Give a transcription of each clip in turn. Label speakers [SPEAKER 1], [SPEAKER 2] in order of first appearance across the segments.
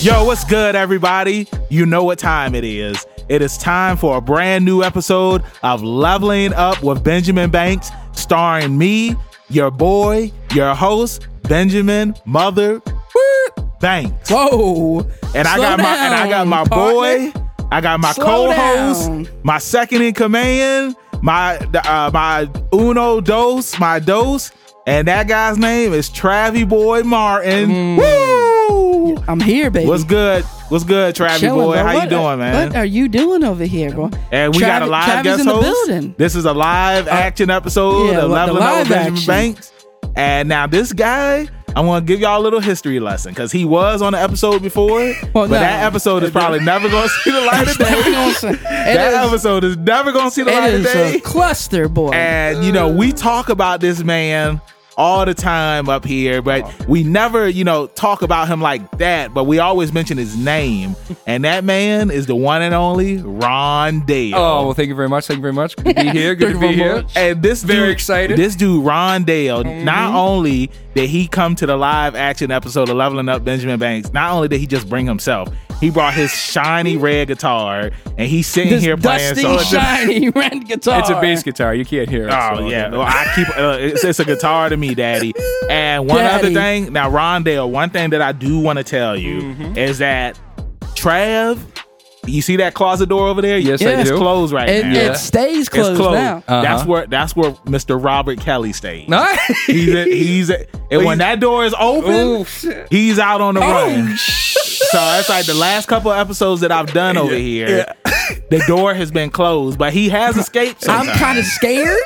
[SPEAKER 1] Yo, what's good, everybody? You know what time it is. It is time for a brand new episode of Leveling Up with Benjamin Banks, starring me, your boy, your host, Benjamin Mother Banks.
[SPEAKER 2] Whoa.
[SPEAKER 1] And I
[SPEAKER 2] Slow
[SPEAKER 1] got my and I got
[SPEAKER 2] down,
[SPEAKER 1] my
[SPEAKER 2] partner.
[SPEAKER 1] boy, I got my
[SPEAKER 2] Slow
[SPEAKER 1] co-host,
[SPEAKER 2] down.
[SPEAKER 1] my second in command, my uh, my uno dos, my dos, and that guy's name is Travie Boy Martin.
[SPEAKER 2] Mm.
[SPEAKER 1] Woo!
[SPEAKER 2] I'm here, baby.
[SPEAKER 1] What's good? What's good, Travis
[SPEAKER 2] Chillin',
[SPEAKER 1] boy?
[SPEAKER 2] bro.
[SPEAKER 1] How you
[SPEAKER 2] What-
[SPEAKER 1] doing, man?
[SPEAKER 2] What are you doing over here, bro?
[SPEAKER 1] and we got a
[SPEAKER 2] Travi-
[SPEAKER 1] live
[SPEAKER 2] Travi's
[SPEAKER 1] guest
[SPEAKER 2] in the
[SPEAKER 1] host.
[SPEAKER 2] building. Uh,
[SPEAKER 1] This is a live action episode
[SPEAKER 2] yeah,
[SPEAKER 1] of
[SPEAKER 2] well, the
[SPEAKER 1] Leveling Up
[SPEAKER 2] live
[SPEAKER 1] with Benjamin
[SPEAKER 2] action.
[SPEAKER 1] Banks. And now this guy, I'm gonna give y'all a little history lesson because he was on the episode before, but
[SPEAKER 2] no.
[SPEAKER 1] that episode is probably never gonna see the light of
[SPEAKER 2] You know
[SPEAKER 1] day.
[SPEAKER 2] what I'm saying? It
[SPEAKER 1] that
[SPEAKER 2] is-
[SPEAKER 1] episode is never gonna see the
[SPEAKER 2] it
[SPEAKER 1] light of
[SPEAKER 2] is
[SPEAKER 1] day.
[SPEAKER 2] a cluster, boy.
[SPEAKER 1] And you know, we talk about this man all the time up here, but we never, you know, talk about him like that, but we always mention his name. And that man is the one and only Ron Dale.
[SPEAKER 3] Oh, well, thank you very much. Thank you very much. Good to be here. Good to
[SPEAKER 2] Thank you very
[SPEAKER 3] be here.
[SPEAKER 2] much.
[SPEAKER 1] And this
[SPEAKER 3] Very
[SPEAKER 1] dude,
[SPEAKER 3] excited.
[SPEAKER 1] This dude, Ron Dale, not only did he come to the live action episode of Leveling Up Benjamin Banks, not only did he just bring himself, he brought his shiny red guitar and he's sitting
[SPEAKER 2] this
[SPEAKER 1] here playing
[SPEAKER 2] dusty,
[SPEAKER 1] songs.
[SPEAKER 2] shiny red guitar.
[SPEAKER 3] It's a bass guitar. You can't hear it.
[SPEAKER 1] Oh
[SPEAKER 3] so,
[SPEAKER 1] yeah, well, I keep uh, it's, it's a guitar to me, Daddy. And one
[SPEAKER 2] Daddy.
[SPEAKER 1] other thing, now Rondale, one thing that I do want to tell you
[SPEAKER 2] Mm-hmm.
[SPEAKER 1] is that Trav, you see that closet door over there?
[SPEAKER 3] Yes, I
[SPEAKER 1] it's
[SPEAKER 3] do.
[SPEAKER 1] closed right
[SPEAKER 2] It,
[SPEAKER 1] now.
[SPEAKER 3] Yeah.
[SPEAKER 2] it stays closed,
[SPEAKER 1] It's closed. Uh,
[SPEAKER 2] now.
[SPEAKER 3] Uh-huh.
[SPEAKER 1] That's where that's where Mr. Robert Kelly stays.
[SPEAKER 3] Nice.
[SPEAKER 1] He's a, he's a, and when
[SPEAKER 3] He's-
[SPEAKER 1] that door is open,
[SPEAKER 3] Ooh, shit.
[SPEAKER 1] he's out on the
[SPEAKER 2] Oh,
[SPEAKER 1] run. So it's like the last couple of episodes that I've done over here, the door has been closed, but he has escaped.
[SPEAKER 2] I'm
[SPEAKER 1] Sometimes.
[SPEAKER 2] kind of scared.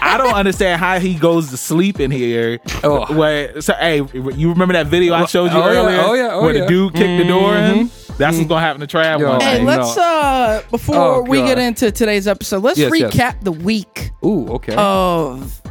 [SPEAKER 1] I don't understand how he goes to sleep in here.
[SPEAKER 3] Oh.
[SPEAKER 1] Where, so, hey, you remember that video I showed you
[SPEAKER 3] Oh, yeah,
[SPEAKER 1] earlier?
[SPEAKER 3] oh, yeah, oh,
[SPEAKER 1] where the
[SPEAKER 3] yeah. Mm-hmm.
[SPEAKER 1] dude kicked the door in? That's what's going to happen to Trav
[SPEAKER 3] Yo.
[SPEAKER 1] one
[SPEAKER 3] Hey,
[SPEAKER 1] day.
[SPEAKER 2] hey,
[SPEAKER 3] let-
[SPEAKER 2] let's
[SPEAKER 3] no.
[SPEAKER 2] uh before
[SPEAKER 3] Oh,
[SPEAKER 2] we get
[SPEAKER 3] God.
[SPEAKER 2] into today's episode, let's
[SPEAKER 3] Yes, yes.
[SPEAKER 2] recap the week
[SPEAKER 3] Ooh, okay.
[SPEAKER 2] Um, of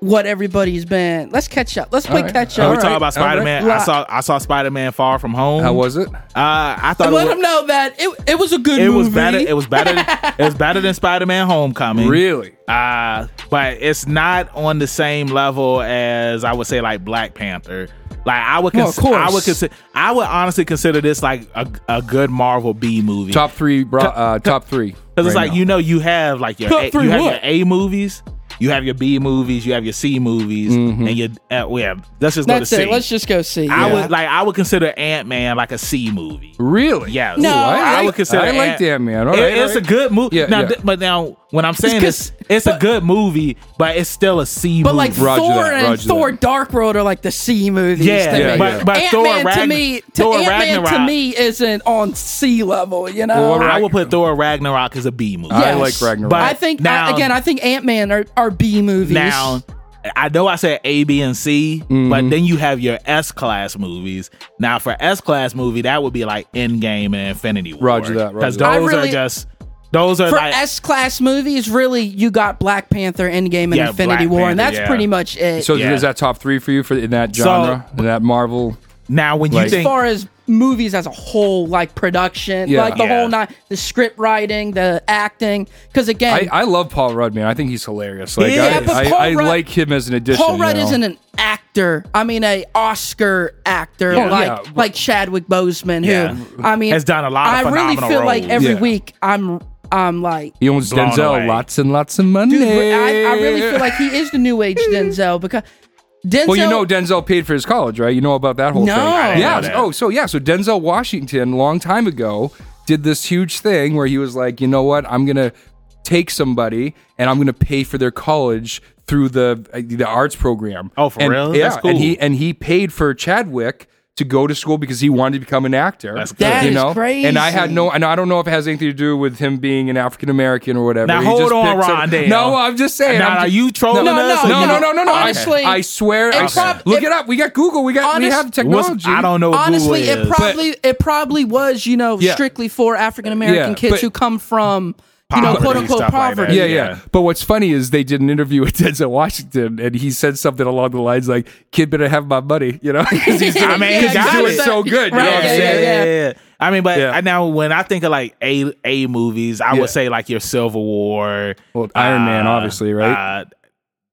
[SPEAKER 2] what everybody's been. Let's catch up. Let's play
[SPEAKER 3] right.
[SPEAKER 2] catch
[SPEAKER 1] Can
[SPEAKER 2] up.
[SPEAKER 1] we
[SPEAKER 3] all
[SPEAKER 1] talk
[SPEAKER 3] right,
[SPEAKER 1] about
[SPEAKER 3] all right.
[SPEAKER 1] Spider Man? I
[SPEAKER 2] Lot.
[SPEAKER 1] saw I saw Spider Man Far From Home.
[SPEAKER 3] How was it?
[SPEAKER 1] Uh, I thought it
[SPEAKER 2] Let
[SPEAKER 1] was,
[SPEAKER 2] them know that it, it was a good
[SPEAKER 1] it
[SPEAKER 2] movie.
[SPEAKER 1] was better. It was better. it was better than Spider Man Homecoming.
[SPEAKER 3] Really?
[SPEAKER 1] Uh, but it's not on the same level as I would say like Black Panther. Like I would,
[SPEAKER 2] Well, of
[SPEAKER 1] cons- I would
[SPEAKER 2] course.
[SPEAKER 1] consider, I would honestly consider this like a, a good Marvel B movie.
[SPEAKER 3] Top three, bro. Uh, top three.
[SPEAKER 1] Because it's
[SPEAKER 3] right
[SPEAKER 1] like
[SPEAKER 3] now.
[SPEAKER 1] you know you have like your
[SPEAKER 2] Top
[SPEAKER 1] a,
[SPEAKER 2] three
[SPEAKER 1] you have
[SPEAKER 2] what?
[SPEAKER 1] your A movies, you have your B movies, you have your C movies,
[SPEAKER 3] Mm-hmm.
[SPEAKER 1] and your uh, well, yeah. Let's just go
[SPEAKER 2] That's
[SPEAKER 1] to C.
[SPEAKER 2] it. Let's just go see.
[SPEAKER 1] I
[SPEAKER 2] yeah.
[SPEAKER 1] would like I would consider Ant Man like a C movie.
[SPEAKER 3] Really?
[SPEAKER 1] Yes.
[SPEAKER 2] No,
[SPEAKER 1] I,
[SPEAKER 2] I
[SPEAKER 1] would
[SPEAKER 2] like-
[SPEAKER 1] consider.
[SPEAKER 3] I like
[SPEAKER 1] Ant-
[SPEAKER 3] that, man. All
[SPEAKER 1] It-
[SPEAKER 3] right, all
[SPEAKER 1] it's
[SPEAKER 3] right.
[SPEAKER 1] a good movie.
[SPEAKER 3] Yeah,
[SPEAKER 1] now,
[SPEAKER 3] yeah.
[SPEAKER 1] th- but now when I'm saying it's
[SPEAKER 2] It's 'cause-
[SPEAKER 1] it's a good movie, but it's still a C
[SPEAKER 2] but
[SPEAKER 1] movie.
[SPEAKER 2] like
[SPEAKER 3] Roger
[SPEAKER 2] Thor
[SPEAKER 3] that,
[SPEAKER 2] and
[SPEAKER 3] Roger
[SPEAKER 2] Thor
[SPEAKER 3] that.
[SPEAKER 2] Dark Road are like the C movies.
[SPEAKER 1] Yeah,
[SPEAKER 2] to
[SPEAKER 3] yeah,
[SPEAKER 2] me.
[SPEAKER 3] but-
[SPEAKER 1] but Thor
[SPEAKER 2] Ant-Man to
[SPEAKER 1] Ragn-
[SPEAKER 2] me, to
[SPEAKER 1] Thor
[SPEAKER 2] Ant-Man to
[SPEAKER 1] Ragnarok.
[SPEAKER 2] me isn't on C level. You know,
[SPEAKER 3] Well,
[SPEAKER 1] I
[SPEAKER 3] Ragn-
[SPEAKER 1] would put Thor Ragnarok as a B movie.
[SPEAKER 3] I
[SPEAKER 2] Yes.
[SPEAKER 3] like Ragnarok.
[SPEAKER 1] But-
[SPEAKER 2] I think I-
[SPEAKER 1] now-
[SPEAKER 2] again, I think Ant Man are, are B movies.
[SPEAKER 1] Now, I know I said A, B, and C,
[SPEAKER 3] Mm-hmm.
[SPEAKER 1] but then you have your S class movies. Now, for S class movie, that would be like Endgame and Infinity War.
[SPEAKER 3] Roger that, roger
[SPEAKER 1] Because
[SPEAKER 3] that.
[SPEAKER 2] I
[SPEAKER 1] those are
[SPEAKER 2] really-
[SPEAKER 1] just those are
[SPEAKER 2] for
[SPEAKER 1] like
[SPEAKER 2] S class movies, really, you got Black Panther, Endgame, and
[SPEAKER 1] Yeah,
[SPEAKER 2] Infinity
[SPEAKER 1] Black
[SPEAKER 2] War, and
[SPEAKER 1] Panther,
[SPEAKER 2] that's
[SPEAKER 1] yeah.
[SPEAKER 2] pretty much it.
[SPEAKER 3] So
[SPEAKER 1] Yeah.
[SPEAKER 3] is that top three for you for in that
[SPEAKER 1] So-
[SPEAKER 3] genre, in that Marvel?
[SPEAKER 1] now when you
[SPEAKER 3] Like-
[SPEAKER 2] as
[SPEAKER 1] think
[SPEAKER 2] far as movies as a whole, like production,
[SPEAKER 3] Yeah.
[SPEAKER 2] like the
[SPEAKER 1] Yeah.
[SPEAKER 2] whole nine, the script writing, the acting, because
[SPEAKER 3] I,
[SPEAKER 2] again,
[SPEAKER 3] I love Paul Rudd, man. I think he's hilarious. Like,
[SPEAKER 1] Yeah,
[SPEAKER 3] I,
[SPEAKER 1] but
[SPEAKER 3] I,
[SPEAKER 2] Paul
[SPEAKER 3] I
[SPEAKER 2] Rudd-
[SPEAKER 3] like him as an addition.
[SPEAKER 2] Paul Rudd
[SPEAKER 3] you know?
[SPEAKER 2] isn't an actor. I mean, a Oscar actor
[SPEAKER 1] Yeah.
[SPEAKER 2] like
[SPEAKER 3] Yeah.
[SPEAKER 2] like Chadwick Boseman,
[SPEAKER 1] Yeah.
[SPEAKER 2] who I mean
[SPEAKER 1] Has done a lot of
[SPEAKER 2] I really
[SPEAKER 1] phenomenal
[SPEAKER 2] feel like
[SPEAKER 1] roles.
[SPEAKER 2] every
[SPEAKER 3] Yeah.
[SPEAKER 2] week I'm I'm like.
[SPEAKER 3] He owns
[SPEAKER 1] Blown
[SPEAKER 3] Denzel
[SPEAKER 1] away.
[SPEAKER 3] lots and lots of money.
[SPEAKER 2] Dude, I, I really feel like he is the new age Denzel because Denzel.
[SPEAKER 3] Well, you know Denzel paid for his college, right? You know about that whole
[SPEAKER 2] No.
[SPEAKER 3] thing.
[SPEAKER 2] I didn't
[SPEAKER 3] Yeah.
[SPEAKER 1] know that.
[SPEAKER 3] Oh, so yeah, so Denzel Washington, long time ago, did this huge thing where he was like, you know what, I'm gonna take somebody and I'm gonna pay for their college through the uh, the arts program.
[SPEAKER 1] Oh, for
[SPEAKER 3] and,
[SPEAKER 1] real?
[SPEAKER 3] Yeah.
[SPEAKER 1] That's cool.
[SPEAKER 3] And he and he paid for Chadwick. To go to school because he wanted to become an actor.
[SPEAKER 1] That's
[SPEAKER 2] That
[SPEAKER 3] you
[SPEAKER 2] is
[SPEAKER 3] know? And I had
[SPEAKER 2] crazy.
[SPEAKER 3] no, and I don't know if it has anything to do with him being an African American or whatever.
[SPEAKER 1] Now,
[SPEAKER 3] He
[SPEAKER 1] hold
[SPEAKER 3] just
[SPEAKER 1] on,
[SPEAKER 3] picked some-
[SPEAKER 1] Rondale.
[SPEAKER 3] No, I'm just saying.
[SPEAKER 1] Now,
[SPEAKER 3] I'm
[SPEAKER 1] are
[SPEAKER 3] ju-
[SPEAKER 1] you trolling
[SPEAKER 3] No,
[SPEAKER 1] us
[SPEAKER 3] no,
[SPEAKER 1] or
[SPEAKER 3] no,
[SPEAKER 1] you-
[SPEAKER 3] no, no, no, no.
[SPEAKER 2] Honestly,
[SPEAKER 3] I, I swear.
[SPEAKER 2] it
[SPEAKER 3] I,
[SPEAKER 2] prob-
[SPEAKER 3] look
[SPEAKER 2] it-
[SPEAKER 3] it up. We got Google. We got we
[SPEAKER 2] Honest-
[SPEAKER 3] have
[SPEAKER 1] what's-
[SPEAKER 3] technology.
[SPEAKER 1] I don't know. What
[SPEAKER 2] honestly,
[SPEAKER 1] Google is.
[SPEAKER 2] it probably it probably was you know
[SPEAKER 3] Yeah.
[SPEAKER 2] strictly for African American
[SPEAKER 3] Yeah,
[SPEAKER 2] kids
[SPEAKER 3] but-
[SPEAKER 2] who come from you know
[SPEAKER 1] Poverty,
[SPEAKER 2] quote unquote
[SPEAKER 1] stuff like that.
[SPEAKER 2] poverty.
[SPEAKER 3] Yeah, yeah,
[SPEAKER 1] Yeah.
[SPEAKER 3] But what's funny is they did an interview with Denzel Washington, and he said something along the lines like, "Kid, better have my money," you know, because he's doing,
[SPEAKER 1] I mean, he
[SPEAKER 3] he's
[SPEAKER 1] got
[SPEAKER 3] doing
[SPEAKER 1] it.
[SPEAKER 3] so good. You know
[SPEAKER 2] Right,
[SPEAKER 3] what I'm
[SPEAKER 2] yeah,
[SPEAKER 3] saying?
[SPEAKER 2] yeah.
[SPEAKER 1] I mean, but
[SPEAKER 3] Yeah.
[SPEAKER 1] I, now when I think of like A A movies, I
[SPEAKER 3] Yeah.
[SPEAKER 1] would say like your Civil War,
[SPEAKER 3] Well, Iron Man, obviously, right?
[SPEAKER 1] Uh,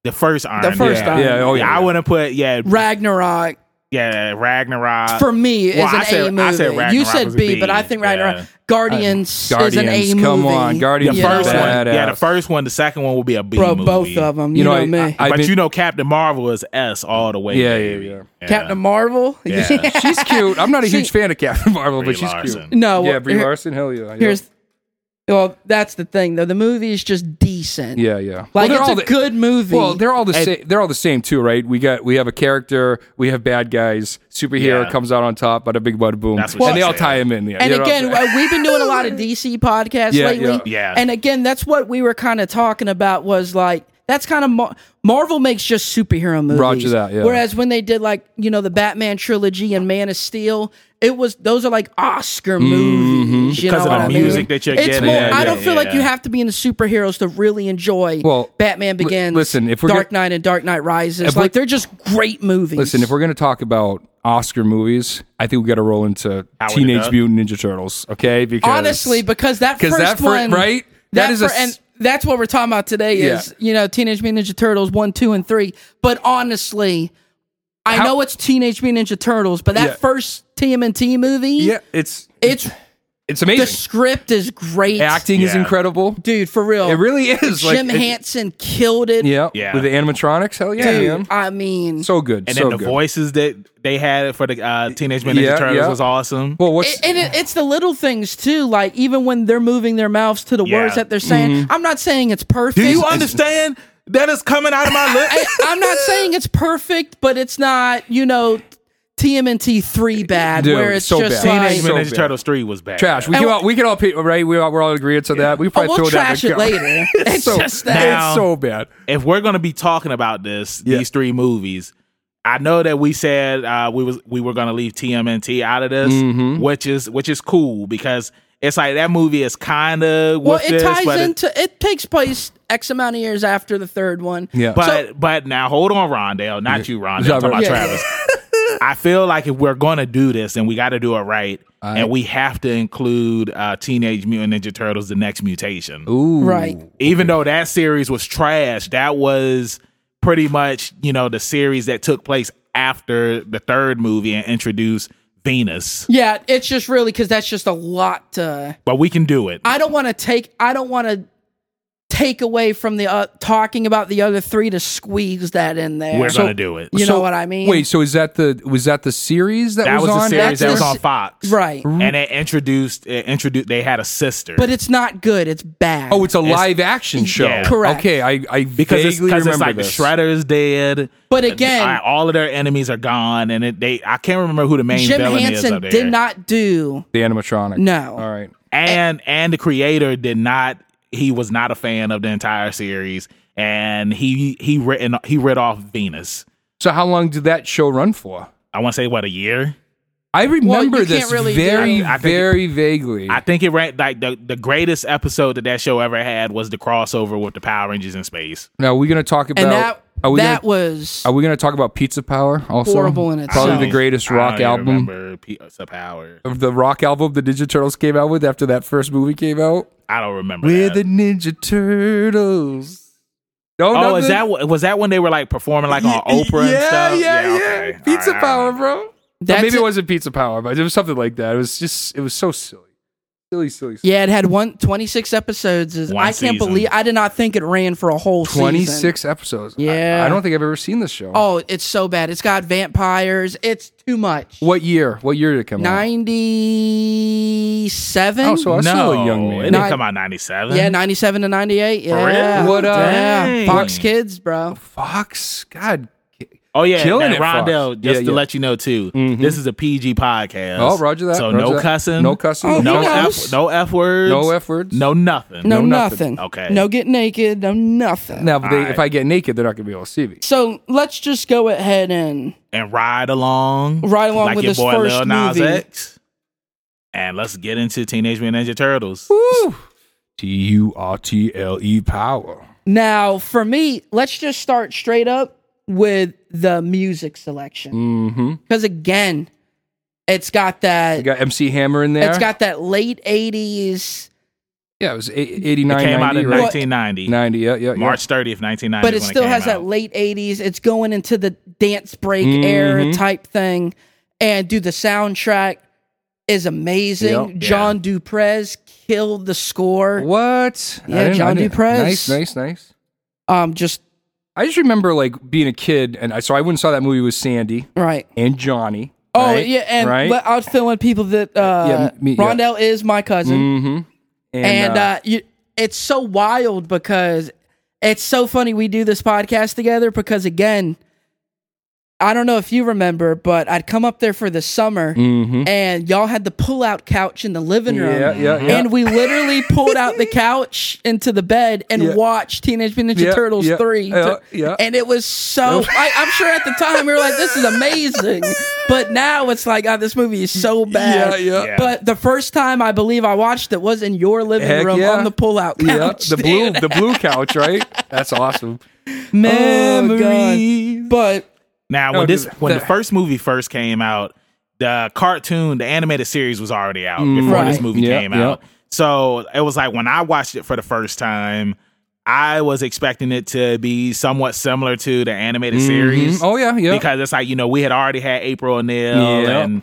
[SPEAKER 1] the first Iron
[SPEAKER 2] first
[SPEAKER 1] Man.
[SPEAKER 2] Iron
[SPEAKER 3] Yeah, oh, yeah,
[SPEAKER 1] I
[SPEAKER 3] yeah.
[SPEAKER 1] wouldn't put yeah
[SPEAKER 2] Ragnarok.
[SPEAKER 1] Yeah, Ragnarok.
[SPEAKER 2] for me is
[SPEAKER 1] Well,
[SPEAKER 2] an
[SPEAKER 1] I said-
[SPEAKER 2] A movie.
[SPEAKER 1] I said
[SPEAKER 2] you
[SPEAKER 1] Ragnarok
[SPEAKER 2] said
[SPEAKER 1] was a
[SPEAKER 2] B,
[SPEAKER 1] B,
[SPEAKER 2] but I think Ragnarok
[SPEAKER 1] yeah.
[SPEAKER 2] Guardians, is an A
[SPEAKER 3] Guardians,
[SPEAKER 2] movie.
[SPEAKER 3] come on, Guardians
[SPEAKER 1] the
[SPEAKER 3] Yeah.
[SPEAKER 1] first one. Yeah, the
[SPEAKER 3] Badass.
[SPEAKER 1] first one. The second one will be a B
[SPEAKER 2] bro,
[SPEAKER 1] movie.
[SPEAKER 2] both of them. You,
[SPEAKER 3] You know,
[SPEAKER 2] know,
[SPEAKER 3] I-
[SPEAKER 2] me.
[SPEAKER 3] I- I've
[SPEAKER 1] but
[SPEAKER 3] been-
[SPEAKER 1] you know, Captain Marvel is S all the way.
[SPEAKER 3] Yeah,
[SPEAKER 1] baby.
[SPEAKER 3] yeah, yeah.
[SPEAKER 2] Captain Marvel.
[SPEAKER 1] Yeah.
[SPEAKER 3] she's cute. I'm not a
[SPEAKER 2] She-
[SPEAKER 3] huge fan of Captain Marvel,
[SPEAKER 1] Brie
[SPEAKER 3] but she's
[SPEAKER 1] Larson.
[SPEAKER 3] cute.
[SPEAKER 2] No,
[SPEAKER 3] yeah,
[SPEAKER 2] well,
[SPEAKER 3] Brie
[SPEAKER 2] here-
[SPEAKER 3] Larson. Hell yeah. yeah.
[SPEAKER 2] Here's, well, that's the thing though. The movie is just decent.
[SPEAKER 3] yeah, yeah.
[SPEAKER 2] like
[SPEAKER 3] they're
[SPEAKER 2] it's
[SPEAKER 3] all
[SPEAKER 2] a
[SPEAKER 3] the-
[SPEAKER 2] good movie.
[SPEAKER 3] Well, they're all the
[SPEAKER 1] And-
[SPEAKER 3] same. They're all the same too, right? We got we have a character, we have bad guys. Superhero
[SPEAKER 1] Yeah.
[SPEAKER 3] comes out on top. Bada big, bada boom,
[SPEAKER 1] That's what
[SPEAKER 3] and
[SPEAKER 1] she
[SPEAKER 3] they all
[SPEAKER 1] said.
[SPEAKER 3] tie him in. Yeah,
[SPEAKER 2] and
[SPEAKER 3] you know what I'm
[SPEAKER 2] again,
[SPEAKER 3] saying?
[SPEAKER 2] uh, we've been doing a lot of DC podcasts
[SPEAKER 3] Yeah,
[SPEAKER 2] lately.
[SPEAKER 3] yeah.
[SPEAKER 1] Yeah.
[SPEAKER 2] And again, that's what we were kind of talking about was like that's kind of Mar- Marvel makes just superhero movies.
[SPEAKER 3] Roger that, yeah.
[SPEAKER 2] Whereas when they did like you know the Batman trilogy and Man of Steel, it was those are like Oscar
[SPEAKER 3] Mm-hmm.
[SPEAKER 2] movies. You
[SPEAKER 1] Because
[SPEAKER 2] know
[SPEAKER 1] of
[SPEAKER 2] what
[SPEAKER 1] the
[SPEAKER 2] I mean?
[SPEAKER 1] music that you're
[SPEAKER 2] it's
[SPEAKER 1] getting.
[SPEAKER 2] More,
[SPEAKER 3] Yeah,
[SPEAKER 2] I
[SPEAKER 3] yeah,
[SPEAKER 2] don't feel like
[SPEAKER 1] yeah.
[SPEAKER 2] you have to be into superheroes to really enjoy.
[SPEAKER 3] Well,
[SPEAKER 2] Batman
[SPEAKER 3] li-
[SPEAKER 2] Begins.
[SPEAKER 3] listen, if we're
[SPEAKER 2] Dark
[SPEAKER 3] gonna-
[SPEAKER 2] Knight and Dark Knight Rises,
[SPEAKER 3] we're-
[SPEAKER 2] like they're just great movies.
[SPEAKER 3] listen, if we're gonna talk about Oscar movies, I think we got to roll into
[SPEAKER 1] Howard the
[SPEAKER 3] Teenage
[SPEAKER 1] Duck?
[SPEAKER 3] Mutant Ninja Turtles. Okay, because
[SPEAKER 2] honestly because that
[SPEAKER 3] 'Cause
[SPEAKER 2] first
[SPEAKER 3] that fir-
[SPEAKER 2] one
[SPEAKER 3] right?
[SPEAKER 2] that,
[SPEAKER 3] That is
[SPEAKER 2] is
[SPEAKER 3] a
[SPEAKER 2] and
[SPEAKER 3] s-
[SPEAKER 2] that's what we're talking about today is you know teenage mutant ninja turtles 1 2 and 3 but honestly i
[SPEAKER 3] How-
[SPEAKER 2] know it's teenage mutant ninja turtles but that
[SPEAKER 3] Yeah.
[SPEAKER 2] first tmnt movie
[SPEAKER 3] yeah, it's
[SPEAKER 2] it's
[SPEAKER 3] it's
[SPEAKER 2] the
[SPEAKER 3] amazing.
[SPEAKER 2] script is great
[SPEAKER 3] Acting is
[SPEAKER 1] Yeah.
[SPEAKER 3] incredible.
[SPEAKER 2] dude for real
[SPEAKER 3] It really is.
[SPEAKER 2] jim
[SPEAKER 3] like, it-
[SPEAKER 2] Hansen killed it
[SPEAKER 3] yeah,
[SPEAKER 1] Yeah.
[SPEAKER 3] with the animatronics. Hell yeah,
[SPEAKER 2] dude
[SPEAKER 3] man.
[SPEAKER 2] i mean
[SPEAKER 3] So good.
[SPEAKER 1] And
[SPEAKER 3] so
[SPEAKER 1] then the
[SPEAKER 3] good.
[SPEAKER 1] voices that they had for the uh, Teenage Mutant
[SPEAKER 3] Yeah,
[SPEAKER 1] Ninja Turtles
[SPEAKER 3] yeah.
[SPEAKER 1] was awesome.
[SPEAKER 3] Well, what's
[SPEAKER 2] It- and it, it's the little things too, like even when they're moving their mouths to the
[SPEAKER 1] Yeah.
[SPEAKER 2] words that they're saying.
[SPEAKER 3] Mm-hmm.
[SPEAKER 2] I'm not saying it's perfect.
[SPEAKER 1] Do you understand that is coming out of my
[SPEAKER 2] I,
[SPEAKER 1] lips?
[SPEAKER 2] I'm not saying it's perfect, but it's not, you know, TMNT three bad
[SPEAKER 3] Dude,
[SPEAKER 2] where it's
[SPEAKER 3] so
[SPEAKER 2] just
[SPEAKER 3] bad.
[SPEAKER 1] Teenage
[SPEAKER 2] like.
[SPEAKER 3] So
[SPEAKER 1] Mutant Ninja
[SPEAKER 3] bad.
[SPEAKER 1] Turtles three was bad.
[SPEAKER 3] trash? We
[SPEAKER 2] And
[SPEAKER 3] can
[SPEAKER 2] wha-
[SPEAKER 3] all we can all pe- right. We all, we're all agreed to that. We
[SPEAKER 2] Oh,
[SPEAKER 3] probably
[SPEAKER 2] we'll
[SPEAKER 3] throw that in the
[SPEAKER 2] trash it
[SPEAKER 3] garbage.
[SPEAKER 2] later. It's just that.
[SPEAKER 1] Now-
[SPEAKER 3] It's so bad.
[SPEAKER 1] If we're gonna be talking about this,
[SPEAKER 3] Yeah.
[SPEAKER 1] these three movies, I know that we said uh, we was we were gonna leave TMNT out of this,
[SPEAKER 3] Mm-hmm.
[SPEAKER 1] which is which is cool because it's like that movie is kind of
[SPEAKER 2] Well,
[SPEAKER 1] with
[SPEAKER 2] it
[SPEAKER 1] this,
[SPEAKER 2] ties
[SPEAKER 1] but it-
[SPEAKER 2] into it, takes place X amount of years after the third one.
[SPEAKER 3] Yeah.
[SPEAKER 1] But but now hold on, Rondale. Not you, Rondale.
[SPEAKER 3] Yeah,
[SPEAKER 1] I'm talking about
[SPEAKER 2] yeah.
[SPEAKER 1] Travis. I feel like if we're gonna do this, and we got to do it right, and we have to include uh, Teenage Mutant Ninja Turtles: The Next Mutation.
[SPEAKER 3] Ooh.
[SPEAKER 2] Right.
[SPEAKER 1] Even though that series was trash, that was pretty much you know the series that took place after the third movie and introduced Venus.
[SPEAKER 2] Yeah, it's just really because that's just a lot to.
[SPEAKER 1] But we can do it.
[SPEAKER 2] I don't want to take. I don't want to take away from the uh, talking about the other three to squeeze that in there.
[SPEAKER 1] we're gonna do it.
[SPEAKER 2] you know what I mean?
[SPEAKER 3] Wait, so is that the was that the series that,
[SPEAKER 1] That was the
[SPEAKER 3] on?
[SPEAKER 1] series that
[SPEAKER 2] That's
[SPEAKER 1] was
[SPEAKER 2] the
[SPEAKER 1] on
[SPEAKER 2] se-
[SPEAKER 1] Fox,
[SPEAKER 2] Right.
[SPEAKER 1] And it introduced it introduced. They had a sister,
[SPEAKER 2] but it's not good. It's bad.
[SPEAKER 3] Oh, it's a live action show.
[SPEAKER 1] e- Yeah.
[SPEAKER 2] Correct.
[SPEAKER 3] Okay, I I
[SPEAKER 1] because it's,
[SPEAKER 3] vaguely
[SPEAKER 1] 'cause it's
[SPEAKER 3] remember
[SPEAKER 1] like
[SPEAKER 3] this.
[SPEAKER 1] the Shredder's dead.
[SPEAKER 2] But again-
[SPEAKER 1] I- all of their enemies are gone, and it, they I can't remember who the main
[SPEAKER 2] Jim
[SPEAKER 1] villain is
[SPEAKER 2] Hansen
[SPEAKER 1] up there.
[SPEAKER 2] did not eh. do
[SPEAKER 3] the animatronic.
[SPEAKER 2] No.
[SPEAKER 3] All right.
[SPEAKER 1] and and the creator did not. He was not a fan of the entire series, and he he written he read off Venus.
[SPEAKER 3] So how long did that show run for?
[SPEAKER 1] I want to say what a year.
[SPEAKER 3] I remember
[SPEAKER 2] you
[SPEAKER 3] this
[SPEAKER 2] can't really do-
[SPEAKER 3] very
[SPEAKER 1] I- I think-
[SPEAKER 3] very vaguely.
[SPEAKER 1] I think it ran like the, the greatest episode that that show ever had was the crossover with the Power Rangers in space.
[SPEAKER 3] now we're gonna talk about
[SPEAKER 2] and that
[SPEAKER 3] are we
[SPEAKER 2] that
[SPEAKER 3] gonna,
[SPEAKER 2] was
[SPEAKER 3] are we gonna talk about Pizza Power also?
[SPEAKER 2] Horrible in
[SPEAKER 3] Probably the
[SPEAKER 2] itself.
[SPEAKER 3] greatest rock album
[SPEAKER 1] Remember Pizza Power?
[SPEAKER 3] of the rock album the Ninja Turtles came out with after that first movie came out.
[SPEAKER 1] I don't remember.
[SPEAKER 3] We're
[SPEAKER 1] that.
[SPEAKER 3] the Ninja Turtles. No,
[SPEAKER 1] Oh,
[SPEAKER 3] no,
[SPEAKER 1] is
[SPEAKER 3] the-
[SPEAKER 1] that wh- was that when they were like performing like on
[SPEAKER 3] Y-
[SPEAKER 1] Oprah
[SPEAKER 3] yeah,
[SPEAKER 1] and stuff?
[SPEAKER 3] Yeah, yeah,
[SPEAKER 1] okay. All
[SPEAKER 3] Pizza
[SPEAKER 1] right, I
[SPEAKER 3] Power,
[SPEAKER 1] remember.
[SPEAKER 3] bro. Or
[SPEAKER 2] That's
[SPEAKER 3] maybe it,
[SPEAKER 2] it.
[SPEAKER 3] wasn't Pizza Power, but it was something like that. It was just, it was so silly. Silly, silly, silly.
[SPEAKER 2] yeah, it had one 26 episodes. Is,
[SPEAKER 1] One
[SPEAKER 2] I can't
[SPEAKER 1] season.
[SPEAKER 2] believe I did not think it ran for a whole 26.
[SPEAKER 3] 26 episodes. I-
[SPEAKER 2] Yeah.
[SPEAKER 3] I, don't think I've ever seen this show.
[SPEAKER 2] Oh, it's so bad. It's got vampires. It's too much.
[SPEAKER 3] What year? What year did it come out?
[SPEAKER 2] 97?
[SPEAKER 3] Oh, so I was still a young
[SPEAKER 1] it
[SPEAKER 3] man.
[SPEAKER 1] didn't
[SPEAKER 2] Nine-
[SPEAKER 1] come out ninety seven.
[SPEAKER 2] yeah, 97 to 98.
[SPEAKER 1] For real?
[SPEAKER 2] Yeah.
[SPEAKER 3] What up?
[SPEAKER 2] Yeah.
[SPEAKER 1] Dang.
[SPEAKER 2] Fox Kids, bro.
[SPEAKER 3] Fox? God.
[SPEAKER 1] Oh yeah,
[SPEAKER 3] Killing
[SPEAKER 1] and
[SPEAKER 3] it, Fox.
[SPEAKER 1] Rondell. Just to
[SPEAKER 3] Yeah, yeah. Mm-hmm.
[SPEAKER 1] let you know too, this is a PG podcast.
[SPEAKER 3] Oh, roger that.
[SPEAKER 1] So
[SPEAKER 3] roger
[SPEAKER 1] no
[SPEAKER 3] that.
[SPEAKER 1] cussing,
[SPEAKER 3] No cussing.
[SPEAKER 2] Oh,
[SPEAKER 1] no
[SPEAKER 2] He
[SPEAKER 1] f,
[SPEAKER 2] knows.
[SPEAKER 1] no f words,
[SPEAKER 3] No F words.
[SPEAKER 1] no nothing.
[SPEAKER 2] No,
[SPEAKER 3] nothing.
[SPEAKER 2] nothing.
[SPEAKER 1] Okay.
[SPEAKER 2] No get naked. No nothing.
[SPEAKER 3] Now, if, they,
[SPEAKER 1] All right.
[SPEAKER 3] if I get naked, they're not going to be able to see me.
[SPEAKER 2] So let's just go ahead and
[SPEAKER 1] and ride along,
[SPEAKER 2] Ride along
[SPEAKER 1] like
[SPEAKER 2] with
[SPEAKER 1] your
[SPEAKER 2] this
[SPEAKER 1] boy
[SPEAKER 2] first
[SPEAKER 1] Lil Nas
[SPEAKER 2] movie.
[SPEAKER 1] X. And let's get into Teenage Mutant Ninja Turtles.
[SPEAKER 3] T U R T L E power.
[SPEAKER 2] Now, for me, let's just start straight up with the music selection
[SPEAKER 3] Mm-hmm.
[SPEAKER 2] because again, it's got that
[SPEAKER 3] You got MC Hammer in there.
[SPEAKER 2] it's got that late '80s.
[SPEAKER 3] Yeah, it was eight- 89,
[SPEAKER 1] Came out
[SPEAKER 3] 90,
[SPEAKER 1] in
[SPEAKER 3] right?
[SPEAKER 1] 1990.
[SPEAKER 3] 90, yeah, yeah, yeah.
[SPEAKER 1] March 30th, 1990.
[SPEAKER 2] but it
[SPEAKER 1] is when
[SPEAKER 2] still
[SPEAKER 1] came
[SPEAKER 2] has that
[SPEAKER 1] out.
[SPEAKER 2] late 80s it's going into the dance break
[SPEAKER 3] Mm-hmm.
[SPEAKER 2] era type thing and do the soundtrack is amazing
[SPEAKER 3] Yep.
[SPEAKER 2] john duprez killed the score
[SPEAKER 3] What? I
[SPEAKER 2] Yeah,
[SPEAKER 3] didn't- I
[SPEAKER 2] John
[SPEAKER 3] didn't-
[SPEAKER 2] Duprez.
[SPEAKER 3] Nice, nice, nice.
[SPEAKER 2] um just
[SPEAKER 3] I just remember like being a kid, and I, so I went and saw that movie with Sandy
[SPEAKER 2] right
[SPEAKER 3] and Johnny.
[SPEAKER 2] oh
[SPEAKER 3] right?
[SPEAKER 2] yeah and
[SPEAKER 3] right.
[SPEAKER 2] but i was feeling people that uh
[SPEAKER 3] Yeah, me- yeah.
[SPEAKER 2] rondell is my cousin
[SPEAKER 3] mm-hmm. And,
[SPEAKER 2] and uh, you, it's so wild because it's so funny we do this podcast together because again i don't know if you remember but i'd come up there for the summer and y'all had the pull-out couch in the living room
[SPEAKER 3] Mm-hmm. Yeah, yeah, yeah.
[SPEAKER 2] and we literally pulled out the couch into the bed and
[SPEAKER 3] Yeah.
[SPEAKER 2] watched teenage mutant ninja
[SPEAKER 3] Yeah,
[SPEAKER 2] turtles
[SPEAKER 3] yeah,
[SPEAKER 2] 3
[SPEAKER 3] yeah, yeah.
[SPEAKER 2] and it was so I, i'm sure at the time we were like this is amazing but now it's like oh this movie is so bad
[SPEAKER 3] Yeah, yeah.
[SPEAKER 2] but Uh, the first time I believe I watched it was in your living
[SPEAKER 3] Heck
[SPEAKER 2] room
[SPEAKER 3] yeah.
[SPEAKER 2] on the pullout
[SPEAKER 3] yeah,
[SPEAKER 2] couch.
[SPEAKER 3] the blue, Oh, the blue couch, right? That's awesome.
[SPEAKER 2] Memories. But
[SPEAKER 1] Now,
[SPEAKER 3] No,
[SPEAKER 1] when this
[SPEAKER 3] dude,
[SPEAKER 1] when the,
[SPEAKER 3] the-
[SPEAKER 1] first movie first came out, the cartoon, the animated series was already out
[SPEAKER 3] Mm,
[SPEAKER 1] before this
[SPEAKER 2] Right.
[SPEAKER 1] movie
[SPEAKER 3] Yeah,
[SPEAKER 1] came
[SPEAKER 3] yeah.
[SPEAKER 1] out. So it was like when I watched it for the first time, I was expecting it to be somewhat similar to the animated series.
[SPEAKER 3] Mhm. Oh yeah, yeah.
[SPEAKER 1] Because it's like, you know, we had already had April O'Neil
[SPEAKER 3] Yeah.
[SPEAKER 1] and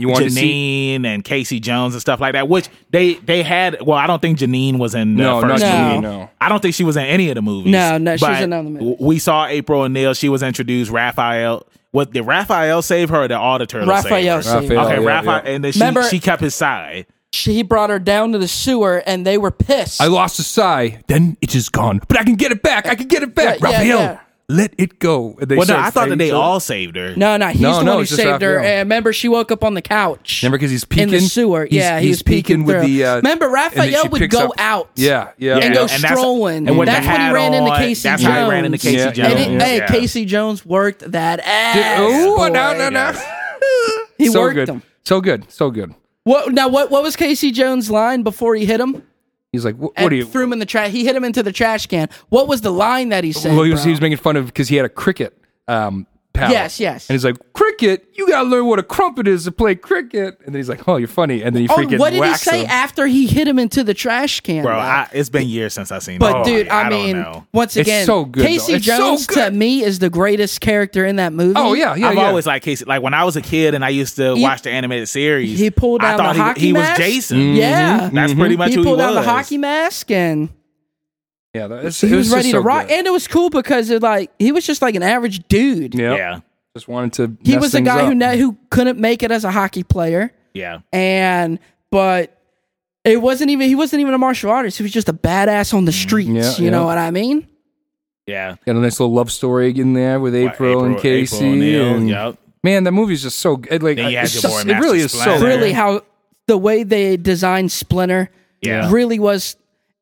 [SPEAKER 3] you wanted to see?
[SPEAKER 1] Janine and Casey Jones and stuff like that, which they they had. Well, I don't think Janine was in the
[SPEAKER 3] No, not
[SPEAKER 1] first
[SPEAKER 2] Janine,
[SPEAKER 1] movie.
[SPEAKER 3] no.
[SPEAKER 1] I don't think she was in any of the movies.
[SPEAKER 2] No, no, she was
[SPEAKER 1] But
[SPEAKER 2] in none of the movies.
[SPEAKER 1] w- We saw April O'Neil. She was introduced. Raphael. What did Raphael save her? Or did all the turtles
[SPEAKER 2] Raphael,
[SPEAKER 1] save her?
[SPEAKER 2] saved her.
[SPEAKER 3] Raphael.
[SPEAKER 1] Okay,
[SPEAKER 3] Yeah, yeah,
[SPEAKER 1] Raphael,
[SPEAKER 3] yeah.
[SPEAKER 1] and then she,
[SPEAKER 2] Remember-
[SPEAKER 1] she kept his side.
[SPEAKER 2] she he brought her down to the sewer and they were pissed.
[SPEAKER 3] I lost a sigh, then it is gone, but I can get it back. I can get it back,
[SPEAKER 2] Yeah, yeah,
[SPEAKER 3] Raphael.
[SPEAKER 2] yeah.
[SPEAKER 3] Let it go. And they
[SPEAKER 1] Well, no,
[SPEAKER 3] started
[SPEAKER 1] I thought that
[SPEAKER 3] fighting
[SPEAKER 1] they
[SPEAKER 3] each other.
[SPEAKER 1] all saved her.
[SPEAKER 2] no, no, he's
[SPEAKER 3] No,
[SPEAKER 2] the
[SPEAKER 3] no,
[SPEAKER 2] one who
[SPEAKER 3] it's just
[SPEAKER 2] saved her.
[SPEAKER 3] Raphael.
[SPEAKER 2] And remember, she woke up on the couch.
[SPEAKER 3] Remember, because he's
[SPEAKER 2] in
[SPEAKER 3] peeking
[SPEAKER 2] the sewer.
[SPEAKER 3] He's-
[SPEAKER 2] yeah, he
[SPEAKER 3] he's
[SPEAKER 2] was peeking,
[SPEAKER 3] with
[SPEAKER 2] through.
[SPEAKER 3] the. Uh,
[SPEAKER 2] remember,
[SPEAKER 3] and then she
[SPEAKER 2] Raphael would
[SPEAKER 3] picks
[SPEAKER 2] go
[SPEAKER 3] up-
[SPEAKER 2] out.
[SPEAKER 3] Yeah, yeah,
[SPEAKER 2] and go
[SPEAKER 1] that's-
[SPEAKER 2] strolling.
[SPEAKER 1] with the
[SPEAKER 2] That's when he
[SPEAKER 1] hat
[SPEAKER 2] ran into
[SPEAKER 1] on,
[SPEAKER 2] Casey
[SPEAKER 1] That's how he ran into
[SPEAKER 2] Jones.
[SPEAKER 1] Casey
[SPEAKER 3] Yeah,
[SPEAKER 1] Jones.
[SPEAKER 3] yeah.
[SPEAKER 2] And it,
[SPEAKER 3] Jones,
[SPEAKER 2] hey,
[SPEAKER 1] Yeah.
[SPEAKER 2] Casey Jones worked that ass.
[SPEAKER 3] Ooh,
[SPEAKER 2] boy.
[SPEAKER 3] no, no, no.
[SPEAKER 2] He
[SPEAKER 3] so
[SPEAKER 2] worked
[SPEAKER 3] good.
[SPEAKER 2] him.
[SPEAKER 3] So good. So good.
[SPEAKER 2] What now? What what was Casey Jones' line before he hit him?
[SPEAKER 3] He's like, what,
[SPEAKER 2] And
[SPEAKER 3] what are you?
[SPEAKER 2] Threw him in the trash. He hit him into the trash can. What was the line that he said?
[SPEAKER 3] well, he was,
[SPEAKER 2] bro?
[SPEAKER 3] he was making fun of because he had a cricket um, palette.
[SPEAKER 2] Yes, yes.
[SPEAKER 3] And he's like, cricket? You got to learn what a crumpet is to play cricket. And then he's like, oh, you're funny. And then he
[SPEAKER 2] Oh,
[SPEAKER 3] freaking
[SPEAKER 2] what did he
[SPEAKER 3] whacks
[SPEAKER 2] say
[SPEAKER 3] him.
[SPEAKER 2] after he hit him into the trash can,
[SPEAKER 1] bro,
[SPEAKER 2] bro?
[SPEAKER 1] I, it's been years since I've seen.
[SPEAKER 2] but
[SPEAKER 3] oh,
[SPEAKER 1] that
[SPEAKER 2] dude,
[SPEAKER 1] movie.
[SPEAKER 2] I,
[SPEAKER 1] don't
[SPEAKER 2] mean,
[SPEAKER 1] know.
[SPEAKER 2] once
[SPEAKER 3] It's
[SPEAKER 2] again,
[SPEAKER 3] so good, though.
[SPEAKER 2] Casey
[SPEAKER 3] It's so
[SPEAKER 2] Jones to
[SPEAKER 3] good.
[SPEAKER 2] me is the greatest character in that movie.
[SPEAKER 3] Oh, yeah, yeah,
[SPEAKER 1] I've
[SPEAKER 3] yeah.
[SPEAKER 1] always liked Casey. Like when I was a kid and I used to watch the animated series,
[SPEAKER 2] he pulled
[SPEAKER 1] I
[SPEAKER 2] down
[SPEAKER 1] thought
[SPEAKER 2] the
[SPEAKER 1] he,
[SPEAKER 2] hockey
[SPEAKER 1] he
[SPEAKER 2] mask?
[SPEAKER 1] was Jason.
[SPEAKER 3] Mm, Mm-hmm.
[SPEAKER 2] Yeah, Mm-hmm.
[SPEAKER 1] That's pretty much
[SPEAKER 2] he
[SPEAKER 1] who he
[SPEAKER 2] pulled
[SPEAKER 1] was.
[SPEAKER 2] out the hockey mask and
[SPEAKER 3] yeah, that's,
[SPEAKER 2] he
[SPEAKER 3] it
[SPEAKER 2] was,
[SPEAKER 3] just
[SPEAKER 2] ready to
[SPEAKER 3] so
[SPEAKER 2] rock.
[SPEAKER 3] good.
[SPEAKER 2] And it was cool because it like he was just like an average dude.
[SPEAKER 3] Yeah.
[SPEAKER 1] Yeah,
[SPEAKER 3] Just wanted to.
[SPEAKER 2] he
[SPEAKER 3] mess
[SPEAKER 2] was a
[SPEAKER 3] things
[SPEAKER 2] guy
[SPEAKER 3] up.
[SPEAKER 2] who ne- who couldn't make it as a hockey player.
[SPEAKER 1] yeah.
[SPEAKER 2] and but it wasn't even he wasn't even a martial artist he was just a badass on the streets
[SPEAKER 3] Mm, Yeah,
[SPEAKER 2] you
[SPEAKER 3] yeah.
[SPEAKER 2] know what i mean
[SPEAKER 1] Yeah.
[SPEAKER 3] Got a nice little love story in there with April, and Casey.
[SPEAKER 1] O'Neil,
[SPEAKER 3] and-
[SPEAKER 1] yep.
[SPEAKER 3] Man, that movie's just so good. Like,
[SPEAKER 1] Then you had
[SPEAKER 3] it's
[SPEAKER 1] your
[SPEAKER 3] just-
[SPEAKER 1] boy
[SPEAKER 3] it really is
[SPEAKER 1] Master
[SPEAKER 3] so
[SPEAKER 1] Splinter.
[SPEAKER 3] good.
[SPEAKER 2] really how the way they designed splinter
[SPEAKER 1] Yeah.
[SPEAKER 2] really was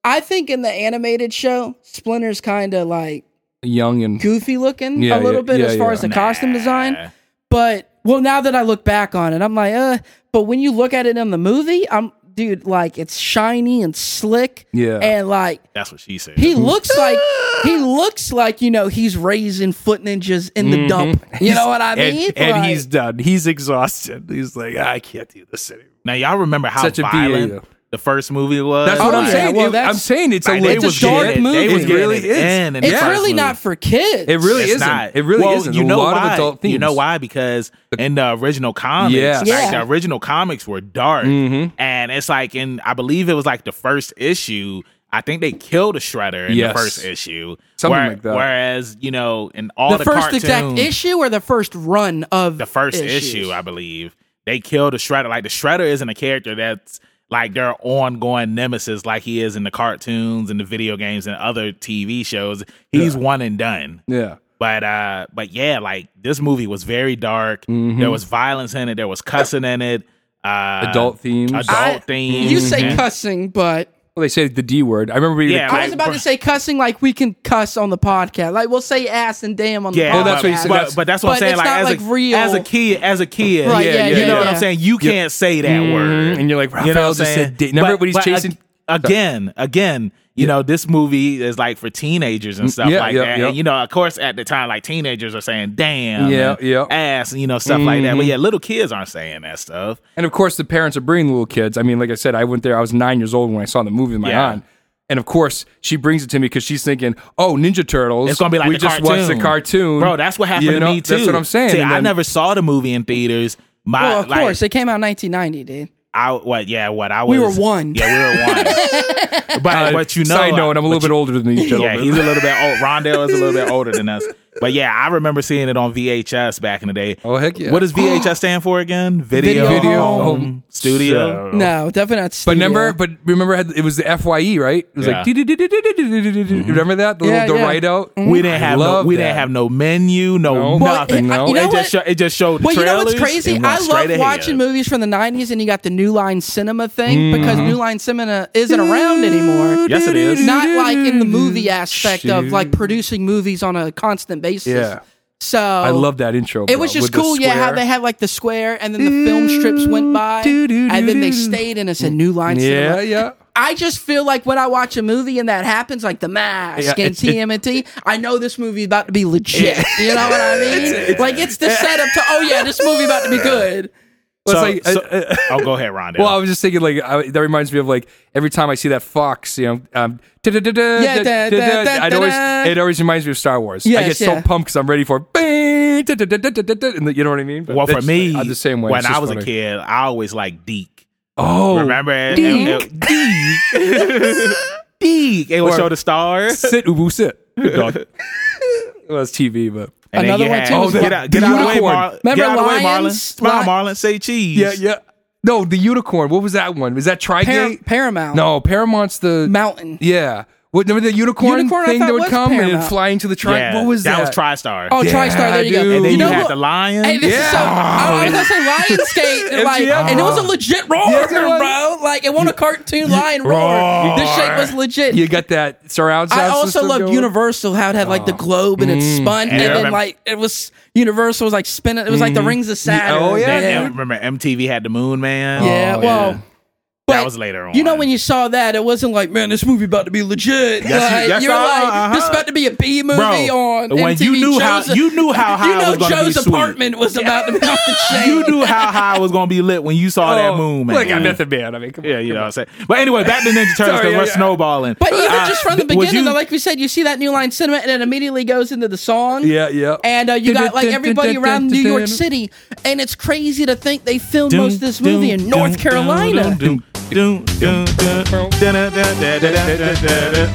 [SPEAKER 2] i think in the animated show splinter's kind of like
[SPEAKER 3] young and
[SPEAKER 2] goofy looking
[SPEAKER 3] Yeah,
[SPEAKER 2] a little
[SPEAKER 3] yeah,
[SPEAKER 2] bit
[SPEAKER 3] yeah,
[SPEAKER 2] as far
[SPEAKER 3] yeah.
[SPEAKER 2] as the costume
[SPEAKER 1] Nah.
[SPEAKER 2] design but well now that i look back on it i'm like uh but when you look at it in the movie i'm dude like it's shiny and slick
[SPEAKER 3] Yeah.
[SPEAKER 2] and like
[SPEAKER 1] That's what she said.
[SPEAKER 2] He looks like he looks like you know he's raising foot ninjas in
[SPEAKER 3] Mm-hmm.
[SPEAKER 2] the dump. You know what I mean? Like,
[SPEAKER 3] done. He's exhausted. He's like, I can't do this anymore.
[SPEAKER 1] now y'all remember how
[SPEAKER 3] Such a
[SPEAKER 1] violent
[SPEAKER 3] BA.
[SPEAKER 1] the first movie was.
[SPEAKER 3] That's what I'm
[SPEAKER 2] yeah,
[SPEAKER 3] saying.
[SPEAKER 2] well,
[SPEAKER 3] It-
[SPEAKER 2] that's-
[SPEAKER 3] I'm saying it's a
[SPEAKER 1] Like,
[SPEAKER 3] little
[SPEAKER 1] they
[SPEAKER 2] It's a
[SPEAKER 1] was
[SPEAKER 2] dark
[SPEAKER 1] getting it-
[SPEAKER 2] movie.
[SPEAKER 1] They was
[SPEAKER 3] It
[SPEAKER 1] getting
[SPEAKER 3] really
[SPEAKER 1] it
[SPEAKER 3] is.
[SPEAKER 1] in in the
[SPEAKER 2] it's
[SPEAKER 1] first
[SPEAKER 2] really
[SPEAKER 1] movie.
[SPEAKER 2] not for kids.
[SPEAKER 3] It really
[SPEAKER 1] It's
[SPEAKER 3] isn't.
[SPEAKER 1] not.
[SPEAKER 3] It really
[SPEAKER 1] Well,
[SPEAKER 3] isn't.
[SPEAKER 1] You
[SPEAKER 3] a
[SPEAKER 1] know
[SPEAKER 3] lot
[SPEAKER 1] why?
[SPEAKER 3] of adult themes.
[SPEAKER 1] You know why? Because in the original comics,
[SPEAKER 3] Yes.
[SPEAKER 1] like
[SPEAKER 2] Yeah.
[SPEAKER 1] the original comics were dark,
[SPEAKER 3] Mm-hmm.
[SPEAKER 1] and it's like in I believe it was like the first issue. I think they killed a shredder in
[SPEAKER 3] Yes.
[SPEAKER 1] the first issue.
[SPEAKER 3] Something like that.
[SPEAKER 1] Whereas you know, in all
[SPEAKER 2] The,
[SPEAKER 1] the,
[SPEAKER 2] first exact
[SPEAKER 1] cartoons-
[SPEAKER 2] issue or the first run of
[SPEAKER 1] the first
[SPEAKER 2] issues?
[SPEAKER 1] issue, I believe. They killed the Shredder. Like the Shredder isn't a character that's like their ongoing nemesis, like he is in the cartoons and the video games and other TV shows. He's one and done.
[SPEAKER 3] Yeah.
[SPEAKER 1] But uh, but yeah, like this movie was very dark.
[SPEAKER 2] Mm-hmm.
[SPEAKER 1] There was violence in it. There was cussing in it. Uh,
[SPEAKER 3] Adult themes.
[SPEAKER 1] adult
[SPEAKER 2] I-
[SPEAKER 1] themes.
[SPEAKER 2] you say
[SPEAKER 3] Mm-hmm.
[SPEAKER 1] and-
[SPEAKER 2] cussing, but
[SPEAKER 3] Well, they say the D word. I remember reading.
[SPEAKER 1] Yeah,
[SPEAKER 3] a-
[SPEAKER 2] I was
[SPEAKER 1] Like,
[SPEAKER 2] about
[SPEAKER 1] bro-
[SPEAKER 2] to say cussing like we can cuss on the podcast. Like we'll say ass and damn on
[SPEAKER 1] Yeah,
[SPEAKER 2] the podcast.
[SPEAKER 3] Well, Oh, that's what you said.
[SPEAKER 1] But,
[SPEAKER 3] That's-
[SPEAKER 1] but that's what I'm
[SPEAKER 2] but
[SPEAKER 1] saying.
[SPEAKER 2] it's
[SPEAKER 1] like,
[SPEAKER 2] not,
[SPEAKER 1] as
[SPEAKER 2] like,
[SPEAKER 1] a,
[SPEAKER 2] real.
[SPEAKER 1] as a kid, as a kid,
[SPEAKER 2] Right,
[SPEAKER 3] Yeah, yeah,
[SPEAKER 1] you know
[SPEAKER 3] yeah, Mm-hmm.
[SPEAKER 1] what
[SPEAKER 2] yeah.
[SPEAKER 1] I'm saying. You can't say that word.
[SPEAKER 3] and you're like,
[SPEAKER 1] you know what
[SPEAKER 3] Raphael
[SPEAKER 1] I'm saying?
[SPEAKER 3] just said dick. Remember
[SPEAKER 1] But-
[SPEAKER 3] when he's
[SPEAKER 1] but ag-
[SPEAKER 3] chasing-
[SPEAKER 1] again, again, You know, this movie is like for teenagers and stuff
[SPEAKER 3] Mm, yeah,
[SPEAKER 1] like
[SPEAKER 3] yeah,
[SPEAKER 1] that.
[SPEAKER 3] yeah.
[SPEAKER 1] And, you know, of course, at the time, like teenagers are saying, damn,
[SPEAKER 3] Yeah,
[SPEAKER 1] and
[SPEAKER 3] yeah. Mm-hmm.
[SPEAKER 1] ass, and, you know, stuff like that. But yeah, little kids aren't saying that stuff.
[SPEAKER 3] And of course, the parents are bringing the little kids. I mean, like I said, I went there. I was nine years old when I saw the movie with my
[SPEAKER 1] Yeah.
[SPEAKER 3] aunt. And of course, she brings it to me because she's thinking, "Oh, Ninja Turtles!
[SPEAKER 1] It's gonna be like
[SPEAKER 3] we
[SPEAKER 1] the
[SPEAKER 3] just watched the cartoon,
[SPEAKER 1] bro. That's what happened
[SPEAKER 3] You
[SPEAKER 1] to
[SPEAKER 3] know,
[SPEAKER 1] me too.
[SPEAKER 3] That's what I'm saying.
[SPEAKER 1] See,
[SPEAKER 3] And
[SPEAKER 1] I
[SPEAKER 3] then-
[SPEAKER 1] never saw the movie in theaters. My,
[SPEAKER 2] Well, of
[SPEAKER 1] like,
[SPEAKER 2] course, it came out in 1990, dude.
[SPEAKER 1] I what? Yeah, what? I was.
[SPEAKER 2] We were one.
[SPEAKER 1] Yeah, we were one. but
[SPEAKER 3] Uh,
[SPEAKER 1] but you know,
[SPEAKER 3] side note, I'm a little
[SPEAKER 1] but
[SPEAKER 3] bit older than these
[SPEAKER 1] yeah,
[SPEAKER 3] gentlemen.
[SPEAKER 1] he's a little bit old. Rondell is a little bit older than us. But yeah, I remember seeing it on VHS back in the day.
[SPEAKER 3] Oh, heck yeah.
[SPEAKER 1] What does VHS stand for again? Video,
[SPEAKER 2] Video
[SPEAKER 1] home,
[SPEAKER 3] home
[SPEAKER 1] studio.
[SPEAKER 2] No, definitely not.
[SPEAKER 3] Oh. But
[SPEAKER 2] Studio.
[SPEAKER 3] remember, but remember, it had- it was the Fye, right? It was
[SPEAKER 1] Yeah.
[SPEAKER 3] like, "Dee-dee-dee-dee-dee-dee-dee-dee-dee." remember that the
[SPEAKER 2] Yeah,
[SPEAKER 3] little the
[SPEAKER 2] yeah.
[SPEAKER 3] write out.
[SPEAKER 1] We didn't have no, we didn't have no menu, no,
[SPEAKER 3] No. Well,
[SPEAKER 1] nothing.
[SPEAKER 3] it- you
[SPEAKER 1] no,
[SPEAKER 2] know
[SPEAKER 1] it
[SPEAKER 2] what?
[SPEAKER 1] just show, it just showed.
[SPEAKER 2] Well, you know
[SPEAKER 1] trailers
[SPEAKER 2] what's crazy?
[SPEAKER 1] and went
[SPEAKER 2] I
[SPEAKER 1] straight
[SPEAKER 2] love
[SPEAKER 1] ahead.
[SPEAKER 2] watching movies from the 90s, and you got the New Line Cinema thing because New Line Cinema isn't around anymore.
[SPEAKER 1] Mm-hmm. Yes, it is.
[SPEAKER 2] Not like in the movie aspect of like producing movies on a constant basis.
[SPEAKER 3] Yeah.
[SPEAKER 2] So
[SPEAKER 3] I love that intro.
[SPEAKER 2] It was just cool, yeah. How they had like the square, and then the film strips went by,
[SPEAKER 3] doo,
[SPEAKER 1] Mm-hmm.
[SPEAKER 3] doo,
[SPEAKER 2] and then
[SPEAKER 3] doo,
[SPEAKER 2] they
[SPEAKER 3] doo.
[SPEAKER 2] stayed in us a new line.
[SPEAKER 3] Yeah,
[SPEAKER 2] cinema.
[SPEAKER 3] yeah.
[SPEAKER 2] I just feel like when I watch a movie and that happens, like The Mask
[SPEAKER 3] Yeah,
[SPEAKER 2] and
[SPEAKER 3] it's- it-
[SPEAKER 2] TMNT, I know this movie's about to be legit. You know what I mean? like it's the setup to, oh yeah, this movie about to be good.
[SPEAKER 1] So,
[SPEAKER 3] Well, it's like- uh,
[SPEAKER 1] so- oh, go ahead, Rondell.
[SPEAKER 3] Well, I was just thinking, like I, that reminds me of like every time I see that fox, you know, um,
[SPEAKER 2] Yeah, da- da- da-
[SPEAKER 3] it always
[SPEAKER 2] da- da.
[SPEAKER 3] it always reminds me of Star Wars. I
[SPEAKER 2] Yes,
[SPEAKER 3] get
[SPEAKER 2] yeah.
[SPEAKER 3] so pumped because I'm ready for, bang, da- da- da- da- da- da- da, and the- you know what I mean. But
[SPEAKER 1] Well, for
[SPEAKER 3] that's-
[SPEAKER 1] me,
[SPEAKER 3] I'm the same way.
[SPEAKER 1] when
[SPEAKER 3] It's
[SPEAKER 1] I
[SPEAKER 3] just
[SPEAKER 1] was a
[SPEAKER 3] funny.
[SPEAKER 1] kid, I always liked Deke.
[SPEAKER 3] oh,
[SPEAKER 1] Remember it?
[SPEAKER 2] Deke.
[SPEAKER 1] It- it- Deke. Deke. It would
[SPEAKER 3] Or-
[SPEAKER 1] show the stars.
[SPEAKER 3] sit, ubu, sit. Good dog. well, it's TV, but
[SPEAKER 1] And then
[SPEAKER 2] Another
[SPEAKER 1] you
[SPEAKER 2] one,
[SPEAKER 1] had- Oh,
[SPEAKER 2] too, was
[SPEAKER 1] get
[SPEAKER 2] the-
[SPEAKER 1] out, get
[SPEAKER 3] the
[SPEAKER 1] out of the way,
[SPEAKER 3] unicorn.
[SPEAKER 1] Marlon.
[SPEAKER 2] Remember
[SPEAKER 1] get out of the way, Marlon.
[SPEAKER 2] Lions?
[SPEAKER 1] Smile,
[SPEAKER 2] Li-
[SPEAKER 1] Marlon. Say cheese.
[SPEAKER 3] yeah, yeah. No, the unicorn. What was that one? Was that Trigate?
[SPEAKER 2] Par- Paramount,
[SPEAKER 3] No, Paramount's the
[SPEAKER 2] Mountain.
[SPEAKER 3] Yeah. What remember the unicorn,
[SPEAKER 2] Unicorn, I
[SPEAKER 3] thing
[SPEAKER 2] thought
[SPEAKER 3] that would
[SPEAKER 2] was
[SPEAKER 3] come and
[SPEAKER 2] Paramount.
[SPEAKER 3] it'd fly into the tri?
[SPEAKER 1] Yeah,
[SPEAKER 3] What was that?
[SPEAKER 1] was TriStar.
[SPEAKER 2] Oh,
[SPEAKER 1] and
[SPEAKER 2] TriStar. There you go.
[SPEAKER 3] dude.
[SPEAKER 1] then
[SPEAKER 3] And
[SPEAKER 1] you,
[SPEAKER 2] you know
[SPEAKER 1] had
[SPEAKER 2] what?
[SPEAKER 1] the lion.
[SPEAKER 2] Hey, this is so. I, I was gonna say Lionsgate, like,
[SPEAKER 3] MGM.
[SPEAKER 2] and it was a legit roar,
[SPEAKER 3] Yes, it was.
[SPEAKER 2] bro. Like, it wasn't a cartoon lion roar.
[SPEAKER 1] Roar.
[SPEAKER 2] This shit was legit.
[SPEAKER 3] You got that surround sound.
[SPEAKER 2] I also
[SPEAKER 3] system
[SPEAKER 2] loved
[SPEAKER 3] going?
[SPEAKER 2] Universal how it had like the
[SPEAKER 1] Oh.
[SPEAKER 2] globe and it spun, and
[SPEAKER 1] Yeah.
[SPEAKER 2] then like it was Universal was like spinning. It was like the
[SPEAKER 1] Mm-hmm.
[SPEAKER 2] rings of Saturn.
[SPEAKER 3] Oh, yeah,
[SPEAKER 1] And
[SPEAKER 2] yeah.
[SPEAKER 1] M- remember MTV had the Moon Man.
[SPEAKER 2] Yeah,
[SPEAKER 3] Oh,
[SPEAKER 2] well,
[SPEAKER 3] yeah.
[SPEAKER 2] but
[SPEAKER 1] that was later on.
[SPEAKER 2] You know when you saw that, it wasn't like, man, this movie about to be legit.
[SPEAKER 1] Yes, you-
[SPEAKER 2] Like,
[SPEAKER 1] yes,
[SPEAKER 2] you're
[SPEAKER 1] uh,
[SPEAKER 2] like,
[SPEAKER 1] uh-huh.
[SPEAKER 2] this about to be a B movie
[SPEAKER 1] bro
[SPEAKER 2] on
[SPEAKER 1] when
[SPEAKER 2] MTV.
[SPEAKER 1] you knew how
[SPEAKER 2] Joe's-
[SPEAKER 1] you knew how high
[SPEAKER 2] you
[SPEAKER 1] it
[SPEAKER 2] know
[SPEAKER 1] was gonna
[SPEAKER 2] Joe's
[SPEAKER 1] be sweet.
[SPEAKER 2] apartment was about to be off the chain.
[SPEAKER 1] You knew how high it was gonna be lit when you saw that
[SPEAKER 3] Oh,
[SPEAKER 1] Moon Man.
[SPEAKER 3] Look, I'm Method Man. I mean, come
[SPEAKER 1] Yeah,
[SPEAKER 3] on,
[SPEAKER 1] you know
[SPEAKER 3] come
[SPEAKER 1] what I'm saying. But anyway, back to Ninja Turtles
[SPEAKER 3] Sorry,
[SPEAKER 1] because
[SPEAKER 3] yeah,
[SPEAKER 1] we're
[SPEAKER 3] yeah.
[SPEAKER 1] snowballing.
[SPEAKER 2] But even
[SPEAKER 1] Uh,
[SPEAKER 2] just from the
[SPEAKER 1] th- was
[SPEAKER 2] beginning,
[SPEAKER 1] you-
[SPEAKER 2] though, like we said, you see that New Line Cinema, and it immediately goes into the song.
[SPEAKER 3] Yeah, yeah.
[SPEAKER 2] And uh, you got like everybody around New York City, and it's crazy to think they filmed most of this movie in North Carolina.
[SPEAKER 1] Doom, doom, doom, doom, doom, da, da, da, da, da, da, da, da.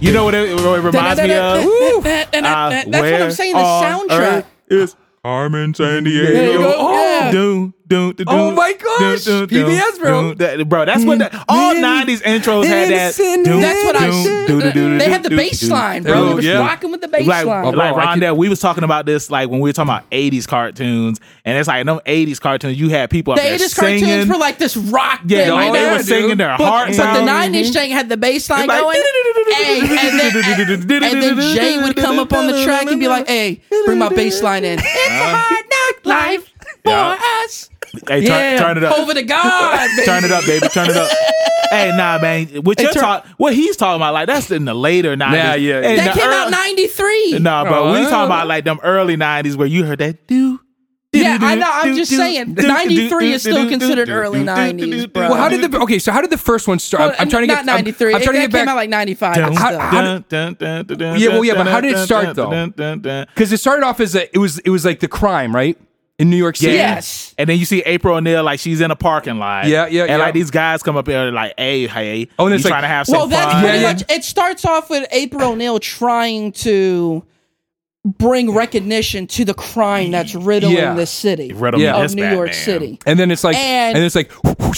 [SPEAKER 1] You know what it, what it reminds me of?
[SPEAKER 3] Woo.
[SPEAKER 2] And
[SPEAKER 1] Uh,
[SPEAKER 2] I- that- that's what
[SPEAKER 1] where
[SPEAKER 2] I'm saying. The
[SPEAKER 1] on
[SPEAKER 2] soundtrack.
[SPEAKER 1] earth is Carmen San Diego.
[SPEAKER 2] There you go, yeah.
[SPEAKER 1] Doom, doom, doom,
[SPEAKER 3] Oh
[SPEAKER 1] doom,
[SPEAKER 3] my gosh, PBS, bro.
[SPEAKER 1] That- bro, that's what that, all
[SPEAKER 3] Mm.
[SPEAKER 1] '90s intros had. That.
[SPEAKER 3] Innocent.
[SPEAKER 2] That's what I.
[SPEAKER 1] doom, doo, doo, doo,
[SPEAKER 2] They
[SPEAKER 1] doo,
[SPEAKER 2] had the
[SPEAKER 1] doo,
[SPEAKER 2] bass
[SPEAKER 1] doo.
[SPEAKER 2] line, bro.
[SPEAKER 3] Oh,
[SPEAKER 2] It was
[SPEAKER 3] yeah.
[SPEAKER 2] rocking with the bass
[SPEAKER 1] Like,
[SPEAKER 2] line.
[SPEAKER 1] like
[SPEAKER 3] bro, I
[SPEAKER 1] Rondell, we was talking about this like when we were talking about '80s cartoons, and it's like in them '80s cartoons. You had people up
[SPEAKER 2] The
[SPEAKER 1] there
[SPEAKER 2] 80s
[SPEAKER 1] singing,
[SPEAKER 2] cartoons were like this rock
[SPEAKER 1] yeah,
[SPEAKER 2] thing.
[SPEAKER 1] like
[SPEAKER 2] you
[SPEAKER 1] they
[SPEAKER 2] know?
[SPEAKER 1] were
[SPEAKER 3] dude.
[SPEAKER 1] singing their
[SPEAKER 2] But,
[SPEAKER 1] hearts
[SPEAKER 2] but the
[SPEAKER 1] out.
[SPEAKER 2] nine inch thing had the bass line
[SPEAKER 1] Like,
[SPEAKER 2] going. hey, and, then, and, and then Jay would come up on the track and be like, hey, bring my bass line in. It's a hard knock life for
[SPEAKER 1] Yeah.
[SPEAKER 2] us.
[SPEAKER 1] Hey, turn, turn it up.
[SPEAKER 2] Over to God. Baby.
[SPEAKER 1] Turn it up, baby. Turn it up. hey, nah, man. What you're
[SPEAKER 2] turn-
[SPEAKER 1] talking, what he's talking about, like that's in the later nineties.
[SPEAKER 3] Yeah, yeah,
[SPEAKER 1] Hey,
[SPEAKER 3] yeah.
[SPEAKER 2] That
[SPEAKER 1] the
[SPEAKER 2] came out
[SPEAKER 1] ear-
[SPEAKER 2] 93.
[SPEAKER 1] Nah, bro. we
[SPEAKER 3] Oh.
[SPEAKER 1] talking about like them early nineties where you heard that do.
[SPEAKER 2] Yeah, I know, I'm just saying, 93 is still considered early 90s, bro.
[SPEAKER 3] Well, how did the okay? So how did the first one start? I'm, I'm trying to
[SPEAKER 2] not
[SPEAKER 3] get I'm-
[SPEAKER 2] 93.
[SPEAKER 3] I'm, trying to
[SPEAKER 2] It
[SPEAKER 3] get back.
[SPEAKER 2] came out like 95. and
[SPEAKER 3] How-
[SPEAKER 2] stuff.
[SPEAKER 3] how did- Yeah, well, yeah, but how did it start, though? because it started off as a it was it was like the crime right in New York City.
[SPEAKER 2] Yes.
[SPEAKER 1] And then you see April O'Neil like she's in a parking lot.
[SPEAKER 3] Yeah, yeah,
[SPEAKER 1] And
[SPEAKER 3] yeah.
[SPEAKER 1] like these guys come up here and like, hey, hey,
[SPEAKER 3] Oh, and
[SPEAKER 1] you
[SPEAKER 3] it's like-
[SPEAKER 1] trying to have some
[SPEAKER 2] Well, that's
[SPEAKER 1] fun.
[SPEAKER 2] pretty
[SPEAKER 3] Yeah, yeah.
[SPEAKER 2] much. It starts off with April O'Neil trying to bring recognition to the crime that's riddling
[SPEAKER 3] Yeah.
[SPEAKER 2] this city
[SPEAKER 1] Riddle me
[SPEAKER 3] Yeah.
[SPEAKER 2] of
[SPEAKER 1] this,
[SPEAKER 2] New York
[SPEAKER 1] Batman.
[SPEAKER 2] City.
[SPEAKER 3] and then it's like
[SPEAKER 2] And-
[SPEAKER 3] and, it's like and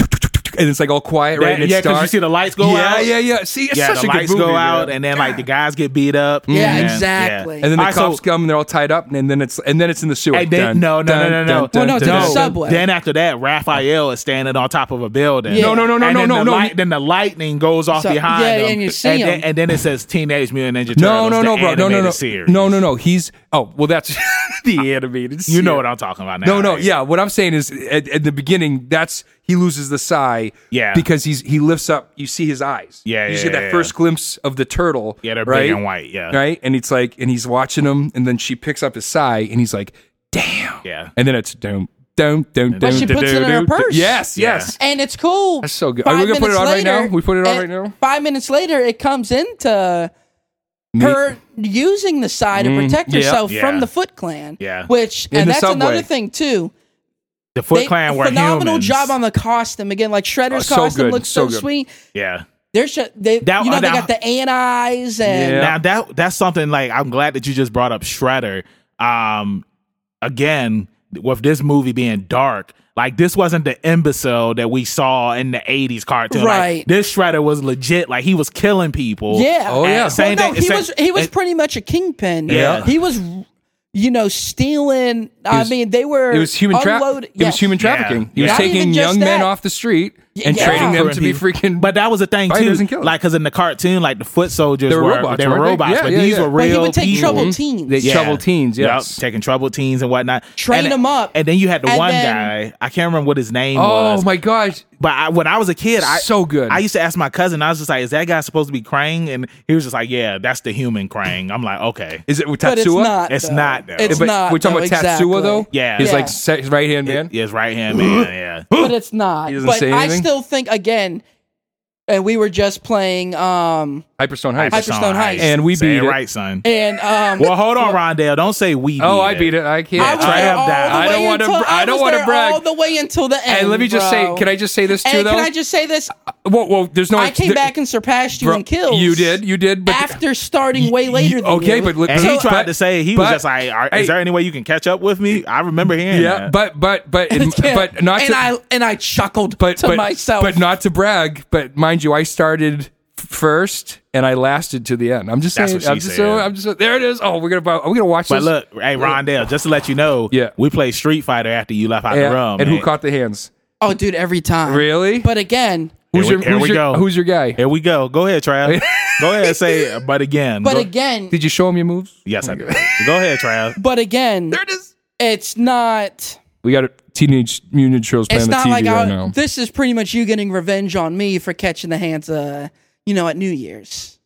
[SPEAKER 3] and it's like all quiet, right?
[SPEAKER 1] That-
[SPEAKER 3] And it's
[SPEAKER 1] yeah, because you
[SPEAKER 3] dark.
[SPEAKER 1] see the lights go
[SPEAKER 3] yeah,
[SPEAKER 1] out.
[SPEAKER 3] Yeah, yeah, See, it's
[SPEAKER 1] yeah,
[SPEAKER 3] such
[SPEAKER 1] the
[SPEAKER 3] a good
[SPEAKER 1] lights
[SPEAKER 3] movie.
[SPEAKER 1] go
[SPEAKER 3] man.
[SPEAKER 1] out, and then like the guys get beat up.
[SPEAKER 2] Yeah,
[SPEAKER 1] and-
[SPEAKER 2] exactly.
[SPEAKER 1] yeah.
[SPEAKER 3] And then the
[SPEAKER 1] All right, so-
[SPEAKER 3] cops come and they're all tied up, and then it's and then it's in the sewer.
[SPEAKER 1] And then,
[SPEAKER 3] Dun,
[SPEAKER 1] no, no,
[SPEAKER 3] dun,
[SPEAKER 1] no, no, no.
[SPEAKER 3] dun, dun,
[SPEAKER 2] Well, Oh, no,
[SPEAKER 3] dun,
[SPEAKER 2] to the
[SPEAKER 3] dun.
[SPEAKER 2] sub- subway.
[SPEAKER 1] Then after that, Raphael is standing on top of a building.
[SPEAKER 2] Yeah. No,
[SPEAKER 3] no, no, no,
[SPEAKER 1] And
[SPEAKER 3] no,
[SPEAKER 1] then
[SPEAKER 3] no,
[SPEAKER 1] the
[SPEAKER 3] no.
[SPEAKER 1] light- then the lightning goes off
[SPEAKER 2] So-
[SPEAKER 1] behind
[SPEAKER 2] yeah,
[SPEAKER 1] him.
[SPEAKER 2] and you see
[SPEAKER 1] then,
[SPEAKER 2] him.
[SPEAKER 1] and then it says Teenage Mutant Ninja Turtles.
[SPEAKER 3] No, no,
[SPEAKER 1] the
[SPEAKER 3] no, bro. No, no,
[SPEAKER 1] animated
[SPEAKER 3] no.
[SPEAKER 1] Series.
[SPEAKER 3] No, no, no. He's oh well. That's the animated.
[SPEAKER 1] You
[SPEAKER 3] series.
[SPEAKER 1] know what I'm talking about now.
[SPEAKER 3] No, no,
[SPEAKER 1] right?
[SPEAKER 3] yeah. What I'm saying is, at, at the beginning, that's he loses the sigh,
[SPEAKER 1] Yeah.
[SPEAKER 3] because he's he lifts up. You see his eyes,
[SPEAKER 1] Yeah,
[SPEAKER 3] You
[SPEAKER 1] yeah,
[SPEAKER 3] see that
[SPEAKER 1] yeah,
[SPEAKER 3] first glimpse of the turtle,
[SPEAKER 1] Yeah, they're
[SPEAKER 3] right?
[SPEAKER 1] big and white. Yeah.
[SPEAKER 3] right? And it's like, and he's watching him, and then she picks up his sigh, and he's like, "Damn!"
[SPEAKER 1] Yeah.
[SPEAKER 3] And then it's doom, doom, doom, doom.
[SPEAKER 1] But
[SPEAKER 2] she puts it in her purse.
[SPEAKER 3] Yes,
[SPEAKER 1] Yeah.
[SPEAKER 3] yes.
[SPEAKER 2] and it's cool.
[SPEAKER 3] That's so good. Are we gonna put
[SPEAKER 2] minutes
[SPEAKER 3] it on right now? We put it on right now?
[SPEAKER 2] Five minutes later, it comes into her using the side to protect
[SPEAKER 3] yeah,
[SPEAKER 2] herself
[SPEAKER 1] yeah.
[SPEAKER 2] from the Foot Clan.
[SPEAKER 1] Yeah.
[SPEAKER 2] which
[SPEAKER 3] Mm, In
[SPEAKER 2] and
[SPEAKER 3] the
[SPEAKER 2] that's
[SPEAKER 3] subway.
[SPEAKER 2] another thing too.
[SPEAKER 1] The Foot
[SPEAKER 2] They-
[SPEAKER 1] Clan were
[SPEAKER 2] phenomenal
[SPEAKER 1] humans.
[SPEAKER 2] job on the costume again. Like
[SPEAKER 3] Oh,
[SPEAKER 2] Shredder's
[SPEAKER 3] so
[SPEAKER 2] costume
[SPEAKER 3] good,
[SPEAKER 2] looks
[SPEAKER 3] so
[SPEAKER 2] so,
[SPEAKER 3] good.
[SPEAKER 2] sweet.
[SPEAKER 1] Yeah.
[SPEAKER 2] They're sh- they
[SPEAKER 1] That-
[SPEAKER 2] you know they
[SPEAKER 1] that-
[SPEAKER 2] got the ant eyes and
[SPEAKER 3] Yeah.
[SPEAKER 1] Now that that's something like I'm glad that you just brought up Shredder. Um, again, with this movie being dark, like this wasn't the imbecile that we saw in the '80s cartoon. Like,
[SPEAKER 2] Right.
[SPEAKER 1] this Shredder was legit. Like he was killing people.
[SPEAKER 2] yeah.
[SPEAKER 3] Oh, yeah.
[SPEAKER 2] Well,
[SPEAKER 1] Same
[SPEAKER 2] no,
[SPEAKER 1] thing-
[SPEAKER 2] he
[SPEAKER 1] same-
[SPEAKER 2] was he was
[SPEAKER 1] it-
[SPEAKER 2] pretty much a kingpin.
[SPEAKER 1] Yeah.
[SPEAKER 2] he was. You know, stealing. I
[SPEAKER 3] was-
[SPEAKER 2] mean, they were.
[SPEAKER 3] It was human
[SPEAKER 2] unload-
[SPEAKER 3] trafficking. It was
[SPEAKER 2] yes.
[SPEAKER 3] human
[SPEAKER 1] Yeah.
[SPEAKER 3] trafficking. He was
[SPEAKER 1] Not
[SPEAKER 3] taking
[SPEAKER 2] even just
[SPEAKER 3] young men
[SPEAKER 2] that.
[SPEAKER 3] off the street and
[SPEAKER 2] yeah.
[SPEAKER 3] trading them
[SPEAKER 1] Killing
[SPEAKER 3] to be
[SPEAKER 1] people.
[SPEAKER 3] freaking.
[SPEAKER 1] But that was the thing too,
[SPEAKER 3] fighters and killers.
[SPEAKER 1] like because in the cartoon, like the foot soldiers
[SPEAKER 3] They were
[SPEAKER 1] were
[SPEAKER 3] robots,
[SPEAKER 1] they were
[SPEAKER 3] weren't they?
[SPEAKER 1] robots,
[SPEAKER 3] Yeah,
[SPEAKER 1] but
[SPEAKER 3] yeah,
[SPEAKER 1] these
[SPEAKER 3] yeah.
[SPEAKER 1] were
[SPEAKER 2] But
[SPEAKER 1] real
[SPEAKER 2] he would take
[SPEAKER 1] people.
[SPEAKER 2] trouble teens.
[SPEAKER 3] They- Troubled teens, yes.
[SPEAKER 1] Yup, taking trouble teens and whatnot.
[SPEAKER 2] Train
[SPEAKER 1] And-
[SPEAKER 2] 'em up,
[SPEAKER 1] and then you had the
[SPEAKER 2] and
[SPEAKER 1] one
[SPEAKER 2] then-
[SPEAKER 1] guy. I can't remember what his name was.
[SPEAKER 3] oh my gosh!
[SPEAKER 1] But I, when I was a kid, I
[SPEAKER 3] So good.
[SPEAKER 1] I used to ask my cousin. I was just like, "Is that guy supposed to be Krang?" And he was just like, "Yeah, that's the human Krang." I'm like, "Okay,
[SPEAKER 3] Is it with Tatsuya?
[SPEAKER 2] But it's not.
[SPEAKER 1] It's
[SPEAKER 2] though.
[SPEAKER 1] not, though.
[SPEAKER 2] It's
[SPEAKER 3] But
[SPEAKER 2] not.
[SPEAKER 3] we're talking
[SPEAKER 2] though,
[SPEAKER 3] about Tatsuya though.
[SPEAKER 2] exactly.
[SPEAKER 1] Yeah.
[SPEAKER 3] he's
[SPEAKER 2] Yeah.
[SPEAKER 3] like se- right hand man.
[SPEAKER 1] it's right hand man." Yeah,
[SPEAKER 2] But it's not.
[SPEAKER 3] He doesn't
[SPEAKER 2] but
[SPEAKER 3] say
[SPEAKER 2] I
[SPEAKER 3] anything?
[SPEAKER 2] still think again. And we were just playing, um,
[SPEAKER 3] Hyperstone Heights.
[SPEAKER 2] Hyper- Hyperstone Heist.
[SPEAKER 3] And we
[SPEAKER 1] Say
[SPEAKER 3] beat it.
[SPEAKER 1] right, son.
[SPEAKER 2] and um,
[SPEAKER 1] Well, hold on, Rondell. Don't say we.
[SPEAKER 3] oh, I beat it. I can't.
[SPEAKER 2] I was
[SPEAKER 1] try
[SPEAKER 2] there
[SPEAKER 1] him
[SPEAKER 2] all the
[SPEAKER 1] down.
[SPEAKER 2] way
[SPEAKER 3] I don't wanna
[SPEAKER 2] until-
[SPEAKER 3] br- I don't
[SPEAKER 2] was
[SPEAKER 3] wanna
[SPEAKER 2] there
[SPEAKER 3] brag.
[SPEAKER 2] all the way until the end.
[SPEAKER 3] And let me just
[SPEAKER 2] bro.
[SPEAKER 3] say, can I just say this too
[SPEAKER 2] And
[SPEAKER 3] though?
[SPEAKER 2] can I just say this?
[SPEAKER 3] Whoa, whoa. There's no.
[SPEAKER 2] I came
[SPEAKER 3] there-
[SPEAKER 2] back and surpassed you
[SPEAKER 3] bro,
[SPEAKER 2] in kills.
[SPEAKER 3] You did. You did. But
[SPEAKER 2] after starting way later.
[SPEAKER 3] you-
[SPEAKER 2] than
[SPEAKER 3] okay,
[SPEAKER 2] you.
[SPEAKER 3] but let-
[SPEAKER 1] And
[SPEAKER 3] So-
[SPEAKER 1] he tried
[SPEAKER 3] but-
[SPEAKER 1] to say he
[SPEAKER 3] but-
[SPEAKER 1] was just like, Are,
[SPEAKER 3] hey.
[SPEAKER 1] "Is there any way you can catch up with me?" I remember hearing
[SPEAKER 3] yeah,
[SPEAKER 1] that.
[SPEAKER 3] but but but it, but not.
[SPEAKER 2] and
[SPEAKER 3] to,
[SPEAKER 2] I and I chuckled
[SPEAKER 3] but
[SPEAKER 2] to
[SPEAKER 3] but,
[SPEAKER 2] myself.
[SPEAKER 3] but not to brag. But mind you, I started f- first and I lasted to the end. I'm just
[SPEAKER 1] That's
[SPEAKER 3] saying.
[SPEAKER 1] what she
[SPEAKER 3] I'm just
[SPEAKER 1] said.
[SPEAKER 3] saying- I'm just. There it is. Oh, we're gonna. bu- Are we gonna watch
[SPEAKER 1] But
[SPEAKER 3] this?
[SPEAKER 1] look, hey Rondell, just to let you know,
[SPEAKER 3] Yeah.
[SPEAKER 1] we played Street Fighter after you left out
[SPEAKER 3] Yeah,
[SPEAKER 1] the room.
[SPEAKER 3] and who
[SPEAKER 1] man.
[SPEAKER 3] caught the hands?
[SPEAKER 2] oh, dude, every time.
[SPEAKER 3] Really?
[SPEAKER 2] But again,
[SPEAKER 3] Who's
[SPEAKER 1] Here
[SPEAKER 3] your
[SPEAKER 1] we- here
[SPEAKER 3] who's
[SPEAKER 1] we
[SPEAKER 3] your,
[SPEAKER 1] go.
[SPEAKER 3] Who's your guy?
[SPEAKER 1] Here we go. Go ahead, Trav. go ahead, say. it, But again,
[SPEAKER 2] but
[SPEAKER 1] Go-
[SPEAKER 2] again,
[SPEAKER 3] Did you show him your moves?
[SPEAKER 1] yes, I did. Go ahead, Trav.
[SPEAKER 2] but again,
[SPEAKER 3] it is.
[SPEAKER 2] it's not.
[SPEAKER 3] We got a teenage mutant Turtles playing
[SPEAKER 2] It's
[SPEAKER 3] on the
[SPEAKER 2] not
[SPEAKER 3] TV
[SPEAKER 2] like
[SPEAKER 3] right
[SPEAKER 2] I,
[SPEAKER 3] now.
[SPEAKER 2] this is pretty much you getting revenge on me for catching the hands, uh, you know, at New Year's.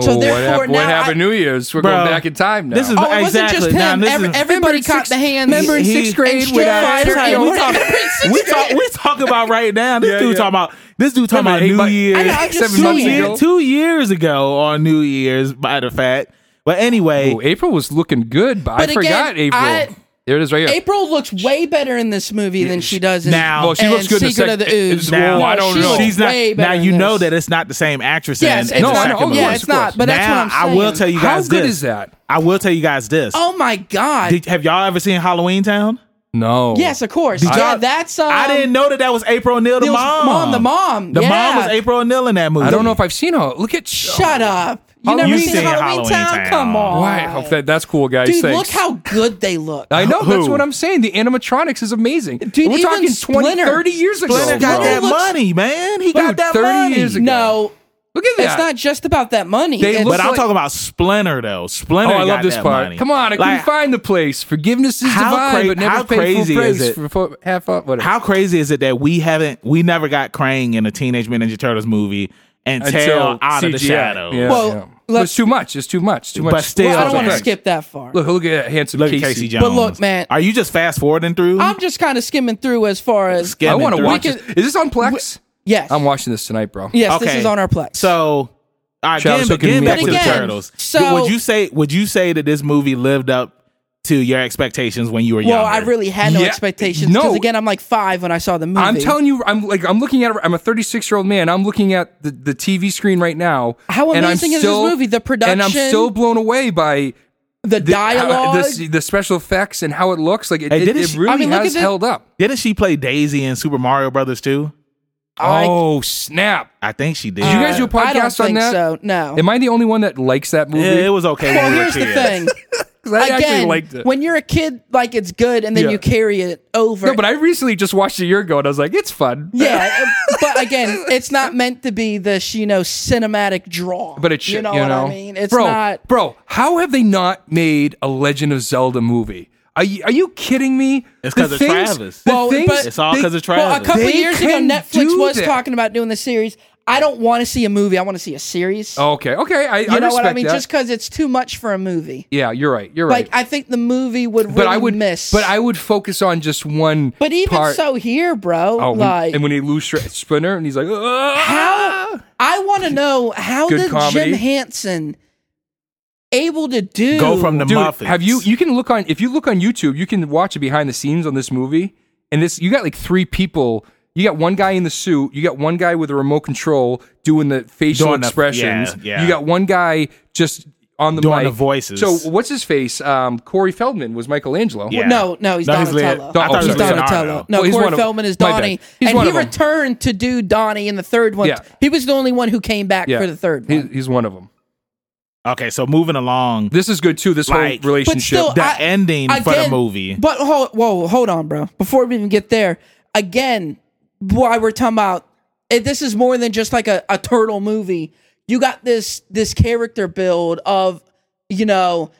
[SPEAKER 2] So
[SPEAKER 3] oh, what,
[SPEAKER 2] therefore
[SPEAKER 3] happened, what
[SPEAKER 2] now
[SPEAKER 3] happened
[SPEAKER 2] I-
[SPEAKER 3] New Year's? We're
[SPEAKER 1] Bro,
[SPEAKER 3] going back in time now.
[SPEAKER 1] This is
[SPEAKER 2] Oh, it wasn't
[SPEAKER 1] exactly.
[SPEAKER 2] just
[SPEAKER 1] Now,
[SPEAKER 2] him.
[SPEAKER 1] this
[SPEAKER 2] Every,
[SPEAKER 1] is-
[SPEAKER 2] everybody
[SPEAKER 3] in
[SPEAKER 2] caught
[SPEAKER 3] sixth-
[SPEAKER 2] the hands.
[SPEAKER 3] remember in
[SPEAKER 1] He-
[SPEAKER 3] sixth grade
[SPEAKER 2] And
[SPEAKER 3] when I-
[SPEAKER 2] Street Fighter,
[SPEAKER 1] Hey,
[SPEAKER 2] you
[SPEAKER 1] we
[SPEAKER 2] know,
[SPEAKER 1] talk-
[SPEAKER 2] remember in sixth
[SPEAKER 1] we
[SPEAKER 2] grade?
[SPEAKER 1] talk, we talk about right now. This
[SPEAKER 3] Yeah,
[SPEAKER 1] dude
[SPEAKER 3] yeah.
[SPEAKER 1] talking about this dude talking
[SPEAKER 3] Remember
[SPEAKER 1] about
[SPEAKER 3] eight
[SPEAKER 1] New
[SPEAKER 3] bu-
[SPEAKER 1] Year's.
[SPEAKER 2] I know, I'm just
[SPEAKER 3] Seven
[SPEAKER 1] two,
[SPEAKER 3] months
[SPEAKER 2] saying.
[SPEAKER 1] year-
[SPEAKER 3] ago.
[SPEAKER 1] two years ago on New Year's, matter of fact. But anyway,
[SPEAKER 3] Oh, April was looking good, but,
[SPEAKER 2] But
[SPEAKER 3] I
[SPEAKER 2] again,
[SPEAKER 3] forgot April.
[SPEAKER 2] I-
[SPEAKER 3] there it is right here.
[SPEAKER 2] April looks way better in this movie than she does in
[SPEAKER 1] Now-
[SPEAKER 3] Well, she
[SPEAKER 2] and
[SPEAKER 3] looks good in the
[SPEAKER 2] Secret
[SPEAKER 3] sec-
[SPEAKER 2] of the
[SPEAKER 3] it- it's-
[SPEAKER 2] Ooze.
[SPEAKER 1] now
[SPEAKER 3] Well, I don't
[SPEAKER 2] she
[SPEAKER 3] know.
[SPEAKER 2] looks
[SPEAKER 1] She's not.
[SPEAKER 2] way
[SPEAKER 1] Now
[SPEAKER 2] better
[SPEAKER 1] you
[SPEAKER 2] in
[SPEAKER 1] know
[SPEAKER 2] this.
[SPEAKER 1] that it's not the same actress.
[SPEAKER 2] Yes,
[SPEAKER 1] in,
[SPEAKER 2] it's
[SPEAKER 1] in
[SPEAKER 3] No,
[SPEAKER 1] the
[SPEAKER 2] not.
[SPEAKER 3] I know.
[SPEAKER 1] second
[SPEAKER 3] Oh,
[SPEAKER 1] movie.
[SPEAKER 2] yeah,
[SPEAKER 3] course,
[SPEAKER 2] it's
[SPEAKER 3] of course.
[SPEAKER 2] not. But that's
[SPEAKER 1] now,
[SPEAKER 2] what I'm
[SPEAKER 1] I
[SPEAKER 2] saying.
[SPEAKER 1] will tell you
[SPEAKER 3] How
[SPEAKER 1] guys
[SPEAKER 3] good
[SPEAKER 1] this.
[SPEAKER 3] is that?
[SPEAKER 1] I will tell you guys this.
[SPEAKER 2] Oh my god.
[SPEAKER 1] Did, have y'all ever seen Halloween Town?
[SPEAKER 3] No.
[SPEAKER 2] yes, of course.
[SPEAKER 1] Did
[SPEAKER 2] yeah,
[SPEAKER 1] y'all-
[SPEAKER 2] that's. Um,
[SPEAKER 1] I didn't know that that was April O'Neil, the
[SPEAKER 2] Neil's
[SPEAKER 1] mom.
[SPEAKER 2] mom, the mom,
[SPEAKER 1] The
[SPEAKER 2] yeah.
[SPEAKER 1] mom was April O'Neil in that movie.
[SPEAKER 3] I don't know if I've seen her. Look at
[SPEAKER 2] Shut up. You never
[SPEAKER 3] Halloween-
[SPEAKER 2] seen,
[SPEAKER 1] You've seen
[SPEAKER 2] Halloween,
[SPEAKER 1] Halloween
[SPEAKER 2] Town?
[SPEAKER 1] Town.
[SPEAKER 2] Come on.
[SPEAKER 3] Why? Oh, that- that's cool, guys.
[SPEAKER 2] Dude,
[SPEAKER 3] Thanks.
[SPEAKER 2] look how good they look.
[SPEAKER 3] I know
[SPEAKER 1] Who?
[SPEAKER 3] that's what I'm saying. The animatronics is amazing.
[SPEAKER 2] Dude,
[SPEAKER 3] We're
[SPEAKER 2] even
[SPEAKER 3] talking 20,
[SPEAKER 2] Splinter-
[SPEAKER 3] 30 years ago.
[SPEAKER 1] Splinter got
[SPEAKER 2] bro.
[SPEAKER 1] that
[SPEAKER 2] It looks-
[SPEAKER 1] money, man. He got
[SPEAKER 3] Dude,
[SPEAKER 1] that
[SPEAKER 3] 30
[SPEAKER 1] money.
[SPEAKER 3] years ago.
[SPEAKER 2] no,
[SPEAKER 3] Look at that.
[SPEAKER 2] it's not just about that money.
[SPEAKER 3] They
[SPEAKER 2] It's-
[SPEAKER 3] look
[SPEAKER 1] But I'm
[SPEAKER 3] like-
[SPEAKER 1] talking about Splinter though.
[SPEAKER 3] Oh,
[SPEAKER 1] Splinter.
[SPEAKER 3] I
[SPEAKER 1] got
[SPEAKER 3] love this
[SPEAKER 1] that
[SPEAKER 3] part.
[SPEAKER 1] money.
[SPEAKER 3] Come on, I
[SPEAKER 1] Like,
[SPEAKER 3] couldn't find the place. Forgiveness is
[SPEAKER 1] How
[SPEAKER 3] divine,
[SPEAKER 1] cra-
[SPEAKER 3] but never
[SPEAKER 1] how
[SPEAKER 3] paid full
[SPEAKER 1] crazy
[SPEAKER 3] price
[SPEAKER 1] is it?
[SPEAKER 3] for full- half off. Whatever.
[SPEAKER 1] How crazy is it that we haven't, we never got Krang in a Teenage Mutant Ninja Turtles movie until, Out of the
[SPEAKER 3] CGI.
[SPEAKER 1] Shadow.
[SPEAKER 3] Yeah,
[SPEAKER 2] Well,
[SPEAKER 3] yeah.
[SPEAKER 2] let's-
[SPEAKER 3] it's too much. It's too much. Too much.
[SPEAKER 1] But still,
[SPEAKER 2] I don't want to
[SPEAKER 1] man.
[SPEAKER 2] skip that far.
[SPEAKER 3] Look, look at that handsome
[SPEAKER 1] Look at
[SPEAKER 3] Casey.
[SPEAKER 1] Casey. Jones.
[SPEAKER 2] look, man-
[SPEAKER 1] are you just fast forwarding through?
[SPEAKER 2] I'm just kind of skimming through as far as
[SPEAKER 1] Skim-
[SPEAKER 3] I want to
[SPEAKER 1] We
[SPEAKER 3] watch
[SPEAKER 2] can-
[SPEAKER 3] it. Is this on Plex?
[SPEAKER 2] yes,
[SPEAKER 3] I'm watching this tonight, bro.
[SPEAKER 2] yes, this is on our plex.
[SPEAKER 1] So, all right, getting,
[SPEAKER 3] Travis hooking
[SPEAKER 1] getting
[SPEAKER 3] me
[SPEAKER 1] back
[SPEAKER 3] up
[SPEAKER 1] to
[SPEAKER 3] with
[SPEAKER 1] the
[SPEAKER 3] Again,
[SPEAKER 1] turtles.
[SPEAKER 2] so-
[SPEAKER 1] would you say would you say that this movie lived up to your expectations when you were young?
[SPEAKER 2] well, I really had no
[SPEAKER 3] Yeah,
[SPEAKER 2] expectations
[SPEAKER 3] no.
[SPEAKER 2] because again, I'm like five when I saw the movie.
[SPEAKER 3] I'm telling you, I'm like I'm looking at. I'm a 36 year old man. I'm looking at the, the TV screen right now.
[SPEAKER 2] How
[SPEAKER 3] and I'm
[SPEAKER 2] amazing is this
[SPEAKER 3] still-
[SPEAKER 2] movie? The
[SPEAKER 3] and I'm
[SPEAKER 2] production-
[SPEAKER 3] still blown away by
[SPEAKER 2] the
[SPEAKER 3] the, how-
[SPEAKER 2] dialogue.
[SPEAKER 3] the, the special effects, and how it looks. Like it,
[SPEAKER 1] Hey,
[SPEAKER 3] it,
[SPEAKER 1] didn't
[SPEAKER 3] it
[SPEAKER 1] she- I
[SPEAKER 3] really
[SPEAKER 2] mean, look
[SPEAKER 3] has
[SPEAKER 2] at the-
[SPEAKER 3] held up.
[SPEAKER 1] didn't she play Daisy in Super Mario Brothers too?
[SPEAKER 2] I-
[SPEAKER 3] oh snap!
[SPEAKER 1] I think she did.
[SPEAKER 3] you guys do a
[SPEAKER 2] I don't
[SPEAKER 3] podcast on
[SPEAKER 2] think
[SPEAKER 3] that?
[SPEAKER 2] So no.
[SPEAKER 3] Am I the only one that likes that movie?
[SPEAKER 1] Yeah, it was okay.
[SPEAKER 2] well,
[SPEAKER 1] when we were
[SPEAKER 2] here's the
[SPEAKER 1] kids.
[SPEAKER 2] thing.
[SPEAKER 3] 'Cause I actually
[SPEAKER 2] Again,
[SPEAKER 3] liked it.
[SPEAKER 2] when you're a kid, like it's good, and then
[SPEAKER 3] Yeah.
[SPEAKER 2] you carry it over.
[SPEAKER 3] no, but I recently just watched it a year ago, and I was like, it's fun.
[SPEAKER 2] yeah, uh, but again, it's not meant to be this, you know, cinematic draw.
[SPEAKER 3] But it should,
[SPEAKER 2] you know what I mean? It's
[SPEAKER 3] bro,
[SPEAKER 2] not.
[SPEAKER 3] Bro, how have they not made a Legend of Zelda movie? Are you, are you kidding me?
[SPEAKER 1] It's
[SPEAKER 3] The
[SPEAKER 1] 'cause of
[SPEAKER 3] things-
[SPEAKER 1] Travis.
[SPEAKER 3] the
[SPEAKER 2] Well,
[SPEAKER 3] things
[SPEAKER 2] but-
[SPEAKER 1] It's all
[SPEAKER 3] they-
[SPEAKER 1] because of Travis.
[SPEAKER 2] Well, a couple
[SPEAKER 3] They
[SPEAKER 2] years ago,
[SPEAKER 3] can
[SPEAKER 2] Netflix
[SPEAKER 3] do
[SPEAKER 2] was
[SPEAKER 3] that.
[SPEAKER 2] talking about doing the series. I don't want to see a movie. I want to see a series.
[SPEAKER 3] Okay, okay. I,
[SPEAKER 2] you
[SPEAKER 3] I
[SPEAKER 2] know what I
[SPEAKER 3] respect
[SPEAKER 2] mean?
[SPEAKER 3] that.
[SPEAKER 2] Just because it's too much for a movie.
[SPEAKER 3] yeah, you're right. You're
[SPEAKER 2] Like
[SPEAKER 3] right.
[SPEAKER 2] I think the movie would really
[SPEAKER 3] but I would
[SPEAKER 2] miss.
[SPEAKER 3] But I would focus on just one.
[SPEAKER 2] But even
[SPEAKER 3] part.
[SPEAKER 2] so, here, bro,
[SPEAKER 3] Oh, when-
[SPEAKER 2] like
[SPEAKER 3] and when he lose Shre- Splinter, and he's like,
[SPEAKER 2] how
[SPEAKER 3] "Ah!"
[SPEAKER 2] I want to know how
[SPEAKER 3] Good
[SPEAKER 2] did
[SPEAKER 3] comedy.
[SPEAKER 2] Jim Hansen able to do
[SPEAKER 1] Go from the
[SPEAKER 3] Dude,
[SPEAKER 1] muffins.
[SPEAKER 3] have you? You can look on if you look on YouTube, you can watch a behind the scenes on this movie. And this, you got like three people. You got one guy in the suit. You got one guy with a remote control doing the facial
[SPEAKER 1] Doing the-
[SPEAKER 3] expressions.
[SPEAKER 1] yeah, yeah.
[SPEAKER 3] You got one guy just on the
[SPEAKER 1] Doing
[SPEAKER 3] mic.
[SPEAKER 1] the voices.
[SPEAKER 3] So what's his face? Um, Corey Feldman was Michelangelo.
[SPEAKER 1] Yeah.
[SPEAKER 2] No, no, he's
[SPEAKER 1] he's lit.
[SPEAKER 2] Donatello.
[SPEAKER 1] I thought
[SPEAKER 3] Oh,
[SPEAKER 1] he
[SPEAKER 2] He's
[SPEAKER 1] was
[SPEAKER 3] sorry.
[SPEAKER 2] Donatello.
[SPEAKER 1] Leonardo.
[SPEAKER 2] No,
[SPEAKER 3] Well, he's
[SPEAKER 2] Corey
[SPEAKER 3] one of 'em.
[SPEAKER 2] Feldman is
[SPEAKER 3] My bad.
[SPEAKER 2] Donnie,
[SPEAKER 3] He's
[SPEAKER 2] and
[SPEAKER 3] one
[SPEAKER 2] he
[SPEAKER 3] of 'em.
[SPEAKER 2] returned to do Donnie in the third one.
[SPEAKER 3] Yeah.
[SPEAKER 2] He was the only one who came back
[SPEAKER 3] Yeah.
[SPEAKER 2] for the third
[SPEAKER 3] He-
[SPEAKER 2] one.
[SPEAKER 3] he's one of them.
[SPEAKER 1] Okay, so moving along,
[SPEAKER 3] This is good too. This
[SPEAKER 1] Like-
[SPEAKER 3] whole
[SPEAKER 2] but
[SPEAKER 3] relationship.
[SPEAKER 2] still,
[SPEAKER 1] the
[SPEAKER 2] I-
[SPEAKER 1] ending for the
[SPEAKER 2] again-
[SPEAKER 1] movie.
[SPEAKER 2] But hold, whoa, hold on, bro. Before we even get there, again, why we're talking about it, this is more than just like a, a turtle movie. You got this this character build of you know.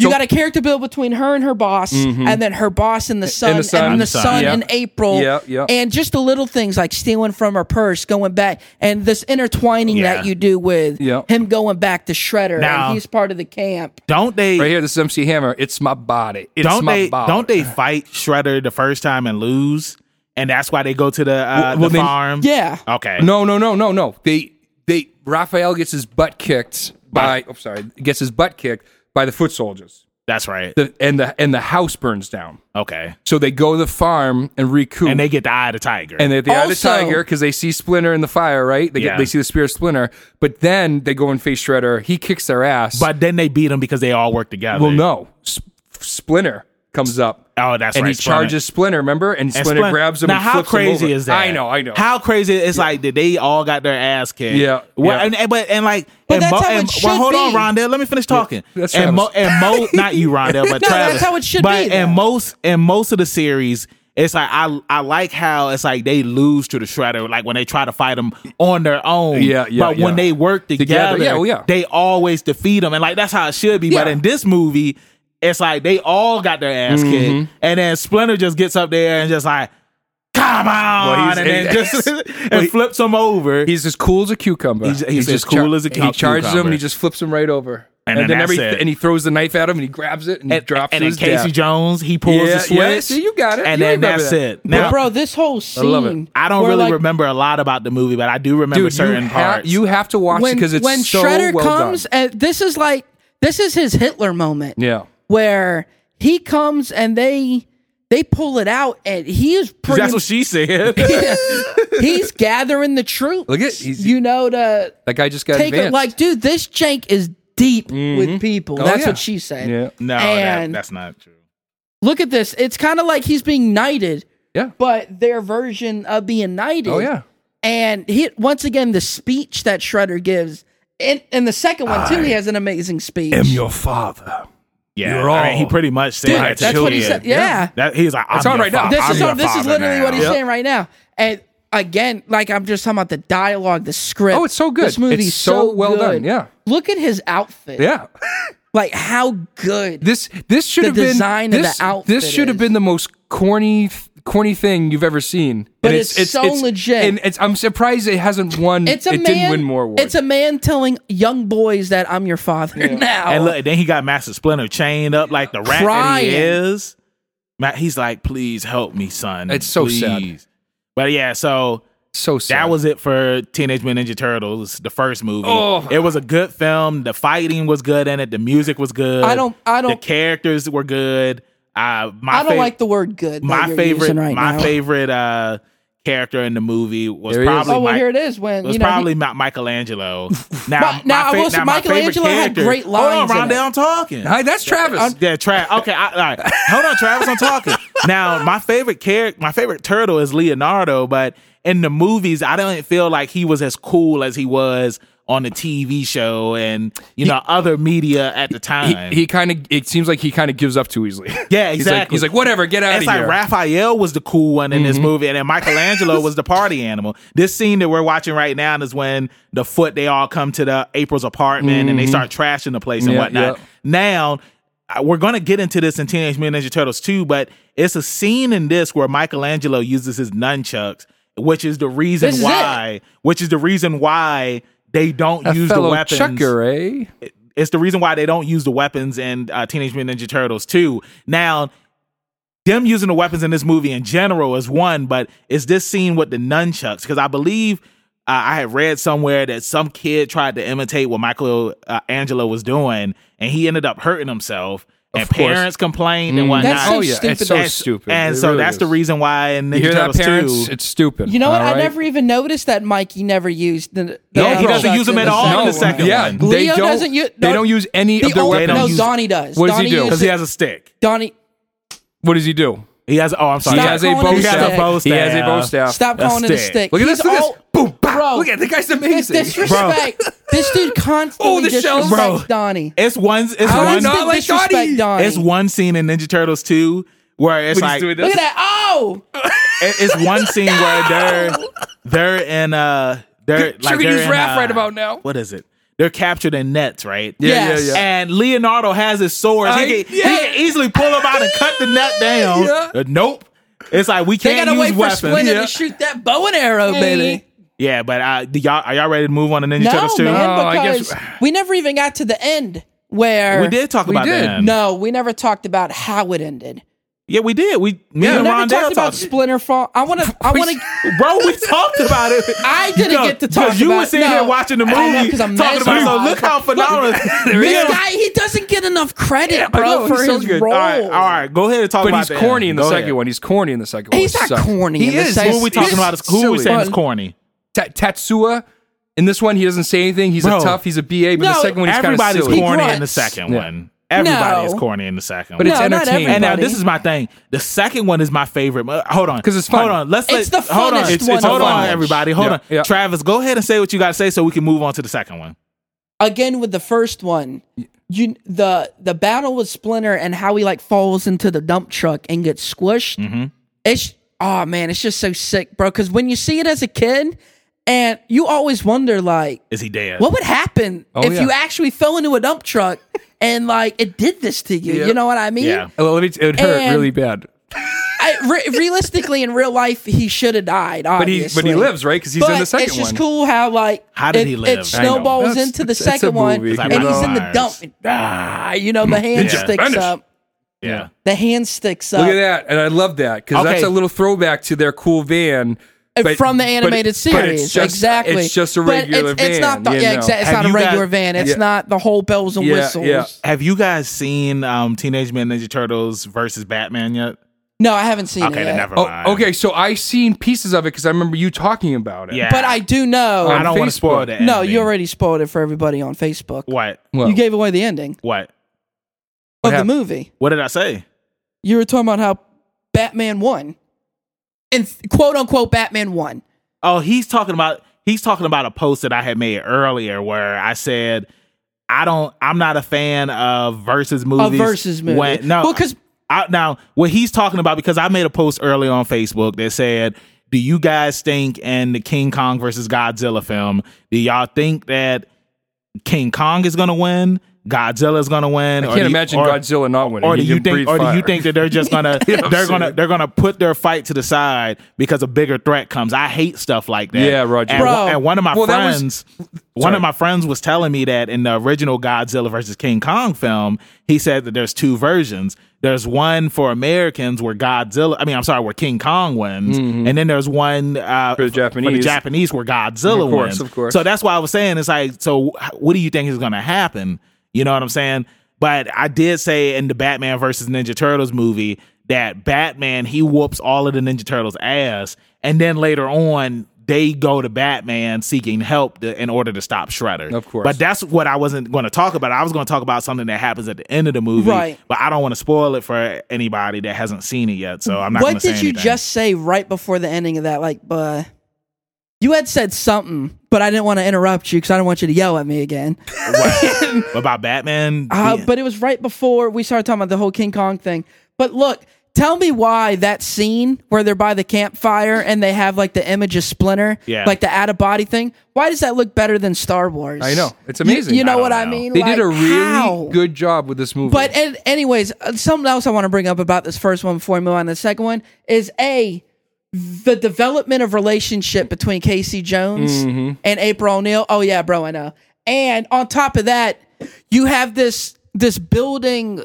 [SPEAKER 2] You
[SPEAKER 3] So-
[SPEAKER 2] got a character build between her and her boss, and then her boss and the son, and,
[SPEAKER 3] son.
[SPEAKER 2] the
[SPEAKER 1] Son.
[SPEAKER 2] son
[SPEAKER 3] Yeah.
[SPEAKER 2] in April,
[SPEAKER 3] Yeah, yeah.
[SPEAKER 2] and just the little things like stealing from her purse, going back, and this intertwining
[SPEAKER 1] Yeah.
[SPEAKER 2] that you do with
[SPEAKER 3] Yeah.
[SPEAKER 2] him going back to Shredder,
[SPEAKER 1] Now-
[SPEAKER 2] and he's part of the camp.
[SPEAKER 1] don't they?
[SPEAKER 3] right here, this is MC Hammer. It's my body. It's
[SPEAKER 1] don't
[SPEAKER 3] my
[SPEAKER 1] they?
[SPEAKER 3] body.
[SPEAKER 1] Don't they fight Shredder the first time and lose? And that's why they go to the, uh,
[SPEAKER 3] well,
[SPEAKER 1] the
[SPEAKER 3] then-
[SPEAKER 1] farm.
[SPEAKER 2] Yeah,
[SPEAKER 1] Okay.
[SPEAKER 3] No, no, no, no, no. They they Raphael gets his butt kicked by. Oh, sorry, gets his butt kicked by the foot soldiers.
[SPEAKER 1] that's right.
[SPEAKER 3] The, and the and the house burns down.
[SPEAKER 1] Okay.
[SPEAKER 3] So they go to the farm and recoup.
[SPEAKER 1] And they get the eye of the tiger.
[SPEAKER 3] and they have the eye of the
[SPEAKER 2] Also-
[SPEAKER 3] tiger because they see Splinter in the fire, right? They get,
[SPEAKER 1] Yeah.
[SPEAKER 3] they see the spear of Splinter, but then they go and face Shredder. He kicks their ass.
[SPEAKER 1] but then they beat him because they all work together.
[SPEAKER 3] well, no, Sp- Splinter comes up.
[SPEAKER 1] Oh, that's
[SPEAKER 3] and
[SPEAKER 1] right.
[SPEAKER 3] he
[SPEAKER 1] Splinter.
[SPEAKER 3] charges Splinter. Remember, and
[SPEAKER 1] And
[SPEAKER 3] Splinter,
[SPEAKER 1] Splin-
[SPEAKER 3] grabs him.
[SPEAKER 1] Now,
[SPEAKER 3] and
[SPEAKER 1] how
[SPEAKER 3] flips him
[SPEAKER 1] crazy
[SPEAKER 3] over.
[SPEAKER 1] is that?
[SPEAKER 3] I know, I know.
[SPEAKER 1] How crazy it's like that they all got their ass kicked.
[SPEAKER 3] Yeah,
[SPEAKER 1] Well,
[SPEAKER 3] yeah.
[SPEAKER 1] And, and- but and like,
[SPEAKER 2] But
[SPEAKER 1] and
[SPEAKER 2] that's how it
[SPEAKER 1] and-
[SPEAKER 2] should
[SPEAKER 1] well, hold on,
[SPEAKER 2] be.
[SPEAKER 1] Rondell. Let me finish talking.
[SPEAKER 3] that's
[SPEAKER 1] and Mo,
[SPEAKER 3] Travis.
[SPEAKER 1] and Mo, not you, Rondell, but
[SPEAKER 2] No,
[SPEAKER 1] Travis.
[SPEAKER 2] that's how it should
[SPEAKER 1] but
[SPEAKER 2] be,
[SPEAKER 1] in
[SPEAKER 2] though.
[SPEAKER 1] most in most of the series. It's like I I like how it's like they lose to the shredder like when they try to fight him on their own.
[SPEAKER 3] Yeah, yeah,
[SPEAKER 1] But when
[SPEAKER 3] yeah.
[SPEAKER 1] they work together,
[SPEAKER 3] Together, yeah, oh, yeah.
[SPEAKER 1] they always defeat him, and like that's how it should be. But
[SPEAKER 3] Yeah. Mm-hmm.
[SPEAKER 1] in this movie, it's like they all got their ass kicked, and then Splinter just gets up there and just like, come on,
[SPEAKER 3] Well, he's-
[SPEAKER 1] and then
[SPEAKER 3] he's-
[SPEAKER 1] just and
[SPEAKER 3] well, he-
[SPEAKER 1] flips him over.
[SPEAKER 3] He's as cool as a cucumber.
[SPEAKER 1] He's- he's as cool as a cu-
[SPEAKER 3] He charges him
[SPEAKER 1] cucumber.
[SPEAKER 3] and he just flips him right over.
[SPEAKER 1] And then that's it.
[SPEAKER 3] and he throws the knife at him and he grabs it and, he
[SPEAKER 1] and,
[SPEAKER 3] drops
[SPEAKER 1] and
[SPEAKER 3] it.
[SPEAKER 1] then Casey Jones, he pulls
[SPEAKER 3] Yeah,
[SPEAKER 1] the switch.
[SPEAKER 3] yeah, see, you got it.
[SPEAKER 1] And
[SPEAKER 3] You
[SPEAKER 1] then
[SPEAKER 3] remember
[SPEAKER 1] that's
[SPEAKER 3] that.
[SPEAKER 1] it. Now,
[SPEAKER 2] but bro, this whole scene.
[SPEAKER 3] love it.
[SPEAKER 1] I don't
[SPEAKER 2] where,
[SPEAKER 1] really
[SPEAKER 2] like,
[SPEAKER 1] remember a lot about the movie, but I do remember
[SPEAKER 3] Dude, you,
[SPEAKER 1] certain
[SPEAKER 3] ha-
[SPEAKER 1] parts.
[SPEAKER 3] you have to watch it
[SPEAKER 2] when
[SPEAKER 3] because it's
[SPEAKER 2] when
[SPEAKER 3] so
[SPEAKER 2] Shredder
[SPEAKER 3] well
[SPEAKER 2] comes.
[SPEAKER 3] done.
[SPEAKER 2] And this is like this is his Hitler moment.
[SPEAKER 3] Yeah.
[SPEAKER 2] where he comes and they they pull it out, and he is pretty.
[SPEAKER 1] that's what she said.
[SPEAKER 2] he's gathering the troops.
[SPEAKER 3] Look at- he's-
[SPEAKER 2] you know to
[SPEAKER 3] That guy just got
[SPEAKER 2] take it.
[SPEAKER 3] advanced.
[SPEAKER 2] Like, dude, this jank is deep with people.
[SPEAKER 3] Oh,
[SPEAKER 2] that's
[SPEAKER 3] yeah.
[SPEAKER 2] what she said.
[SPEAKER 3] yeah,
[SPEAKER 1] no, that,
[SPEAKER 2] And-
[SPEAKER 1] that's not true.
[SPEAKER 2] Look at this. It's kind of like he's being knighted,
[SPEAKER 3] yeah.
[SPEAKER 2] but their version of being knighted.
[SPEAKER 3] Oh yeah.
[SPEAKER 2] And he once again the speech that Shredder gives, and and the second one too, he has an amazing speech.
[SPEAKER 3] your father.
[SPEAKER 1] Yeah,
[SPEAKER 3] You're
[SPEAKER 1] I mean, he
[SPEAKER 3] all-
[SPEAKER 1] pretty much said
[SPEAKER 2] Dude,
[SPEAKER 1] that to
[SPEAKER 2] that's what he
[SPEAKER 1] Julia.
[SPEAKER 2] said. Yeah.
[SPEAKER 1] That, he's like, I'm
[SPEAKER 3] It's on
[SPEAKER 1] your
[SPEAKER 3] right now.
[SPEAKER 1] fa-
[SPEAKER 2] This
[SPEAKER 1] I'm
[SPEAKER 2] is
[SPEAKER 1] your
[SPEAKER 2] all, this is
[SPEAKER 1] father
[SPEAKER 2] literally
[SPEAKER 1] now.
[SPEAKER 2] what he's
[SPEAKER 3] Yep.
[SPEAKER 2] saying right now. And again, like I'm just talking about the dialogue, the script.
[SPEAKER 3] Oh, it's so good.
[SPEAKER 2] This movie's
[SPEAKER 3] It's so well
[SPEAKER 2] good.
[SPEAKER 3] done, yeah.
[SPEAKER 2] Look at his outfit.
[SPEAKER 3] Yeah.
[SPEAKER 2] Like how good.
[SPEAKER 3] This this should
[SPEAKER 2] The
[SPEAKER 3] have been
[SPEAKER 2] design of
[SPEAKER 3] this,
[SPEAKER 2] the outfit
[SPEAKER 3] This should have
[SPEAKER 2] is-
[SPEAKER 3] been the most corny corny thing you've ever seen.
[SPEAKER 2] But it's so legit.
[SPEAKER 3] And it's, I'm surprised it hasn't won.
[SPEAKER 2] it's a
[SPEAKER 3] it
[SPEAKER 2] man.
[SPEAKER 3] didn't win more awards.
[SPEAKER 2] It's a man telling young boys that I'm your father now.
[SPEAKER 1] And look, then he got Master Splinter chained up like the rat that he
[SPEAKER 2] Crying.
[SPEAKER 1] is. Ma- He's like, please help me, son.
[SPEAKER 3] It's so sad.
[SPEAKER 1] please." But yeah, so
[SPEAKER 3] so sad.
[SPEAKER 1] that was it for Teenage Mutant Ninja Turtles, the first movie.
[SPEAKER 3] Oh.
[SPEAKER 1] It was a good film. The fighting was good in it. The music was good.
[SPEAKER 2] I don't- I
[SPEAKER 1] The
[SPEAKER 2] don't-
[SPEAKER 1] characters were good. Uh, my
[SPEAKER 2] I don't
[SPEAKER 1] fav-
[SPEAKER 2] like the word good. that
[SPEAKER 1] my
[SPEAKER 2] you're
[SPEAKER 1] favorite.
[SPEAKER 2] using right
[SPEAKER 1] my
[SPEAKER 2] now.
[SPEAKER 1] favorite uh, character in the movie was
[SPEAKER 3] There he is.
[SPEAKER 1] probably.
[SPEAKER 2] Oh well,
[SPEAKER 1] Mi-
[SPEAKER 2] here it is. When
[SPEAKER 1] it was
[SPEAKER 2] you know, he-
[SPEAKER 1] probably not Michelangelo. Now,
[SPEAKER 2] But- now, I will say
[SPEAKER 1] my favorite
[SPEAKER 2] Michelangelo had
[SPEAKER 1] character-
[SPEAKER 2] great
[SPEAKER 1] Hold
[SPEAKER 2] lines in
[SPEAKER 1] on,
[SPEAKER 2] it.
[SPEAKER 1] Rondell, I'm talking.
[SPEAKER 3] Hi, that's Travis.
[SPEAKER 1] Yeah, Travis. Okay, I, all right. Hold on, Travis. I'm talking now. My favorite character, my favorite turtle is Leonardo, but in the movies, I don't feel like he was as cool as he was on the TV show and you know other media at the time.
[SPEAKER 3] He, he kind of. It seems like he kind of gives up too easily.
[SPEAKER 1] Yeah,
[SPEAKER 3] He's like-
[SPEAKER 1] exactly.
[SPEAKER 3] He's like, whatever, get out of
[SPEAKER 1] it's like
[SPEAKER 3] here. Mm-hmm.
[SPEAKER 1] Raphael was the cool one in this movie, and then Michelangelo was the party animal. This scene that we're watching right now is when the foot they all come to the April's apartment and they
[SPEAKER 3] Mm-hmm.
[SPEAKER 1] start trashing the place and
[SPEAKER 3] Yeah,
[SPEAKER 1] whatnot.
[SPEAKER 3] yeah.
[SPEAKER 1] Now I- we're gonna get into this in Teenage Mutant Ninja Turtles 2, but it's a scene in this where Michelangelo uses his nunchucks, which is the reason
[SPEAKER 2] This is it.
[SPEAKER 1] why, which is the reason why they don't
[SPEAKER 3] A
[SPEAKER 1] use the
[SPEAKER 3] fellow
[SPEAKER 1] weapons
[SPEAKER 3] chucker, eh?
[SPEAKER 1] it's the reason why they don't use the weapons in uh, Teenage Mutant Ninja Turtles 2. Now, them using the weapons in this movie in general is one, but is this scene with the nunchucks? Because I believe uh, I had read somewhere that some kid tried to imitate what Michael uh, Angelo was doing, and he ended up hurting himself. and
[SPEAKER 3] course.
[SPEAKER 1] parents complained and whatnot.
[SPEAKER 2] That's so
[SPEAKER 3] oh yeah,
[SPEAKER 2] stupid.
[SPEAKER 3] it's so
[SPEAKER 1] and,
[SPEAKER 3] stupid.
[SPEAKER 1] And
[SPEAKER 3] It
[SPEAKER 1] so
[SPEAKER 3] really
[SPEAKER 1] that's
[SPEAKER 3] is.
[SPEAKER 1] the reason why in Ninja
[SPEAKER 3] You hear that,
[SPEAKER 1] Turtles
[SPEAKER 3] parents?
[SPEAKER 1] 2.
[SPEAKER 3] It's stupid.
[SPEAKER 2] You know what?
[SPEAKER 3] all
[SPEAKER 2] I
[SPEAKER 3] right?
[SPEAKER 2] never even noticed that Mikey never used the. the
[SPEAKER 1] No, he
[SPEAKER 2] nunchucks
[SPEAKER 1] doesn't use them
[SPEAKER 2] in
[SPEAKER 1] at
[SPEAKER 2] the
[SPEAKER 1] all in the
[SPEAKER 2] second
[SPEAKER 1] second
[SPEAKER 2] one.
[SPEAKER 3] yeah,
[SPEAKER 1] one.
[SPEAKER 3] they
[SPEAKER 2] Leo
[SPEAKER 3] don't.
[SPEAKER 2] doesn't u-
[SPEAKER 3] they
[SPEAKER 2] no-
[SPEAKER 3] don't use any
[SPEAKER 2] The
[SPEAKER 3] of their
[SPEAKER 2] old-
[SPEAKER 1] weapons.
[SPEAKER 2] no,
[SPEAKER 1] Use-
[SPEAKER 3] weapons.
[SPEAKER 2] Donnie does.
[SPEAKER 3] What does he
[SPEAKER 2] Donnie
[SPEAKER 3] do?
[SPEAKER 2] uses-
[SPEAKER 1] Because he has a stick.
[SPEAKER 2] Donnie,
[SPEAKER 3] what does he do?
[SPEAKER 1] He has, oh, I'm sorry.
[SPEAKER 3] He
[SPEAKER 2] Stop
[SPEAKER 3] has a
[SPEAKER 2] calling
[SPEAKER 3] bow
[SPEAKER 2] it a
[SPEAKER 3] staff.
[SPEAKER 2] stick.
[SPEAKER 3] He has a bow staff.
[SPEAKER 2] stop
[SPEAKER 1] a
[SPEAKER 2] calling it a
[SPEAKER 1] stick.
[SPEAKER 2] stick.
[SPEAKER 3] Look at
[SPEAKER 2] He's
[SPEAKER 3] this. Look at
[SPEAKER 2] all-
[SPEAKER 3] this. Boom. Bah.
[SPEAKER 2] Bro.
[SPEAKER 3] Look at the guy's
[SPEAKER 2] This
[SPEAKER 3] amazing.
[SPEAKER 2] disrespect. This dude constantly
[SPEAKER 3] Oh, the shells.
[SPEAKER 2] disrespects
[SPEAKER 1] Bro.
[SPEAKER 2] Donnie.
[SPEAKER 1] It's one. It's
[SPEAKER 3] How do you
[SPEAKER 1] one.
[SPEAKER 3] not
[SPEAKER 2] Constant
[SPEAKER 3] like
[SPEAKER 2] disrespect
[SPEAKER 3] Donnie?
[SPEAKER 2] Donnie.
[SPEAKER 1] It's one scene in Ninja Turtles 2 where it's
[SPEAKER 3] When he's
[SPEAKER 1] like
[SPEAKER 3] doing
[SPEAKER 1] it-
[SPEAKER 3] this.
[SPEAKER 2] Look at that. Oh!
[SPEAKER 1] it's one scene where they're they're in uh they're
[SPEAKER 3] You're
[SPEAKER 1] like
[SPEAKER 3] gonna
[SPEAKER 1] they're
[SPEAKER 3] use
[SPEAKER 1] in,
[SPEAKER 3] Raph
[SPEAKER 1] uh,
[SPEAKER 3] right about now.
[SPEAKER 1] What is it? They're captured in nets, right?
[SPEAKER 3] Yeah,
[SPEAKER 2] Yes.
[SPEAKER 3] yeah, yeah.
[SPEAKER 1] And Leonardo has his sword.
[SPEAKER 3] I-
[SPEAKER 1] he, can, he
[SPEAKER 3] yeah.
[SPEAKER 1] can easily pull him out and cut the net down.
[SPEAKER 3] Yeah.
[SPEAKER 1] Uh, nope. It's like we
[SPEAKER 2] They
[SPEAKER 1] can't
[SPEAKER 2] gotta
[SPEAKER 1] use
[SPEAKER 2] wait for
[SPEAKER 1] weapons.
[SPEAKER 2] Splinter
[SPEAKER 1] yeah.
[SPEAKER 2] to shoot that bow and arrow, baby.
[SPEAKER 1] Yeah, but uh, do y'all are y'all ready to move on to Ninja
[SPEAKER 2] No,
[SPEAKER 1] Turtles 2?
[SPEAKER 2] man,
[SPEAKER 3] Oh, I guess-
[SPEAKER 2] because we never even got to the end where.
[SPEAKER 1] We did talk
[SPEAKER 3] We
[SPEAKER 1] about
[SPEAKER 3] did.
[SPEAKER 1] that.
[SPEAKER 2] No, we never talked about how it ended.
[SPEAKER 1] Yeah, we did. We me
[SPEAKER 2] We
[SPEAKER 1] and
[SPEAKER 2] never
[SPEAKER 1] Rondell
[SPEAKER 2] talked
[SPEAKER 1] talked
[SPEAKER 2] about Splinter Fall. I want to. I want to.
[SPEAKER 1] Bro, we talked about it.
[SPEAKER 2] I didn't
[SPEAKER 1] Yo,
[SPEAKER 2] get to talk
[SPEAKER 1] because you
[SPEAKER 2] about
[SPEAKER 1] were sitting
[SPEAKER 2] no,
[SPEAKER 1] here watching the movie,
[SPEAKER 2] I know, 'cause I'm
[SPEAKER 1] talking about. So
[SPEAKER 2] mesmerized.
[SPEAKER 1] look how phenomenal.
[SPEAKER 2] This guy, he doesn't get enough credit,
[SPEAKER 3] I
[SPEAKER 2] bro,
[SPEAKER 3] know,
[SPEAKER 2] for
[SPEAKER 3] he's
[SPEAKER 2] his
[SPEAKER 3] so good.
[SPEAKER 2] role.
[SPEAKER 1] All right, all right, go ahead and talk
[SPEAKER 3] But
[SPEAKER 1] about
[SPEAKER 3] he's
[SPEAKER 1] that.
[SPEAKER 3] corny in the
[SPEAKER 1] Oh, Go
[SPEAKER 3] second
[SPEAKER 1] ahead.
[SPEAKER 3] one. He's corny in the second one.
[SPEAKER 2] He's
[SPEAKER 3] It
[SPEAKER 2] not
[SPEAKER 3] sucks.
[SPEAKER 2] corny
[SPEAKER 3] He
[SPEAKER 2] in the
[SPEAKER 3] is.
[SPEAKER 2] second-
[SPEAKER 1] Who are we talking
[SPEAKER 2] He's
[SPEAKER 1] about? Is who are we
[SPEAKER 3] silly.
[SPEAKER 1] saying is
[SPEAKER 2] Fun.
[SPEAKER 1] corny?
[SPEAKER 3] Ta- Tatsuya. In this one, he doesn't say anything. He's
[SPEAKER 1] Bro.
[SPEAKER 3] a tough. He's a BA. But the
[SPEAKER 2] No,
[SPEAKER 3] second one, he's kind of
[SPEAKER 1] Everybody's
[SPEAKER 3] silly.
[SPEAKER 2] He
[SPEAKER 1] corny in the
[SPEAKER 2] grunts.
[SPEAKER 1] second
[SPEAKER 3] Yeah.
[SPEAKER 1] one. Everybody
[SPEAKER 2] No.
[SPEAKER 1] is corny in the second
[SPEAKER 3] But
[SPEAKER 1] one.
[SPEAKER 3] it's
[SPEAKER 2] No, not
[SPEAKER 3] entertaining.
[SPEAKER 1] and now
[SPEAKER 2] everybody.
[SPEAKER 1] this is my thing. The second one is my favorite. Uh, Hold on,
[SPEAKER 3] 'Cause it's fun.
[SPEAKER 1] Hold on, let's.
[SPEAKER 2] It's
[SPEAKER 1] let-
[SPEAKER 2] the
[SPEAKER 1] hold on.
[SPEAKER 2] funnest
[SPEAKER 1] It's-
[SPEAKER 2] one
[SPEAKER 1] it's-
[SPEAKER 2] to
[SPEAKER 1] Hold on,
[SPEAKER 2] watch.
[SPEAKER 1] everybody. Hold
[SPEAKER 3] Yeah,
[SPEAKER 1] on,
[SPEAKER 3] yeah.
[SPEAKER 1] Travis. Go ahead and say what you got to say, so we can move on to the second one.
[SPEAKER 2] Again with the first one, you the the battle with Splinter and how he like falls into the dump truck and gets squished.
[SPEAKER 3] Mm-hmm.
[SPEAKER 2] It's oh man, it's just so sick, bro. Because when you see it as a kid, and you always wonder like,
[SPEAKER 1] Is he dead?
[SPEAKER 2] what would happen if
[SPEAKER 3] Oh, yeah.
[SPEAKER 2] you actually fell into a dump truck and like it did this to you?
[SPEAKER 3] Yeah.
[SPEAKER 2] You know what I mean?
[SPEAKER 1] Yeah.
[SPEAKER 3] Well, let me t- it would hurt
[SPEAKER 2] And-
[SPEAKER 3] really bad.
[SPEAKER 2] I, re- realistically, in real life, he should have died.
[SPEAKER 3] But he
[SPEAKER 2] Obviously,
[SPEAKER 3] but he lives right because he's
[SPEAKER 2] But
[SPEAKER 3] in the second
[SPEAKER 2] it's just
[SPEAKER 3] one.
[SPEAKER 2] cool how like
[SPEAKER 1] How did
[SPEAKER 2] it,
[SPEAKER 1] he live?
[SPEAKER 2] It
[SPEAKER 1] I know.
[SPEAKER 2] snowballs
[SPEAKER 3] That's-
[SPEAKER 2] into the
[SPEAKER 3] it's- it's a
[SPEAKER 2] second one,
[SPEAKER 3] movie. It's
[SPEAKER 1] like
[SPEAKER 2] and he's in
[SPEAKER 1] Michael
[SPEAKER 2] the dump.
[SPEAKER 1] Myers.
[SPEAKER 2] And, ah, you know the hand
[SPEAKER 1] Yeah.
[SPEAKER 2] sticks
[SPEAKER 3] Vanish.
[SPEAKER 2] up.
[SPEAKER 1] Yeah.
[SPEAKER 2] The hand sticks up
[SPEAKER 3] Look at that, and I love that because
[SPEAKER 1] Okay.
[SPEAKER 3] that's a little throwback to their cool van
[SPEAKER 2] And
[SPEAKER 3] but-
[SPEAKER 2] Uh, from the
[SPEAKER 3] but-
[SPEAKER 2] animated
[SPEAKER 3] but it's
[SPEAKER 2] series.
[SPEAKER 3] just-
[SPEAKER 2] exactly.
[SPEAKER 3] It's just a
[SPEAKER 2] But
[SPEAKER 3] regular
[SPEAKER 2] it's, It's
[SPEAKER 3] van,
[SPEAKER 2] not the,
[SPEAKER 3] you
[SPEAKER 2] yeah,
[SPEAKER 3] know?
[SPEAKER 2] exactly. It's
[SPEAKER 1] Have
[SPEAKER 2] not a
[SPEAKER 1] you got-
[SPEAKER 2] regular van. It's
[SPEAKER 3] Yeah.
[SPEAKER 2] not the whole bells and
[SPEAKER 3] Yeah,
[SPEAKER 2] whistles.
[SPEAKER 3] yeah.
[SPEAKER 1] Have you guys seen um, Teenage Mutant Ninja Turtles versus Batman yet?
[SPEAKER 2] No, I haven't seen
[SPEAKER 1] Okay,
[SPEAKER 2] it.
[SPEAKER 1] then
[SPEAKER 2] yet.
[SPEAKER 1] never mind.
[SPEAKER 3] Oh, okay. So I seen pieces of it because I remember you talking about it.
[SPEAKER 1] Yeah.
[SPEAKER 2] But I do know.
[SPEAKER 1] I
[SPEAKER 3] on
[SPEAKER 1] don't want
[SPEAKER 3] Facebook.
[SPEAKER 1] to spoil that.
[SPEAKER 2] no, you already spoiled it for everybody on Facebook.
[SPEAKER 1] What?
[SPEAKER 3] Well,
[SPEAKER 2] You gave away the ending
[SPEAKER 1] What?
[SPEAKER 3] What
[SPEAKER 2] of the
[SPEAKER 3] happened?
[SPEAKER 2] movie.
[SPEAKER 1] What did I say?
[SPEAKER 2] You were talking about how Batman won, and quote unquote Batman won.
[SPEAKER 1] Oh, he's talking about he's talking about a post that I had made earlier where I said I don't I'm not a fan of versus
[SPEAKER 2] A
[SPEAKER 1] movies.
[SPEAKER 2] versus movie.
[SPEAKER 1] When, no,
[SPEAKER 2] Well, 'cause-
[SPEAKER 1] I, now what he's talking about because I made a post earlier on Facebook that said, "Do you guys think in the King Kong versus Godzilla film, do y'all think that King Kong is going to win?" Godzilla is gonna win.
[SPEAKER 3] I can't imagine Godzilla not winning.
[SPEAKER 1] or do
[SPEAKER 3] He
[SPEAKER 1] you
[SPEAKER 3] can
[SPEAKER 1] think
[SPEAKER 3] breathe
[SPEAKER 1] or do you
[SPEAKER 3] fire.
[SPEAKER 1] think that they're just gonna
[SPEAKER 3] You know what
[SPEAKER 1] they're
[SPEAKER 3] I'm
[SPEAKER 1] gonna
[SPEAKER 3] saying?
[SPEAKER 1] they're gonna put their fight to the side because a bigger threat comes i hate stuff like that
[SPEAKER 3] Yeah, Roger.
[SPEAKER 1] and,
[SPEAKER 2] Bro.
[SPEAKER 1] one- and one of my
[SPEAKER 3] Well, that was-
[SPEAKER 1] friends one of my friends was telling me that in the original godzilla versus king kong film he said that there's two versions there's one for americans where godzilla i mean i'm sorry where king kong wins and then there's one uh,
[SPEAKER 3] Mm-hmm. For the Japanese.
[SPEAKER 1] japanese where godzilla
[SPEAKER 3] Of course,
[SPEAKER 1] wins
[SPEAKER 3] of course.
[SPEAKER 1] so that's why I was saying it's like, so wh- what do you think is going to happen? You know what I'm saying? But I did say in the Batman versus Ninja Turtles movie that Batman he whoops all of the Ninja Turtles' ass, and then later on they go to Batman seeking help to, in order to stop Shredder.
[SPEAKER 3] Of course.
[SPEAKER 1] but that's what I wasn't going to talk about. I was going to talk about something that happens at the end of the movie,
[SPEAKER 2] Right.
[SPEAKER 1] But I don't want to spoil it for anybody that hasn't seen it yet, so I'm not.
[SPEAKER 2] What
[SPEAKER 1] gonna say
[SPEAKER 2] did you
[SPEAKER 1] anything.
[SPEAKER 2] just say right before the ending of that? Like, but You had said something, but I didn't want to interrupt you because I don't want you to yell at me again.
[SPEAKER 1] about Batman.
[SPEAKER 2] Uh,
[SPEAKER 1] being-
[SPEAKER 2] But it was right before we started talking about the whole King Kong thing. But look, tell me why that scene where they're by the campfire and they have like the image of Splinter,
[SPEAKER 1] Yeah.
[SPEAKER 2] like the out of body thing. Why does that look better than Star Wars?
[SPEAKER 3] I know. It's
[SPEAKER 2] You-
[SPEAKER 3] amazing.
[SPEAKER 2] You, know
[SPEAKER 1] I don't
[SPEAKER 2] what I
[SPEAKER 1] know.
[SPEAKER 2] mean?
[SPEAKER 3] They did
[SPEAKER 2] Like,
[SPEAKER 3] a really
[SPEAKER 2] how?
[SPEAKER 3] good job with this movie.
[SPEAKER 2] But and anyways, uh, something else I want to bring up about this first one before we move on to the second one is a the development of relationship between Casey Jones
[SPEAKER 3] Mm-hmm.
[SPEAKER 2] and April O'Neil. Oh yeah, bro, I know. And on top of that, you have this this building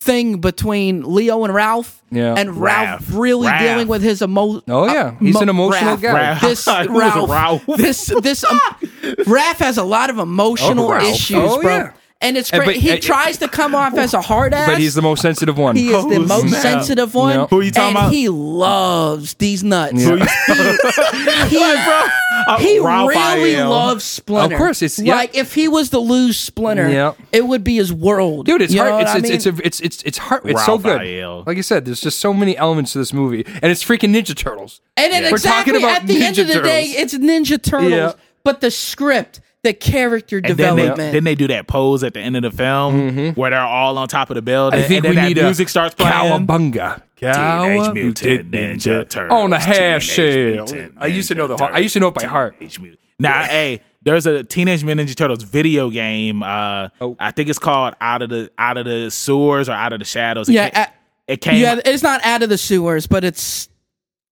[SPEAKER 2] thing between Leo and Ralph.
[SPEAKER 3] Yeah.
[SPEAKER 2] And Ralph,
[SPEAKER 1] Raph.
[SPEAKER 2] really
[SPEAKER 1] Raph.
[SPEAKER 2] dealing with his emotion.
[SPEAKER 3] Oh, yeah. He's an emotional guy.
[SPEAKER 1] Raph.
[SPEAKER 2] This
[SPEAKER 1] He was a
[SPEAKER 2] Ralph,
[SPEAKER 1] Ralph.
[SPEAKER 2] This this um, Raph has a lot of emotional
[SPEAKER 3] Oh, Ralph.
[SPEAKER 2] issues,
[SPEAKER 3] Oh,
[SPEAKER 2] bro.
[SPEAKER 3] yeah.
[SPEAKER 2] And it's
[SPEAKER 3] And
[SPEAKER 2] great.
[SPEAKER 3] but-
[SPEAKER 2] he
[SPEAKER 3] and-
[SPEAKER 2] tries to come off as a hard ass.
[SPEAKER 3] but he's the most sensitive one.
[SPEAKER 2] He is the
[SPEAKER 1] Oh,
[SPEAKER 2] most
[SPEAKER 1] snap.
[SPEAKER 2] sensitive one.
[SPEAKER 3] Yeah.
[SPEAKER 1] Who you talking
[SPEAKER 2] and
[SPEAKER 1] about?
[SPEAKER 2] He loves these nuts.
[SPEAKER 3] Yeah.
[SPEAKER 2] He,
[SPEAKER 1] Uh,
[SPEAKER 2] he
[SPEAKER 1] Ralph I
[SPEAKER 2] really
[SPEAKER 1] am.
[SPEAKER 2] loves Splinter.
[SPEAKER 3] Of course, it's- yeah.
[SPEAKER 2] like if he was to lose Splinter,
[SPEAKER 3] Yeah.
[SPEAKER 2] it would be his world,
[SPEAKER 3] Dude, it's
[SPEAKER 2] You know
[SPEAKER 3] hard.
[SPEAKER 2] what
[SPEAKER 3] It's
[SPEAKER 2] I
[SPEAKER 3] it's,
[SPEAKER 2] mean?
[SPEAKER 3] it's a, it's it's it's hard. It's so
[SPEAKER 1] Ralph
[SPEAKER 3] good.
[SPEAKER 1] Iel.
[SPEAKER 3] Like I said, there's just so many elements to this movie, and it's freaking Ninja Turtles.
[SPEAKER 2] and then
[SPEAKER 3] We're
[SPEAKER 2] exactly
[SPEAKER 3] talking about
[SPEAKER 2] at the end
[SPEAKER 3] Ninja
[SPEAKER 2] of the day,
[SPEAKER 3] Turtles.
[SPEAKER 2] it's Ninja Turtles.
[SPEAKER 3] Yeah.
[SPEAKER 2] But the script, the character
[SPEAKER 1] And then they,
[SPEAKER 2] development.
[SPEAKER 1] then they do that pose at the end of the film where they're all on top of the building,
[SPEAKER 3] I
[SPEAKER 1] and
[SPEAKER 3] think
[SPEAKER 1] then
[SPEAKER 3] Mm-hmm. we
[SPEAKER 1] that
[SPEAKER 3] need
[SPEAKER 1] music
[SPEAKER 3] a
[SPEAKER 1] starts playing.
[SPEAKER 3] Cowabunga.
[SPEAKER 1] Teenage
[SPEAKER 3] Cowa-
[SPEAKER 1] Mutant Ninja Turtles.
[SPEAKER 3] On a half
[SPEAKER 1] Teenage
[SPEAKER 3] shell.
[SPEAKER 1] Mutant
[SPEAKER 3] I used to
[SPEAKER 1] Ninja
[SPEAKER 3] know the heart. I used to know it by heart.
[SPEAKER 1] Teenage Mutant- Now, hey, there's a Teenage Mutant Ninja Turtles video game. Uh,
[SPEAKER 3] Oh.
[SPEAKER 1] I think it's called Out of the Out of the Sewers or Out of the Shadows. It
[SPEAKER 2] Yeah,
[SPEAKER 1] ca-
[SPEAKER 2] a-
[SPEAKER 1] it came.
[SPEAKER 2] yeah, it's not out of the sewers, but it's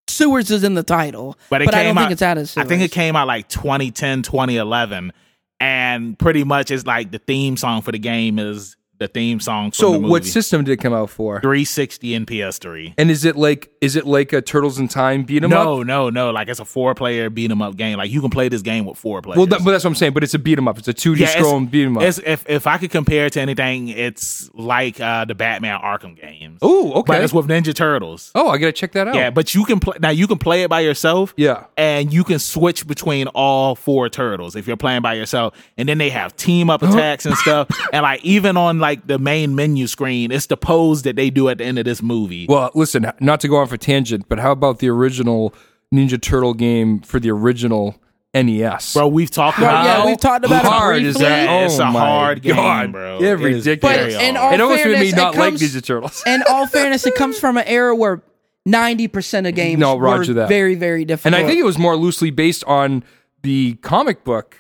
[SPEAKER 2] sewers is in the title.
[SPEAKER 1] but it
[SPEAKER 2] I
[SPEAKER 1] came
[SPEAKER 2] don't
[SPEAKER 1] out,
[SPEAKER 2] think it's out of sewers.
[SPEAKER 1] I think it came out like 2010, 2011, and pretty much it's like the theme song for the game is the theme song. From
[SPEAKER 3] So
[SPEAKER 1] the movie.
[SPEAKER 3] what system did it come out for?
[SPEAKER 1] 360 and PS3.
[SPEAKER 3] And is it like is it like a Turtles in Time beat 'em up?
[SPEAKER 1] No, no, no. Like it's a four player beat 'em up game. Like you can play this game with four players.
[SPEAKER 3] Well, that, but that's what I'm saying. But it's a beat 'em up. It's a 2D
[SPEAKER 1] it's-
[SPEAKER 3] scroll and beat 'em up.
[SPEAKER 1] it's- if if I could compare it to anything, it's like uh, the Batman Arkham games.
[SPEAKER 3] Oh, okay.
[SPEAKER 1] But it's with Ninja Turtles.
[SPEAKER 3] Oh, I gotta check that out.
[SPEAKER 1] Yeah, but you can play now. You can play it by yourself.
[SPEAKER 3] Yeah.
[SPEAKER 1] and you can switch between all four turtles if you're playing by yourself. And then they have team up attacks and stuff. And like even on like the main menu screen, it's the pose that they do at the end of this movie.
[SPEAKER 3] Well, listen, not to go off a tangent, but how about the original Ninja Turtle game for the original E NES?
[SPEAKER 1] Bro, we've talked
[SPEAKER 2] Bro,
[SPEAKER 1] about
[SPEAKER 2] Oh, yeah,
[SPEAKER 3] How
[SPEAKER 2] we've talked about it
[SPEAKER 3] hard is
[SPEAKER 2] briefly.
[SPEAKER 3] that?
[SPEAKER 1] Yeah, it's
[SPEAKER 3] oh
[SPEAKER 1] a
[SPEAKER 3] my
[SPEAKER 1] hard game,
[SPEAKER 3] God.
[SPEAKER 1] bro.
[SPEAKER 3] Yeah,
[SPEAKER 1] It is
[SPEAKER 3] ridiculous.
[SPEAKER 1] very
[SPEAKER 2] But in
[SPEAKER 1] hard.
[SPEAKER 2] all
[SPEAKER 3] it almost made
[SPEAKER 2] fairness,
[SPEAKER 3] me not
[SPEAKER 2] it
[SPEAKER 3] like
[SPEAKER 2] comes-
[SPEAKER 3] Ninja Turtles.
[SPEAKER 2] in all fairness, it comes from an era where ninety percent of games
[SPEAKER 3] No, roger
[SPEAKER 2] were
[SPEAKER 3] that.
[SPEAKER 2] very, very difficult.
[SPEAKER 3] and I think it was more loosely based on the comic book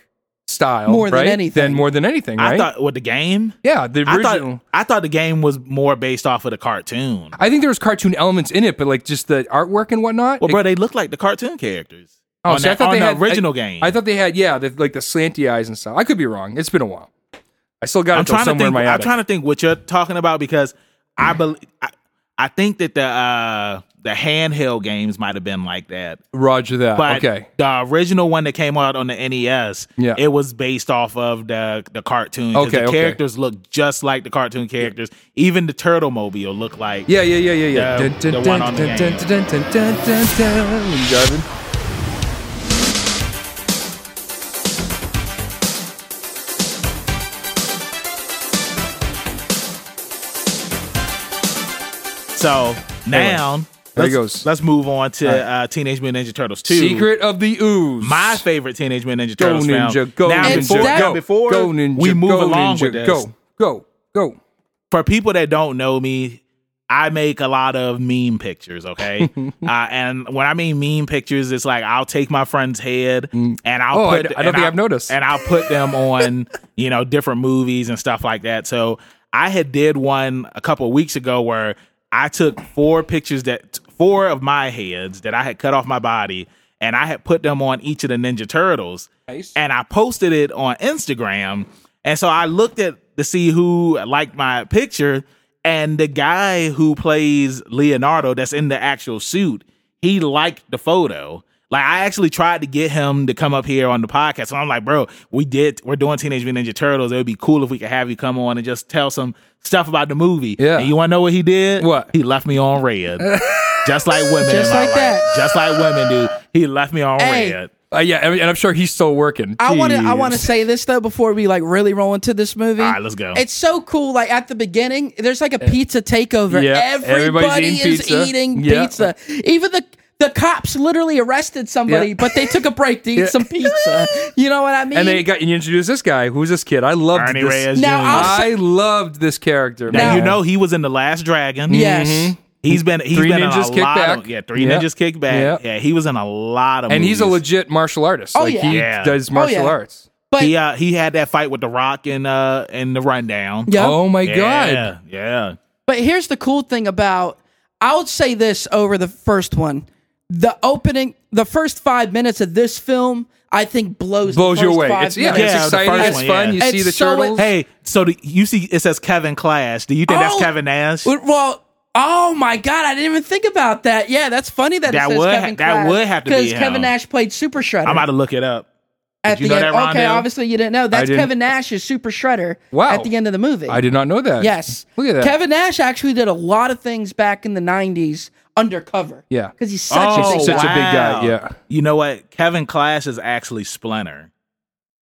[SPEAKER 3] style,
[SPEAKER 2] More than
[SPEAKER 3] right?
[SPEAKER 2] anything.
[SPEAKER 3] Than more than anything, right?
[SPEAKER 1] I thought with the game.
[SPEAKER 3] yeah, the
[SPEAKER 1] I
[SPEAKER 3] original.
[SPEAKER 1] thought I thought the game was more based off of the cartoon.
[SPEAKER 3] I think there was cartoon elements in it, but like just the artwork and whatnot.
[SPEAKER 1] Well,
[SPEAKER 3] it-
[SPEAKER 1] bro, they look like the cartoon characters.
[SPEAKER 3] oh,
[SPEAKER 1] on
[SPEAKER 3] see, I
[SPEAKER 1] that-
[SPEAKER 3] thought
[SPEAKER 1] on
[SPEAKER 3] they
[SPEAKER 1] the
[SPEAKER 3] had,
[SPEAKER 1] original
[SPEAKER 3] I,
[SPEAKER 1] game.
[SPEAKER 3] I thought they had yeah, the, like the slanty eyes and stuff. I could be wrong. It's been a while. I still got
[SPEAKER 1] I'm
[SPEAKER 3] it till
[SPEAKER 1] trying to
[SPEAKER 3] somewhere in
[SPEAKER 1] think.
[SPEAKER 3] my
[SPEAKER 1] I'm
[SPEAKER 3] attic.
[SPEAKER 1] trying to think what you're talking about because I believe I, I think that the uh, the handheld games might have been like that.
[SPEAKER 3] Roger that.
[SPEAKER 1] But
[SPEAKER 3] okay.
[SPEAKER 1] the original one that came out on the NES,
[SPEAKER 3] Yeah.
[SPEAKER 1] it was based off of the the cartoon. 'cause
[SPEAKER 3] Okay,
[SPEAKER 1] the
[SPEAKER 3] okay.
[SPEAKER 1] characters look just like the cartoon characters. Even the Turtle Mobile looked like
[SPEAKER 3] Yeah, yeah, yeah, yeah, yeah.
[SPEAKER 1] The-
[SPEAKER 3] Dun, dun,
[SPEAKER 1] the
[SPEAKER 3] dun,
[SPEAKER 1] one on the
[SPEAKER 3] dun,
[SPEAKER 1] game.
[SPEAKER 3] dun, dun, dun, dun, dun, dun. You driving?
[SPEAKER 1] So now
[SPEAKER 3] There
[SPEAKER 1] let's,
[SPEAKER 3] he goes.
[SPEAKER 1] let's move on to
[SPEAKER 3] All
[SPEAKER 1] uh, Teenage Mutant Ninja Turtles two.
[SPEAKER 3] Secret of the Ooze.
[SPEAKER 1] My favorite Teenage Mutant Ninja
[SPEAKER 3] go
[SPEAKER 1] Turtles
[SPEAKER 3] ninja,
[SPEAKER 1] film.
[SPEAKER 3] go
[SPEAKER 1] now
[SPEAKER 3] ninja,
[SPEAKER 1] before,
[SPEAKER 3] go,
[SPEAKER 1] now before
[SPEAKER 3] go ninja,
[SPEAKER 1] we move
[SPEAKER 3] go
[SPEAKER 1] along
[SPEAKER 3] ninja,
[SPEAKER 1] with this,
[SPEAKER 3] Go, go, go.
[SPEAKER 1] for people that don't know me, I make a lot of meme pictures, okay? uh, and when I mean meme pictures, it's like I'll take my friend's head and I'll
[SPEAKER 3] Oh, I
[SPEAKER 1] put
[SPEAKER 3] d- I
[SPEAKER 1] and
[SPEAKER 3] don't think
[SPEAKER 1] I'll-
[SPEAKER 3] I've noticed.
[SPEAKER 1] And I'll put them on, you know, different movies and stuff like that. So I had did one a couple of weeks ago where I took four pictures that four of my heads that I had cut off my body and I had put them on each of the Ninja Turtles
[SPEAKER 3] Nice.
[SPEAKER 1] and I posted it on Instagram. And so I looked at to see who liked my picture, and the guy who plays Leonardo, that's in the actual suit, he liked the photo. Like I actually tried to get him to come up here on the podcast, and I'm like, bro, we did, we're doing Teenage Mutant Ninja Turtles. It would be cool if we could have you come on and just tell some stuff about the movie.
[SPEAKER 3] Yeah.
[SPEAKER 1] And you want to know what he did?
[SPEAKER 3] What?
[SPEAKER 1] he left me on red, just like women.
[SPEAKER 2] Just
[SPEAKER 1] in my
[SPEAKER 2] like
[SPEAKER 1] life.
[SPEAKER 2] that.
[SPEAKER 1] Just like women, dude. He left me on
[SPEAKER 2] Hey,
[SPEAKER 1] red.
[SPEAKER 3] Uh, yeah, and and I'm sure he's still working.
[SPEAKER 2] I want to. I
[SPEAKER 3] Jeez.
[SPEAKER 2] want to say this though before we like really roll into this movie.
[SPEAKER 1] All right, let's go.
[SPEAKER 2] It's so cool. Like at the beginning, there's like a pizza takeover.
[SPEAKER 3] Yeah,
[SPEAKER 2] Everybody
[SPEAKER 3] everybody's eating
[SPEAKER 2] is
[SPEAKER 3] pizza.
[SPEAKER 2] eating
[SPEAKER 3] Yeah.
[SPEAKER 2] pizza. Even the the cops literally arrested somebody,
[SPEAKER 3] Yeah.
[SPEAKER 2] but they took a break to eat
[SPEAKER 3] Yeah.
[SPEAKER 2] some pizza. You know what I mean?
[SPEAKER 3] And they got you introduced this guy. Who's this kid? I loved
[SPEAKER 1] Ernie
[SPEAKER 3] this.
[SPEAKER 1] Reyes
[SPEAKER 2] Now,
[SPEAKER 1] Jr.
[SPEAKER 2] I'll-
[SPEAKER 3] I loved this character.
[SPEAKER 1] now
[SPEAKER 2] Now-
[SPEAKER 1] you know he was in the Last Dragon.
[SPEAKER 2] yes.
[SPEAKER 1] He's been he's
[SPEAKER 3] Mm-hmm. Three
[SPEAKER 1] been
[SPEAKER 3] Ninjas
[SPEAKER 1] in a lot
[SPEAKER 3] Kickback.
[SPEAKER 1] of yeah three
[SPEAKER 3] Yeah.
[SPEAKER 1] ninjas kickback yeah.
[SPEAKER 3] Yeah.
[SPEAKER 1] he was in a lot of
[SPEAKER 3] and
[SPEAKER 1] movies.
[SPEAKER 3] he's a legit martial artist.
[SPEAKER 2] Oh,
[SPEAKER 3] like
[SPEAKER 2] yeah.
[SPEAKER 3] he
[SPEAKER 1] Yeah.
[SPEAKER 3] does
[SPEAKER 2] Oh,
[SPEAKER 3] martial
[SPEAKER 2] yeah.
[SPEAKER 3] arts.
[SPEAKER 2] But
[SPEAKER 1] he uh, he had that fight with the Rock in uh in the rundown
[SPEAKER 2] yeah.
[SPEAKER 3] Oh my god.
[SPEAKER 1] yeah yeah
[SPEAKER 2] But here's the cool thing about I would say this over the first one. The opening the first five minutes of this film, I think blows the
[SPEAKER 3] Blows you
[SPEAKER 2] first
[SPEAKER 3] away.
[SPEAKER 2] five
[SPEAKER 3] It's yeah,
[SPEAKER 2] minutes.
[SPEAKER 1] Yeah, the
[SPEAKER 3] it's exciting,
[SPEAKER 1] first
[SPEAKER 3] it's
[SPEAKER 1] one,
[SPEAKER 3] fun.
[SPEAKER 1] yeah.
[SPEAKER 3] You see
[SPEAKER 2] It's
[SPEAKER 3] the
[SPEAKER 2] so-
[SPEAKER 3] turtles.
[SPEAKER 1] hey so do you see it says Kevin Clash do you think that's
[SPEAKER 2] Oh!
[SPEAKER 1] Kevin Nash
[SPEAKER 2] Well, oh my God, I didn't even think about that. Yeah, that's funny that,
[SPEAKER 1] That
[SPEAKER 2] it says
[SPEAKER 1] would-
[SPEAKER 2] Kevin
[SPEAKER 1] that would have to be
[SPEAKER 2] because
[SPEAKER 1] him.
[SPEAKER 2] Kevin Nash played Super Shredder.
[SPEAKER 1] I'm about to look it up
[SPEAKER 2] at
[SPEAKER 1] you
[SPEAKER 2] the
[SPEAKER 1] know
[SPEAKER 2] end.
[SPEAKER 1] that,
[SPEAKER 2] okay,
[SPEAKER 1] Rondell?
[SPEAKER 2] obviously you didn't know. That's
[SPEAKER 3] didn't.
[SPEAKER 2] Kevin Nash's Super Shredder.
[SPEAKER 3] Wow.
[SPEAKER 2] At the end of the movie.
[SPEAKER 3] I did not know that.
[SPEAKER 2] Yes.
[SPEAKER 3] Look at that.
[SPEAKER 2] Kevin Nash actually did a lot of things back in the '90s undercover.
[SPEAKER 3] Yeah.
[SPEAKER 2] Because he's such a
[SPEAKER 1] Oh,
[SPEAKER 2] big
[SPEAKER 3] Such
[SPEAKER 2] guy.
[SPEAKER 3] a big guy,
[SPEAKER 1] wow.
[SPEAKER 3] yeah.
[SPEAKER 1] you know what Kevin Clash is actually Splinter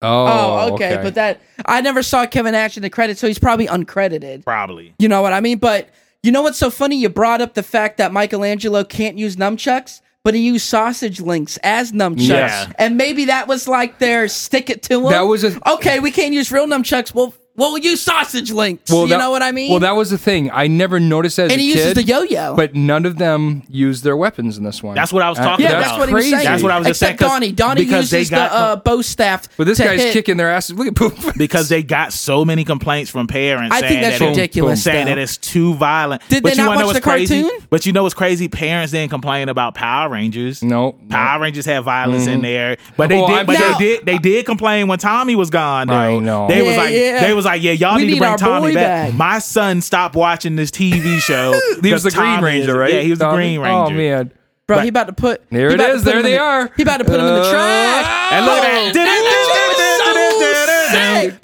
[SPEAKER 3] Oh,
[SPEAKER 2] Oh, okay. But that I never saw Kevin Nash in the credits, so he's probably uncredited.
[SPEAKER 1] probably
[SPEAKER 2] You know what I mean? But you know what's so funny? You brought up the fact that Michelangelo can't use nunchucks, but he used sausage links as nunchucks.
[SPEAKER 1] Yeah.
[SPEAKER 2] And maybe that was like their stick it to him.
[SPEAKER 3] That was a-
[SPEAKER 2] okay. We can't use real nunchucks. Well, we'll use sausage links. you
[SPEAKER 3] that-
[SPEAKER 2] know what I mean?
[SPEAKER 3] Well, that was the thing. I never noticed that as
[SPEAKER 2] and
[SPEAKER 3] a
[SPEAKER 2] he uses
[SPEAKER 3] kid,
[SPEAKER 2] the yo-yo.
[SPEAKER 3] But none of them used their weapons in this one. Uh,
[SPEAKER 1] That's what I was talking
[SPEAKER 2] yeah,
[SPEAKER 1] about.
[SPEAKER 2] that's, what he was
[SPEAKER 3] crazy.
[SPEAKER 2] saying.
[SPEAKER 1] That's what I was just
[SPEAKER 2] Except
[SPEAKER 1] saying, 'cause-
[SPEAKER 2] Donnie. Donnie
[SPEAKER 1] because
[SPEAKER 2] uses
[SPEAKER 1] they got-
[SPEAKER 2] the uh, bow staff.
[SPEAKER 3] But this
[SPEAKER 2] to
[SPEAKER 3] guy's
[SPEAKER 2] hit-
[SPEAKER 3] kicking their asses. Look at poop.
[SPEAKER 1] because they got so many complaints from parents.
[SPEAKER 2] I
[SPEAKER 1] saying
[SPEAKER 2] think that's
[SPEAKER 1] that it-
[SPEAKER 2] ridiculous.
[SPEAKER 1] saying that
[SPEAKER 2] though.
[SPEAKER 1] it's too violent.
[SPEAKER 2] Did
[SPEAKER 1] but
[SPEAKER 2] they
[SPEAKER 1] you
[SPEAKER 2] not
[SPEAKER 1] wanna know
[SPEAKER 2] watch
[SPEAKER 1] what's
[SPEAKER 2] the
[SPEAKER 1] crazy?
[SPEAKER 2] cartoon?
[SPEAKER 1] But you know what's crazy? Parents didn't complain about Power Rangers.
[SPEAKER 3] no.
[SPEAKER 1] Power Rangers had violence in there, but they
[SPEAKER 3] Oh,
[SPEAKER 1] did.
[SPEAKER 3] I
[SPEAKER 1] but
[SPEAKER 2] bet-
[SPEAKER 1] they did. They did complain when Tommy was gone. Though.
[SPEAKER 3] I know.
[SPEAKER 1] They was
[SPEAKER 2] Yeah,
[SPEAKER 1] like,
[SPEAKER 2] yeah.
[SPEAKER 1] they was like, yeah, y'all
[SPEAKER 2] We
[SPEAKER 1] need to
[SPEAKER 2] need
[SPEAKER 1] bring
[SPEAKER 2] our
[SPEAKER 1] Tommy
[SPEAKER 2] boy
[SPEAKER 1] back.
[SPEAKER 2] back.
[SPEAKER 1] My son stopped watching this TV show.
[SPEAKER 3] He was
[SPEAKER 1] because
[SPEAKER 3] the Green
[SPEAKER 1] Tommy is-
[SPEAKER 3] Ranger, right?
[SPEAKER 1] Yeah, he was the
[SPEAKER 3] Tommy?
[SPEAKER 1] Green Ranger.
[SPEAKER 3] Oh man.
[SPEAKER 2] Bro, he about to put.
[SPEAKER 3] There
[SPEAKER 2] he
[SPEAKER 3] it
[SPEAKER 2] about to
[SPEAKER 3] is.
[SPEAKER 2] put
[SPEAKER 3] There
[SPEAKER 2] him in
[SPEAKER 3] they
[SPEAKER 2] the-
[SPEAKER 3] are.
[SPEAKER 2] He about to put him in the
[SPEAKER 3] Uh,
[SPEAKER 2] trash.
[SPEAKER 1] And look
[SPEAKER 2] Oh,
[SPEAKER 1] at that.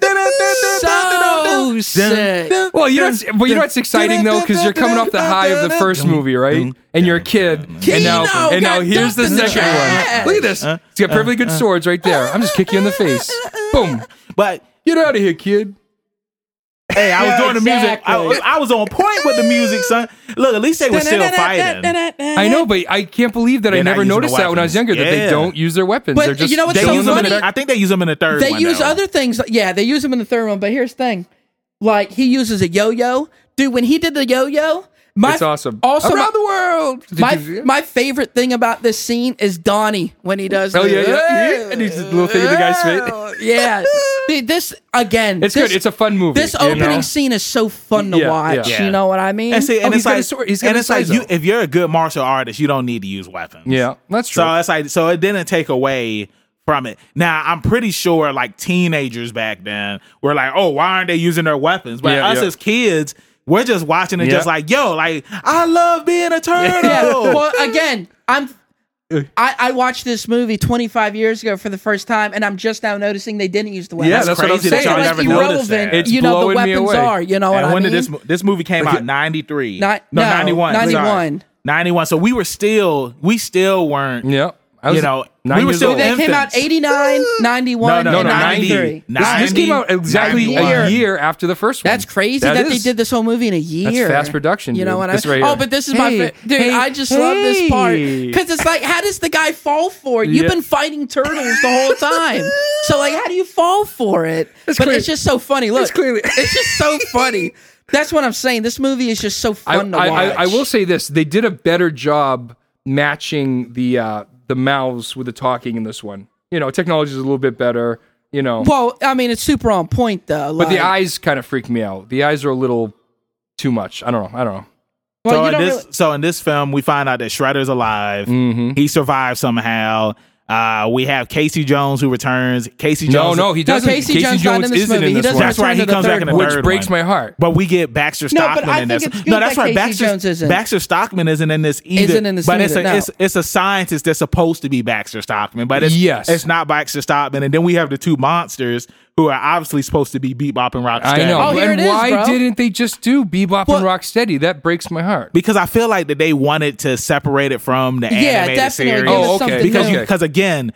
[SPEAKER 2] that dude was so sick, bro. So sick.
[SPEAKER 3] Well, you know, what's, but you know what's exciting though, because you're coming off the high of the first movie, right? And you're a kid, and now
[SPEAKER 2] Kino
[SPEAKER 3] and now
[SPEAKER 2] got
[SPEAKER 3] here's the
[SPEAKER 2] dumped in the
[SPEAKER 3] second one.
[SPEAKER 2] trash.
[SPEAKER 3] Look at this; it's got perfectly good swords right there. I'm just kicking you in the face. Boom!
[SPEAKER 1] But
[SPEAKER 3] Get out of here, kid.
[SPEAKER 1] hey, I was doing the music. I,
[SPEAKER 2] exactly.
[SPEAKER 1] was- I was on point with the music, son. Look, at least they were still fighting.
[SPEAKER 3] I know, but I can't believe that I
[SPEAKER 1] They're not
[SPEAKER 3] never
[SPEAKER 1] using their
[SPEAKER 3] noticed that when I
[SPEAKER 1] weapons.
[SPEAKER 3] was younger that they
[SPEAKER 1] Yeah.
[SPEAKER 3] don't use their weapons.
[SPEAKER 2] But
[SPEAKER 3] They're just
[SPEAKER 2] you know what's
[SPEAKER 1] They
[SPEAKER 2] So
[SPEAKER 1] use them in
[SPEAKER 2] funny.
[SPEAKER 1] the, I think they use them in the third.
[SPEAKER 2] They
[SPEAKER 1] one,
[SPEAKER 2] use
[SPEAKER 1] though.
[SPEAKER 2] other things. Yeah, they use him in the third one, but here's the thing. Like, he uses a yo yo. Dude, when he did the yo yo, my.
[SPEAKER 3] It's awesome.
[SPEAKER 2] Also, my,
[SPEAKER 3] around the world. Did
[SPEAKER 2] my,
[SPEAKER 3] you-
[SPEAKER 2] my favorite thing about this scene is Donnie when he does.
[SPEAKER 3] Oh,
[SPEAKER 2] the-
[SPEAKER 3] yeah, yeah. And he's just a little thing in the guy's face.
[SPEAKER 2] Yeah. Dude, this, again.
[SPEAKER 3] It's
[SPEAKER 2] this-
[SPEAKER 3] good. It's a fun movie.
[SPEAKER 2] This
[SPEAKER 3] you
[SPEAKER 2] opening
[SPEAKER 3] know?
[SPEAKER 2] scene is so fun to
[SPEAKER 3] Yeah,
[SPEAKER 2] watch.
[SPEAKER 1] yeah.
[SPEAKER 2] You know what I mean?
[SPEAKER 1] And see, and
[SPEAKER 3] he's
[SPEAKER 1] it's
[SPEAKER 3] got
[SPEAKER 1] like,
[SPEAKER 3] his sword- he's got
[SPEAKER 1] and
[SPEAKER 3] his
[SPEAKER 1] it's like,
[SPEAKER 3] size
[SPEAKER 1] you,
[SPEAKER 3] up.
[SPEAKER 1] if you're a good martial artist, you don't need to use weapons.
[SPEAKER 3] Yeah, that's true.
[SPEAKER 1] So it's like, so it didn't take away from it. Now I'm pretty sure like teenagers back then were like, oh, why aren't they using their weapons? But
[SPEAKER 3] Yeah,
[SPEAKER 1] us
[SPEAKER 3] yeah.
[SPEAKER 1] as kids, we're just watching it,
[SPEAKER 3] Yeah.
[SPEAKER 1] just like, yo, like I love being a turtle.
[SPEAKER 2] yeah. Well, again, I'm. I, I watched this movie 25 years ago for the first time, and I'm just now noticing they didn't use the weapons.
[SPEAKER 3] Yeah, that's what I'm
[SPEAKER 1] crazy that
[SPEAKER 3] saying.
[SPEAKER 1] y'all
[SPEAKER 2] Like,
[SPEAKER 1] never noticed
[SPEAKER 2] irrelevant.
[SPEAKER 1] that.
[SPEAKER 3] It's
[SPEAKER 2] you know the
[SPEAKER 3] blowing me
[SPEAKER 2] weapons
[SPEAKER 3] away.
[SPEAKER 2] are. You know what
[SPEAKER 1] and
[SPEAKER 2] I
[SPEAKER 1] when
[SPEAKER 2] mean?
[SPEAKER 1] did this mo- this movie came out? Ninety three.
[SPEAKER 2] Ni-
[SPEAKER 1] no,
[SPEAKER 2] no,
[SPEAKER 1] ninety one.
[SPEAKER 2] 91.
[SPEAKER 1] Ninety one. So we were still we still weren't.
[SPEAKER 3] yeah, I was,
[SPEAKER 1] You know,
[SPEAKER 3] nine
[SPEAKER 1] we were
[SPEAKER 3] years
[SPEAKER 1] still
[SPEAKER 3] old.
[SPEAKER 2] They came out
[SPEAKER 1] infants.
[SPEAKER 2] 89, 91,
[SPEAKER 1] No, no,
[SPEAKER 2] and
[SPEAKER 3] no,
[SPEAKER 2] 93.
[SPEAKER 1] 90.
[SPEAKER 3] This, this came out
[SPEAKER 1] 90,
[SPEAKER 3] exactly
[SPEAKER 1] 91.
[SPEAKER 3] a year after the first one.
[SPEAKER 2] That's crazy
[SPEAKER 3] That
[SPEAKER 2] that, they
[SPEAKER 3] is.
[SPEAKER 2] did this whole movie in a year.
[SPEAKER 3] fast production,
[SPEAKER 2] You
[SPEAKER 3] dude.
[SPEAKER 2] know what I
[SPEAKER 3] This
[SPEAKER 2] mean?
[SPEAKER 3] right
[SPEAKER 2] oh,
[SPEAKER 3] here.
[SPEAKER 2] but this is my
[SPEAKER 3] Hey,
[SPEAKER 2] favorite. Dude,
[SPEAKER 3] hey,
[SPEAKER 2] I just love this part.
[SPEAKER 3] hey.
[SPEAKER 2] Because it's like, how does the guy fall for it? You've
[SPEAKER 3] Yeah.
[SPEAKER 2] been fighting turtles the whole time. so, like, how do you fall for it? but
[SPEAKER 3] clear-
[SPEAKER 2] it's just so funny. Look, it's,
[SPEAKER 3] clearly-
[SPEAKER 2] just so funny. That's what I'm saying. This movie is just so
[SPEAKER 3] I,
[SPEAKER 2] fun
[SPEAKER 3] I-
[SPEAKER 2] to
[SPEAKER 3] I-
[SPEAKER 2] watch.
[SPEAKER 3] I will say this: they did a better job matching the uh, the mouths with the talking in this one. You know, technology is a little bit better. You know,
[SPEAKER 2] Well, I mean, it's super on point, though.
[SPEAKER 3] but the
[SPEAKER 2] like-
[SPEAKER 3] eyes kind of freak me out. The eyes are a little too much. I don't know. I don't know.
[SPEAKER 2] well,
[SPEAKER 1] so
[SPEAKER 2] you
[SPEAKER 1] in
[SPEAKER 2] don't
[SPEAKER 1] this
[SPEAKER 2] really-
[SPEAKER 1] so in this film, we find out that Shredder's alive.
[SPEAKER 3] Mm-hmm.
[SPEAKER 1] He survived somehow. Uh, we have Casey Jones who returns. Casey
[SPEAKER 3] No,
[SPEAKER 1] Jones.
[SPEAKER 3] no, he
[SPEAKER 2] No,
[SPEAKER 3] doesn't.
[SPEAKER 2] Casey Jones not in this
[SPEAKER 3] isn't
[SPEAKER 2] movie.
[SPEAKER 3] in
[SPEAKER 2] He
[SPEAKER 3] this
[SPEAKER 2] doesn't
[SPEAKER 3] one.
[SPEAKER 1] That's right. He
[SPEAKER 2] return to the
[SPEAKER 1] comes back
[SPEAKER 2] third
[SPEAKER 1] in the
[SPEAKER 2] one.
[SPEAKER 1] third
[SPEAKER 3] Which breaks
[SPEAKER 1] one.
[SPEAKER 3] my heart.
[SPEAKER 1] But we get Baxter
[SPEAKER 2] No, but
[SPEAKER 1] Stockman
[SPEAKER 2] I
[SPEAKER 1] in
[SPEAKER 2] think
[SPEAKER 1] this.
[SPEAKER 2] it's good
[SPEAKER 1] no, that's
[SPEAKER 2] that
[SPEAKER 1] right.
[SPEAKER 2] Casey
[SPEAKER 1] Baxter
[SPEAKER 2] Jones isn't.
[SPEAKER 1] Baxter Stockman isn't in this either.
[SPEAKER 2] Isn't in this
[SPEAKER 1] but it's a
[SPEAKER 2] either, no.
[SPEAKER 1] it's, it's a scientist that's supposed to be Baxter Stockman, but it's
[SPEAKER 3] Yes.
[SPEAKER 1] it's not Baxter Stockman. And then we have the two monsters who are obviously supposed to be Bebop and Rocksteady.
[SPEAKER 3] I know.
[SPEAKER 2] Oh, here
[SPEAKER 3] and
[SPEAKER 2] it is,
[SPEAKER 3] why
[SPEAKER 2] bro.
[SPEAKER 3] didn't they just do Bebop
[SPEAKER 2] Well-
[SPEAKER 3] and Rocksteady? That breaks my heart.
[SPEAKER 1] because I feel like that they wanted to separate it from the animated
[SPEAKER 2] definitely.
[SPEAKER 1] series.
[SPEAKER 2] Give us
[SPEAKER 3] Oh, okay.
[SPEAKER 2] something
[SPEAKER 1] because
[SPEAKER 2] new.
[SPEAKER 1] you because again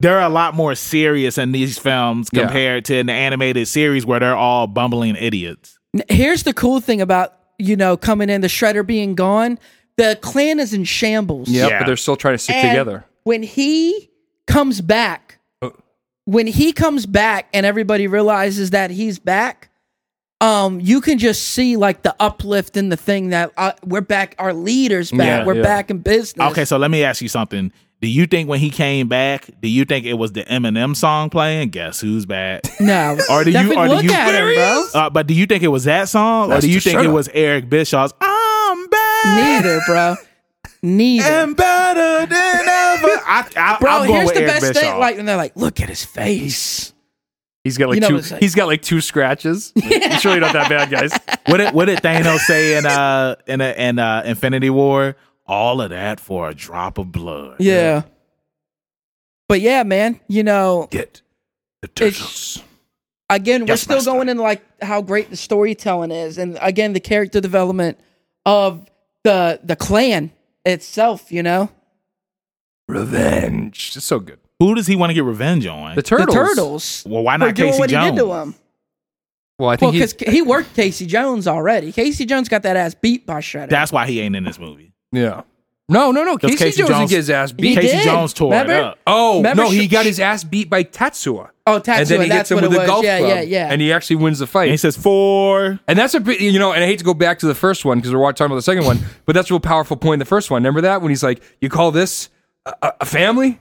[SPEAKER 1] they're a lot more serious in these films
[SPEAKER 3] Yeah.
[SPEAKER 1] compared to in the animated series where they're all bumbling idiots.
[SPEAKER 2] N- Here's the cool thing about you know coming in the shredder being gone. the clan is in shambles.
[SPEAKER 3] Yep,
[SPEAKER 1] Yeah.
[SPEAKER 3] but they're still trying to stick
[SPEAKER 2] And
[SPEAKER 3] together.
[SPEAKER 2] When he comes back,
[SPEAKER 1] Oh.
[SPEAKER 2] when he comes back and everybody realizes that he's back, um, you can just see like the uplift in the thing that uh, we're back, our leaders back,
[SPEAKER 3] Yeah,
[SPEAKER 2] we're
[SPEAKER 3] yeah.
[SPEAKER 2] back in business.
[SPEAKER 1] Okay, so let me ask you something. Do you think when he came back, do you think it was the Eminem song playing? Guess who's back?
[SPEAKER 2] no,
[SPEAKER 1] Or do you-
[SPEAKER 2] Stefan,
[SPEAKER 1] or do
[SPEAKER 2] look
[SPEAKER 1] you-
[SPEAKER 2] at
[SPEAKER 1] There
[SPEAKER 2] him,
[SPEAKER 1] he
[SPEAKER 2] bro.
[SPEAKER 1] Uh, but do you think it was that song, or
[SPEAKER 3] That's
[SPEAKER 1] do you
[SPEAKER 3] just
[SPEAKER 1] think
[SPEAKER 3] shut
[SPEAKER 1] it
[SPEAKER 3] up.
[SPEAKER 1] was Eric Bischoff's "I'm back
[SPEAKER 2] Neither, bro. Neither.
[SPEAKER 1] and better than ever"? I, I,
[SPEAKER 2] Bro,
[SPEAKER 1] I'm going
[SPEAKER 2] here's
[SPEAKER 1] with
[SPEAKER 2] the
[SPEAKER 1] Eric
[SPEAKER 2] best
[SPEAKER 1] Bischoff.
[SPEAKER 2] thing. Like, and they're like, look at his face.
[SPEAKER 4] He's got like
[SPEAKER 2] You know
[SPEAKER 4] two.
[SPEAKER 2] what I'm saying.
[SPEAKER 4] he's got like two scratches. He's surely not that bad, guys.
[SPEAKER 1] what did what did Thanos say in uh in a, in uh, Infinity War? All of that for a drop of blood.
[SPEAKER 2] Yeah. But yeah, man, you know,
[SPEAKER 1] Get the
[SPEAKER 2] It's-
[SPEAKER 1] tissues.
[SPEAKER 2] again,
[SPEAKER 1] Yes,
[SPEAKER 2] we're
[SPEAKER 1] master.
[SPEAKER 2] still going in like how great the storytelling is, and again, the character development of the the clan itself. You know,
[SPEAKER 3] Revenge. It's so good.
[SPEAKER 1] Who does he want to get revenge on?
[SPEAKER 3] The turtles.
[SPEAKER 2] the turtles.
[SPEAKER 1] well, why
[SPEAKER 2] for
[SPEAKER 1] not
[SPEAKER 2] doing
[SPEAKER 1] Casey
[SPEAKER 2] what
[SPEAKER 1] Jones?
[SPEAKER 2] he did to him.
[SPEAKER 3] Well,
[SPEAKER 2] Well,
[SPEAKER 3] I think he,
[SPEAKER 2] because he worked Casey Jones already. Casey Jones got that ass beat by Shredder.
[SPEAKER 1] That's why he ain't in this movie.
[SPEAKER 3] yeah. No, no, no. Casey,
[SPEAKER 1] Casey
[SPEAKER 3] Jones didn't
[SPEAKER 1] Jones-
[SPEAKER 3] get his ass beat.
[SPEAKER 2] He
[SPEAKER 1] Casey
[SPEAKER 2] did.
[SPEAKER 1] Jones tore it
[SPEAKER 2] Remember?
[SPEAKER 1] up.
[SPEAKER 3] Oh
[SPEAKER 2] Remember
[SPEAKER 3] no, he
[SPEAKER 2] Sh-
[SPEAKER 3] got his ass beat by Tatsuya.
[SPEAKER 2] oh, Tatsuya.
[SPEAKER 3] and then he
[SPEAKER 2] that's
[SPEAKER 3] hits him
[SPEAKER 2] what
[SPEAKER 3] with
[SPEAKER 2] it
[SPEAKER 3] a
[SPEAKER 2] was.
[SPEAKER 3] golf
[SPEAKER 2] yeah,
[SPEAKER 3] club,
[SPEAKER 2] yeah, yeah.
[SPEAKER 3] and he actually wins the
[SPEAKER 1] And he
[SPEAKER 3] fight.
[SPEAKER 1] says four.
[SPEAKER 3] And that's a bit, you know, and I hate to go back to the first one because we're talking about the second one, but that's a real powerful point. in The first one, remember that when he's like, "You call this a, a- a family?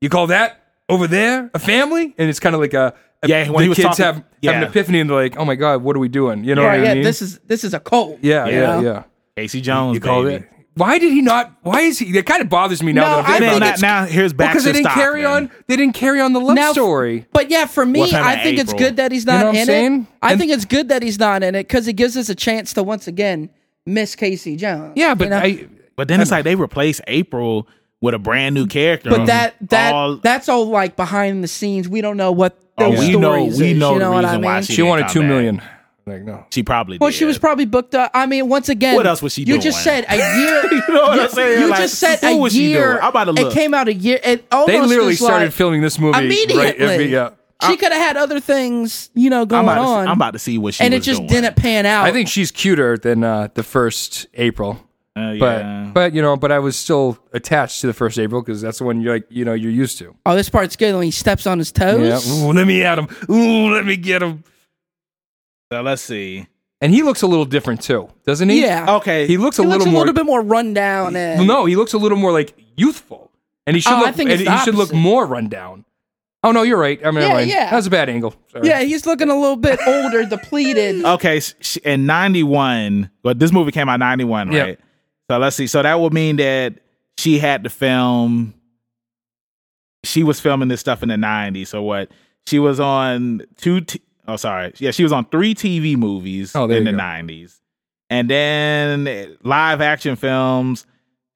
[SPEAKER 3] You call that over there a family?" And it's kind of like a, a-
[SPEAKER 1] Yeah, when
[SPEAKER 3] the
[SPEAKER 1] he was
[SPEAKER 3] kids
[SPEAKER 1] talking-
[SPEAKER 3] have, have
[SPEAKER 1] yeah.
[SPEAKER 3] an epiphany and they're like, "Oh my god, what are we doing?" You know
[SPEAKER 2] yeah,
[SPEAKER 3] what
[SPEAKER 2] yeah,
[SPEAKER 3] I mean?
[SPEAKER 2] This is this is a cult.
[SPEAKER 3] yeah, yeah,
[SPEAKER 2] you know?
[SPEAKER 3] yeah.
[SPEAKER 1] Casey Jones.
[SPEAKER 3] You call
[SPEAKER 1] baby.
[SPEAKER 3] it. Why did he not? Why is he? That kind of bothers me now
[SPEAKER 2] No,
[SPEAKER 3] that I'm
[SPEAKER 2] I
[SPEAKER 1] And then
[SPEAKER 3] thinking
[SPEAKER 2] think
[SPEAKER 3] about
[SPEAKER 1] not,
[SPEAKER 3] it.
[SPEAKER 1] now here's back
[SPEAKER 3] Because
[SPEAKER 1] to
[SPEAKER 3] they didn't carry
[SPEAKER 1] Stockman.
[SPEAKER 3] on. They didn't carry on the love
[SPEAKER 2] Now-
[SPEAKER 3] story.
[SPEAKER 2] But yeah, for me,
[SPEAKER 1] What kind of
[SPEAKER 2] I think it's
[SPEAKER 1] April?
[SPEAKER 2] good that he's
[SPEAKER 3] know
[SPEAKER 2] not
[SPEAKER 3] what I'm
[SPEAKER 2] in
[SPEAKER 3] saying?
[SPEAKER 2] it. I
[SPEAKER 3] And-
[SPEAKER 2] think it's good that he's not in it because it gives us a chance to once again miss Casey Jones.
[SPEAKER 3] Yeah, but
[SPEAKER 2] you know?
[SPEAKER 3] I.
[SPEAKER 1] But then it's like they replace April with a brand new character.
[SPEAKER 2] but that that
[SPEAKER 1] Um, All-
[SPEAKER 2] that's all like behind the scenes. We don't know what
[SPEAKER 1] Oh,
[SPEAKER 2] their
[SPEAKER 1] we
[SPEAKER 2] stories
[SPEAKER 1] know- we
[SPEAKER 2] is.
[SPEAKER 1] know
[SPEAKER 2] you
[SPEAKER 1] the
[SPEAKER 2] know what I
[SPEAKER 1] reason
[SPEAKER 2] mean?
[SPEAKER 1] why
[SPEAKER 3] She
[SPEAKER 1] didn't
[SPEAKER 3] wanted
[SPEAKER 1] come
[SPEAKER 3] two
[SPEAKER 1] back.
[SPEAKER 3] million. Like no.
[SPEAKER 1] she probably.
[SPEAKER 2] well,
[SPEAKER 1] did.
[SPEAKER 2] she was probably booked up. I mean, once again,
[SPEAKER 1] What else was she
[SPEAKER 2] You
[SPEAKER 1] doing?
[SPEAKER 2] just said a year.
[SPEAKER 1] You know what
[SPEAKER 2] you,
[SPEAKER 1] I'm saying?
[SPEAKER 2] you
[SPEAKER 1] Like,
[SPEAKER 2] just said
[SPEAKER 1] what
[SPEAKER 2] a
[SPEAKER 1] was she doing?
[SPEAKER 2] year.
[SPEAKER 1] I'm about to
[SPEAKER 2] It
[SPEAKER 1] look.
[SPEAKER 2] came out a year. It almost
[SPEAKER 3] They literally
[SPEAKER 2] was
[SPEAKER 3] started
[SPEAKER 2] like,
[SPEAKER 3] filming this movie
[SPEAKER 2] immediately.
[SPEAKER 3] Right, every- yeah.
[SPEAKER 2] She could have had other things, you know,
[SPEAKER 1] I'm
[SPEAKER 2] going
[SPEAKER 1] about, to,
[SPEAKER 2] on,
[SPEAKER 1] I'm about to see what she
[SPEAKER 2] and it
[SPEAKER 1] was
[SPEAKER 2] just
[SPEAKER 1] doing.
[SPEAKER 2] didn't pan out.
[SPEAKER 3] I think she's cuter than uh, the first April.
[SPEAKER 1] Uh,
[SPEAKER 3] But
[SPEAKER 1] yeah.
[SPEAKER 3] but you know, but I was still attached to the first April because that's the one you're like you know you're used to.
[SPEAKER 2] Oh, this part's good when he steps on his toes.
[SPEAKER 3] Ooh, let me at him. Ooh, let me get him.
[SPEAKER 1] So let's see.
[SPEAKER 3] And he looks a little different too, doesn't he?
[SPEAKER 2] Yeah.
[SPEAKER 1] Okay.
[SPEAKER 3] He looks
[SPEAKER 2] He
[SPEAKER 3] a
[SPEAKER 2] looks
[SPEAKER 3] little
[SPEAKER 2] a
[SPEAKER 3] more.
[SPEAKER 2] little bit more run down. And,
[SPEAKER 3] no, he looks a little more like youthful, and he should
[SPEAKER 2] Oh, I
[SPEAKER 3] look.
[SPEAKER 2] think
[SPEAKER 3] and
[SPEAKER 2] it's the
[SPEAKER 3] he should look
[SPEAKER 2] opposite.
[SPEAKER 3] more run down. Oh no, you're right. I
[SPEAKER 2] Yeah,
[SPEAKER 3] mean, never mind.
[SPEAKER 2] yeah.
[SPEAKER 3] that was a bad angle. Sorry.
[SPEAKER 2] Yeah, he's looking a little bit older, depleted.
[SPEAKER 3] Uh,
[SPEAKER 1] okay. s- sh- In '91, but this movie came out '91,
[SPEAKER 3] Yeah.
[SPEAKER 1] right? So let's see. So that would mean that she had to film. She was filming this stuff in the '90s. So what? She was on two. T- oh, sorry. Yeah, she was on three TV movies
[SPEAKER 3] Oh, there
[SPEAKER 1] in the
[SPEAKER 3] you go.
[SPEAKER 1] '90s, and then eh, live action films.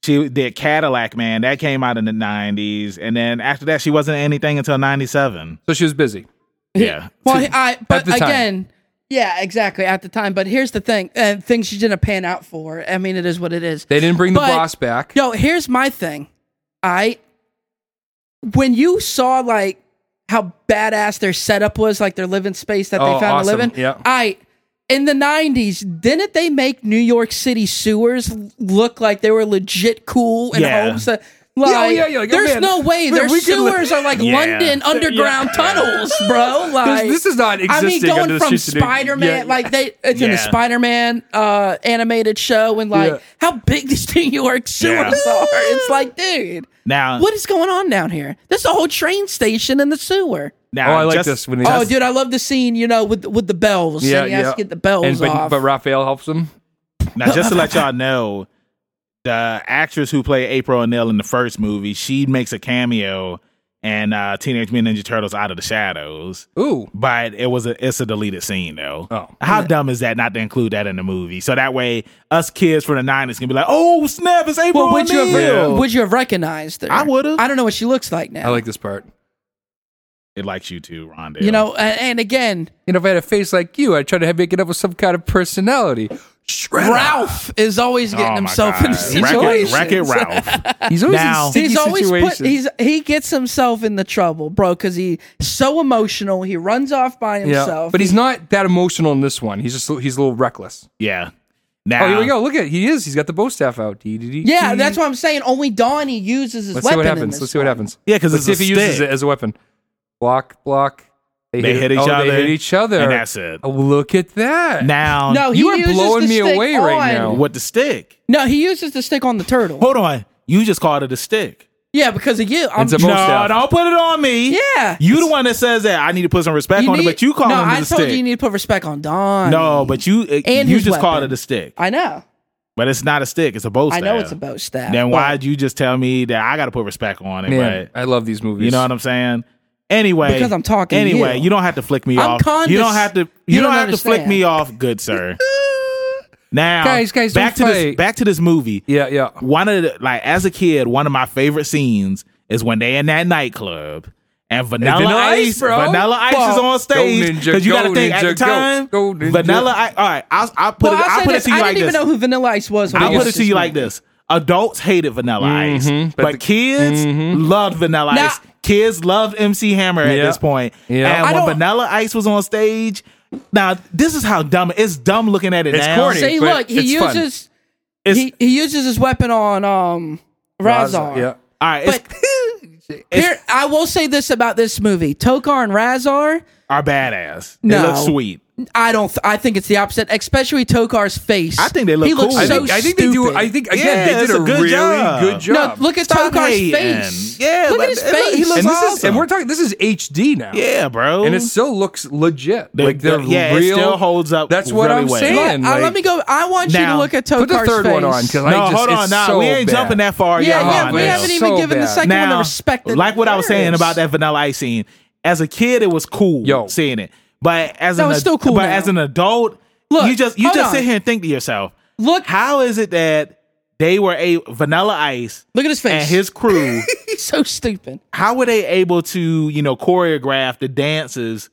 [SPEAKER 1] She did Cadillac Man. That came out in the '90s, and then after that, she wasn't in anything until '97.
[SPEAKER 3] So she was busy.
[SPEAKER 1] Yeah.
[SPEAKER 2] well, he- I, but
[SPEAKER 3] the time.
[SPEAKER 2] again, yeah, exactly at the time. But here's the thing, and things she didn't pan out for. I mean, it is what it is.
[SPEAKER 3] They didn't bring the
[SPEAKER 2] But-
[SPEAKER 3] boss back.
[SPEAKER 2] Yo, here's my thing. I when you saw like how badass their setup was, like their living space that
[SPEAKER 3] Oh,
[SPEAKER 2] they found to
[SPEAKER 3] awesome.
[SPEAKER 2] live in.
[SPEAKER 3] Yeah.
[SPEAKER 2] I in the nineties, didn't they make New York City sewers look like they were legit cool and
[SPEAKER 1] Yeah.
[SPEAKER 2] homes that like,
[SPEAKER 3] yeah, yeah, like, oh,
[SPEAKER 2] there's
[SPEAKER 3] man,
[SPEAKER 2] no way
[SPEAKER 3] man,
[SPEAKER 2] their
[SPEAKER 3] we could li-
[SPEAKER 2] sewers are like
[SPEAKER 1] Yeah.
[SPEAKER 2] London underground tunnels, bro. Like
[SPEAKER 3] this is not
[SPEAKER 2] I mean,
[SPEAKER 3] existing
[SPEAKER 2] going
[SPEAKER 3] under the
[SPEAKER 2] from
[SPEAKER 3] streets of New-
[SPEAKER 2] Spider-Man,
[SPEAKER 3] Yeah, yeah.
[SPEAKER 2] like they, it's in
[SPEAKER 1] Yeah.
[SPEAKER 2] the Spider-Man uh, animated show, and like
[SPEAKER 3] Yeah.
[SPEAKER 2] how big these New York sewers
[SPEAKER 1] Yeah.
[SPEAKER 2] are. It's like, dude,
[SPEAKER 1] Now,
[SPEAKER 2] what is going on down here? There's a whole train station in the sewer.
[SPEAKER 1] now
[SPEAKER 3] oh, I like
[SPEAKER 1] just-
[SPEAKER 3] this when they
[SPEAKER 2] Oh, dude, I love the scene, you know, with with the bells. Yeah, and he has to get the bells
[SPEAKER 3] And- but,
[SPEAKER 2] off.
[SPEAKER 3] But Raphael helps him.
[SPEAKER 1] Now, just to let y'all know, the actress who played April O'Neil in the first movie, she makes a cameo in uh, Teenage Mutant Ninja Turtles: Out of the Shadows,
[SPEAKER 3] Ooh.
[SPEAKER 1] but it was a it's a deleted scene though.
[SPEAKER 3] Oh.
[SPEAKER 1] How dumb is that not to include that in the movie? So that way, us kids from the nineties can be like, "Oh snap, it's April
[SPEAKER 2] well, would you have
[SPEAKER 1] O'Neil."
[SPEAKER 2] would you have recognized her?
[SPEAKER 1] I would've.
[SPEAKER 2] I don't know what she looks like now.
[SPEAKER 3] I like this part.
[SPEAKER 1] It likes you too, Rondell.
[SPEAKER 2] you know, a- and again,
[SPEAKER 3] You know, if I had a face like you, I'd try to have, make it up with some kind of personality. Shredder.
[SPEAKER 2] Ralph is always getting
[SPEAKER 1] Oh, my
[SPEAKER 2] himself
[SPEAKER 1] God.
[SPEAKER 2] into
[SPEAKER 1] Wreck-It-
[SPEAKER 2] situations.
[SPEAKER 1] Wreck-It Ralph.
[SPEAKER 3] He's always
[SPEAKER 1] Now-
[SPEAKER 3] in sticky
[SPEAKER 2] he's always
[SPEAKER 3] situations.
[SPEAKER 2] put he's he gets himself in the trouble, bro, because he's so emotional. He runs off by
[SPEAKER 3] yeah.
[SPEAKER 2] himself.
[SPEAKER 3] But he's not that emotional in this one. He's just he's a little reckless.
[SPEAKER 1] Yeah. Now,
[SPEAKER 3] Oh, here we go. Look at he is. He's got the bow staff out. Yeah,
[SPEAKER 2] Yeah, that's what I'm saying. Only Donnie uses his
[SPEAKER 3] Let's see
[SPEAKER 2] weapon.
[SPEAKER 3] what
[SPEAKER 2] in
[SPEAKER 3] happens.
[SPEAKER 2] this
[SPEAKER 3] Let's see what
[SPEAKER 2] one.
[SPEAKER 3] happens.
[SPEAKER 1] Yeah, because
[SPEAKER 3] Let's
[SPEAKER 1] it's
[SPEAKER 3] see
[SPEAKER 1] a
[SPEAKER 3] if he uses
[SPEAKER 1] stick.
[SPEAKER 3] it as a weapon. Block, block.
[SPEAKER 1] They hit each
[SPEAKER 3] oh,
[SPEAKER 1] other,
[SPEAKER 3] They hit each other.
[SPEAKER 1] and that's it.
[SPEAKER 3] Oh, look at that.
[SPEAKER 1] Now,
[SPEAKER 2] No, he
[SPEAKER 3] You are
[SPEAKER 2] uses
[SPEAKER 3] blowing
[SPEAKER 2] the
[SPEAKER 3] me
[SPEAKER 2] stick
[SPEAKER 3] away right
[SPEAKER 2] on-
[SPEAKER 3] now.
[SPEAKER 1] with the stick.
[SPEAKER 2] No, he uses the stick on the turtle.
[SPEAKER 1] Hold on. You just called it a stick.
[SPEAKER 2] Yeah, because of you. I'm,
[SPEAKER 3] It's a
[SPEAKER 1] No,
[SPEAKER 3] Most stuff.
[SPEAKER 1] don't put it on me.
[SPEAKER 2] Yeah.
[SPEAKER 1] You the one that says that. I need to put some respect on
[SPEAKER 2] need-
[SPEAKER 1] it, but you call
[SPEAKER 2] no,
[SPEAKER 1] him
[SPEAKER 2] I
[SPEAKER 1] the
[SPEAKER 2] told
[SPEAKER 1] stick.
[SPEAKER 2] you you need to put respect on Don.
[SPEAKER 1] no, but you it-
[SPEAKER 2] And
[SPEAKER 1] you
[SPEAKER 2] his
[SPEAKER 1] just called it
[SPEAKER 2] weapon.
[SPEAKER 1] a stick.
[SPEAKER 2] I know.
[SPEAKER 1] But it's not a stick. It's a bow
[SPEAKER 2] I
[SPEAKER 1] staff.
[SPEAKER 2] know it's a bow staff.
[SPEAKER 1] Then
[SPEAKER 2] but-
[SPEAKER 1] why'd you just tell me that I got to put respect on it?
[SPEAKER 3] Man,
[SPEAKER 1] but-
[SPEAKER 3] I love these movies.
[SPEAKER 1] You know what I'm saying? Anyway,
[SPEAKER 2] Because I'm talking to
[SPEAKER 1] Anyway,
[SPEAKER 2] you.
[SPEAKER 1] you. don't have to flick me
[SPEAKER 2] I'm
[SPEAKER 1] off. you
[SPEAKER 2] condesc-
[SPEAKER 1] don't have to. You,
[SPEAKER 2] You
[SPEAKER 1] don't,
[SPEAKER 2] don't
[SPEAKER 1] have to flick
[SPEAKER 2] understand.
[SPEAKER 1] me off, good sir. now,
[SPEAKER 3] Guys, guys,
[SPEAKER 1] back to
[SPEAKER 3] don't
[SPEAKER 1] this.
[SPEAKER 3] fight.
[SPEAKER 1] Back to this movie.
[SPEAKER 3] Yeah, yeah.
[SPEAKER 1] One of the like as a kid, one of my favorite scenes is when they in that nightclub and Vanilla,
[SPEAKER 3] Vanilla
[SPEAKER 1] Ice,
[SPEAKER 3] Ice, bro.
[SPEAKER 1] Vanilla Ice is
[SPEAKER 3] Fuck.
[SPEAKER 1] on stage
[SPEAKER 3] Go, ninja,
[SPEAKER 1] because you got to
[SPEAKER 3] go,
[SPEAKER 1] think at the
[SPEAKER 3] ninja, go.
[SPEAKER 1] time.
[SPEAKER 3] Go, ninja.
[SPEAKER 1] Vanilla Ice. All right, I'll, I'll put
[SPEAKER 2] Well,
[SPEAKER 1] it.
[SPEAKER 2] I'll,
[SPEAKER 1] I'll
[SPEAKER 2] say
[SPEAKER 1] put it
[SPEAKER 2] this.
[SPEAKER 1] to you
[SPEAKER 2] I
[SPEAKER 1] like
[SPEAKER 2] didn't
[SPEAKER 1] this.
[SPEAKER 2] even know who Vanilla Ice was. when
[SPEAKER 1] I'll
[SPEAKER 2] I
[SPEAKER 1] put it
[SPEAKER 2] was
[SPEAKER 1] to you like
[SPEAKER 2] movie.
[SPEAKER 1] this. Adults hated Vanilla Ice,
[SPEAKER 3] Mhm,
[SPEAKER 1] but,
[SPEAKER 3] but the- Mm-hmm.
[SPEAKER 1] kids loved Vanilla
[SPEAKER 2] Now-
[SPEAKER 1] Ice. Kids loved MC Hammer at
[SPEAKER 3] Yeah.
[SPEAKER 1] this point.
[SPEAKER 3] Yeah.
[SPEAKER 1] And
[SPEAKER 2] I
[SPEAKER 1] when
[SPEAKER 2] don't-
[SPEAKER 1] Vanilla Ice was on stage, now this is how dumb it's dumb looking at it
[SPEAKER 3] It's
[SPEAKER 1] now.
[SPEAKER 3] corny.
[SPEAKER 2] See,
[SPEAKER 3] but
[SPEAKER 2] look, he
[SPEAKER 3] it's fun.
[SPEAKER 2] uses
[SPEAKER 1] It's-
[SPEAKER 2] he, he uses his weapon on um Razar.
[SPEAKER 3] Yeah.
[SPEAKER 1] All right, it's, it's-
[SPEAKER 2] Here, I will say this about this movie: Tokar and Razar.
[SPEAKER 1] are badass. They
[SPEAKER 2] No.
[SPEAKER 1] look sweet.
[SPEAKER 2] I don't. Th- I think it's the opposite, especially Tokar's face.
[SPEAKER 1] I think they look
[SPEAKER 2] he looks
[SPEAKER 1] cool.
[SPEAKER 3] I
[SPEAKER 2] so
[SPEAKER 3] think, I think they do.
[SPEAKER 2] stupid.
[SPEAKER 3] I think again
[SPEAKER 1] Yeah, it's
[SPEAKER 3] they did
[SPEAKER 1] a
[SPEAKER 3] a,
[SPEAKER 1] good
[SPEAKER 3] really
[SPEAKER 1] job.
[SPEAKER 3] good
[SPEAKER 2] no,
[SPEAKER 3] job.
[SPEAKER 2] look at
[SPEAKER 1] Stop
[SPEAKER 2] Tokar's
[SPEAKER 1] hating.
[SPEAKER 2] face.
[SPEAKER 1] Yeah,
[SPEAKER 2] look
[SPEAKER 1] but
[SPEAKER 2] at his
[SPEAKER 1] it look-
[SPEAKER 2] face.
[SPEAKER 1] he looks
[SPEAKER 3] and this is
[SPEAKER 1] awesome.
[SPEAKER 3] and we're talking. This is HD now.
[SPEAKER 1] Yeah, bro.
[SPEAKER 3] and it still looks legit.
[SPEAKER 1] The-
[SPEAKER 3] like they're
[SPEAKER 1] the- yeah, it
[SPEAKER 3] real.
[SPEAKER 1] still holds up
[SPEAKER 3] That's what
[SPEAKER 1] really
[SPEAKER 3] I'm
[SPEAKER 1] well.
[SPEAKER 3] saying.
[SPEAKER 2] Uh,
[SPEAKER 3] like,
[SPEAKER 2] let me go. I want you
[SPEAKER 1] Now,
[SPEAKER 2] to look at Tokar's
[SPEAKER 3] put the third
[SPEAKER 2] face.
[SPEAKER 3] one on because
[SPEAKER 1] no, hold on, nah, we ain't jumping that far.
[SPEAKER 2] yeah,
[SPEAKER 1] y'all.
[SPEAKER 2] yeah,
[SPEAKER 1] Come
[SPEAKER 2] we
[SPEAKER 1] on now.
[SPEAKER 2] haven't even
[SPEAKER 3] So
[SPEAKER 2] given the
[SPEAKER 3] bad.
[SPEAKER 2] second one the respect. that
[SPEAKER 1] Like what I was saying
[SPEAKER 2] deserves.
[SPEAKER 1] about that Vanilla Ice scene. As a kid, it was cool
[SPEAKER 3] Yo.
[SPEAKER 1] seeing it, but as
[SPEAKER 2] No,
[SPEAKER 1] an
[SPEAKER 2] it's
[SPEAKER 1] ad-
[SPEAKER 2] still cool
[SPEAKER 1] But
[SPEAKER 2] now.
[SPEAKER 1] as an adult,
[SPEAKER 2] Look,
[SPEAKER 1] you just you
[SPEAKER 2] hold
[SPEAKER 1] just
[SPEAKER 2] on.
[SPEAKER 1] sit here and think to yourself,
[SPEAKER 2] Look,
[SPEAKER 1] how is it that they were a Vanilla Ice
[SPEAKER 2] look at his face.
[SPEAKER 1] and his crew?
[SPEAKER 2] He's so stupid.
[SPEAKER 1] how were they able to you know choreograph the dances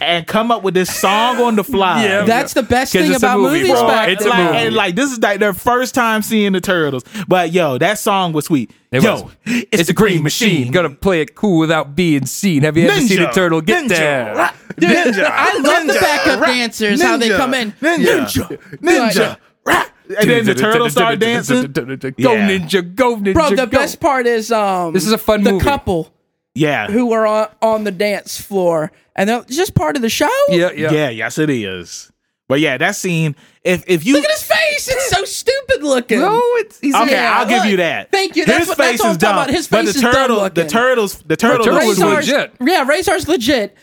[SPEAKER 1] and come up with this song on the fly?
[SPEAKER 3] Yeah,
[SPEAKER 2] That's the best
[SPEAKER 3] 'Cause
[SPEAKER 2] thing
[SPEAKER 3] it's a
[SPEAKER 2] about
[SPEAKER 3] movie,
[SPEAKER 2] movies
[SPEAKER 3] bro.
[SPEAKER 2] back
[SPEAKER 3] It's a
[SPEAKER 1] like,
[SPEAKER 3] movie.
[SPEAKER 1] And like this is like their first time seeing the turtles, but yo, that song was sweet.
[SPEAKER 3] It
[SPEAKER 1] yo,
[SPEAKER 3] was. It's, a green machine. Gonna play it cool without being seen. Have you ever seen a turtle get there?
[SPEAKER 2] Dude, I love the backup dancers, how they come in.
[SPEAKER 1] Ninja, ninja, rap. And then the turtles start dancing.
[SPEAKER 4] Go,
[SPEAKER 3] Go
[SPEAKER 1] Yeah.
[SPEAKER 3] ninja, go ninja.
[SPEAKER 2] Bro, the
[SPEAKER 3] go.
[SPEAKER 2] best part is um
[SPEAKER 3] This is a fun
[SPEAKER 2] the
[SPEAKER 3] movie.
[SPEAKER 2] couple
[SPEAKER 1] Yeah,
[SPEAKER 2] who were on, on the dance floor and they're just part of the show.
[SPEAKER 3] Yeah,
[SPEAKER 1] yeah,
[SPEAKER 3] yeah.
[SPEAKER 1] yes, it is. But yeah, that scene. If if you
[SPEAKER 2] Look at his face. It's so stupid looking.
[SPEAKER 3] No, it's he's
[SPEAKER 1] okay,
[SPEAKER 2] Yeah,
[SPEAKER 1] I'll give
[SPEAKER 2] look.
[SPEAKER 1] you that.
[SPEAKER 2] Thank you. That's
[SPEAKER 1] his
[SPEAKER 2] what- that's
[SPEAKER 1] face
[SPEAKER 2] what I'm
[SPEAKER 1] is
[SPEAKER 2] talking
[SPEAKER 1] dumb.
[SPEAKER 2] about. His
[SPEAKER 1] but
[SPEAKER 2] face
[SPEAKER 1] the
[SPEAKER 2] is dumb
[SPEAKER 1] turtles, the
[SPEAKER 2] looking.
[SPEAKER 1] turtles, the turtles,
[SPEAKER 3] turtles
[SPEAKER 1] look
[SPEAKER 3] was
[SPEAKER 1] sweet.
[SPEAKER 2] Razor's,
[SPEAKER 3] legit.
[SPEAKER 2] Yeah, Razor's legit.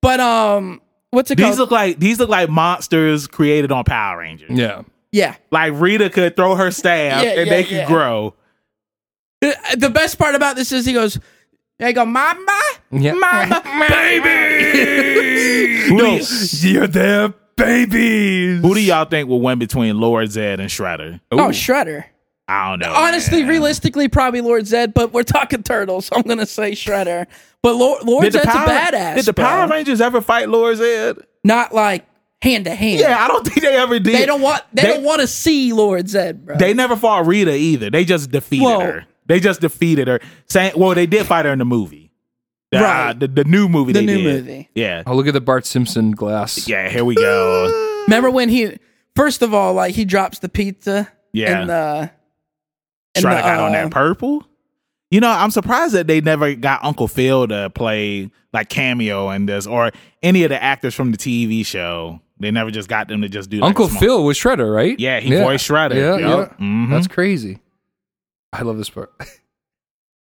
[SPEAKER 2] But um what's it
[SPEAKER 1] These
[SPEAKER 2] called?
[SPEAKER 1] look like these look like monsters created on Power Rangers.
[SPEAKER 3] yeah.
[SPEAKER 2] yeah.
[SPEAKER 1] Like Rita could throw her staff
[SPEAKER 2] Yeah,
[SPEAKER 1] and
[SPEAKER 2] yeah,
[SPEAKER 1] they could
[SPEAKER 2] yeah.
[SPEAKER 1] grow.
[SPEAKER 2] Uh, The best part about this is he goes, they go, Mama,
[SPEAKER 3] Yeah.
[SPEAKER 2] Mama,
[SPEAKER 3] Baby,
[SPEAKER 1] No.
[SPEAKER 3] you're there, babies.
[SPEAKER 1] Who do y'all think will win between Lord Zed and Shredder?
[SPEAKER 2] Oh, Shredder.
[SPEAKER 1] I don't know.
[SPEAKER 2] Honestly,
[SPEAKER 1] man.
[SPEAKER 2] realistically, probably Lord Zed, but we're talking turtles. So I'm gonna say Shredder. But Lord, Lord
[SPEAKER 1] Did the,
[SPEAKER 2] Zed's
[SPEAKER 1] Power,
[SPEAKER 2] a badass.
[SPEAKER 1] did the
[SPEAKER 2] bro.
[SPEAKER 1] Power Rangers ever fight Lord Zed?
[SPEAKER 2] Not like hand to hand.
[SPEAKER 1] Yeah, I don't think they ever did.
[SPEAKER 2] they don't want. They,
[SPEAKER 1] They-
[SPEAKER 2] don't want to see Lord Zed, bro.
[SPEAKER 1] They never fought Rita either. They just defeated
[SPEAKER 2] Well-
[SPEAKER 1] her. They just defeated her. Saying, well, they did fight her in the movie. The,
[SPEAKER 2] Right.
[SPEAKER 1] uh, the, the new movie.
[SPEAKER 2] The
[SPEAKER 1] they
[SPEAKER 2] new
[SPEAKER 1] did.
[SPEAKER 2] movie.
[SPEAKER 1] Yeah.
[SPEAKER 3] Oh, look at the Bart Simpson glass.
[SPEAKER 1] Yeah. Here we go.
[SPEAKER 2] Remember when he first of all, like he drops the pizza.
[SPEAKER 1] Yeah.
[SPEAKER 2] In the. in
[SPEAKER 1] Shredder
[SPEAKER 2] the,
[SPEAKER 1] got on
[SPEAKER 2] uh,
[SPEAKER 1] that purple. You know, I'm surprised that they never got Uncle Phil to play like cameo in this or any of the actors from the TV show. They never just got them to just do like, a
[SPEAKER 3] Uncle
[SPEAKER 1] small-
[SPEAKER 3] Phil was Shredder, right?
[SPEAKER 1] Yeah, he voiced Shredder.
[SPEAKER 3] Yeah,
[SPEAKER 1] Yup.
[SPEAKER 3] yeah.
[SPEAKER 1] Mhm.
[SPEAKER 3] That's crazy. I love this part.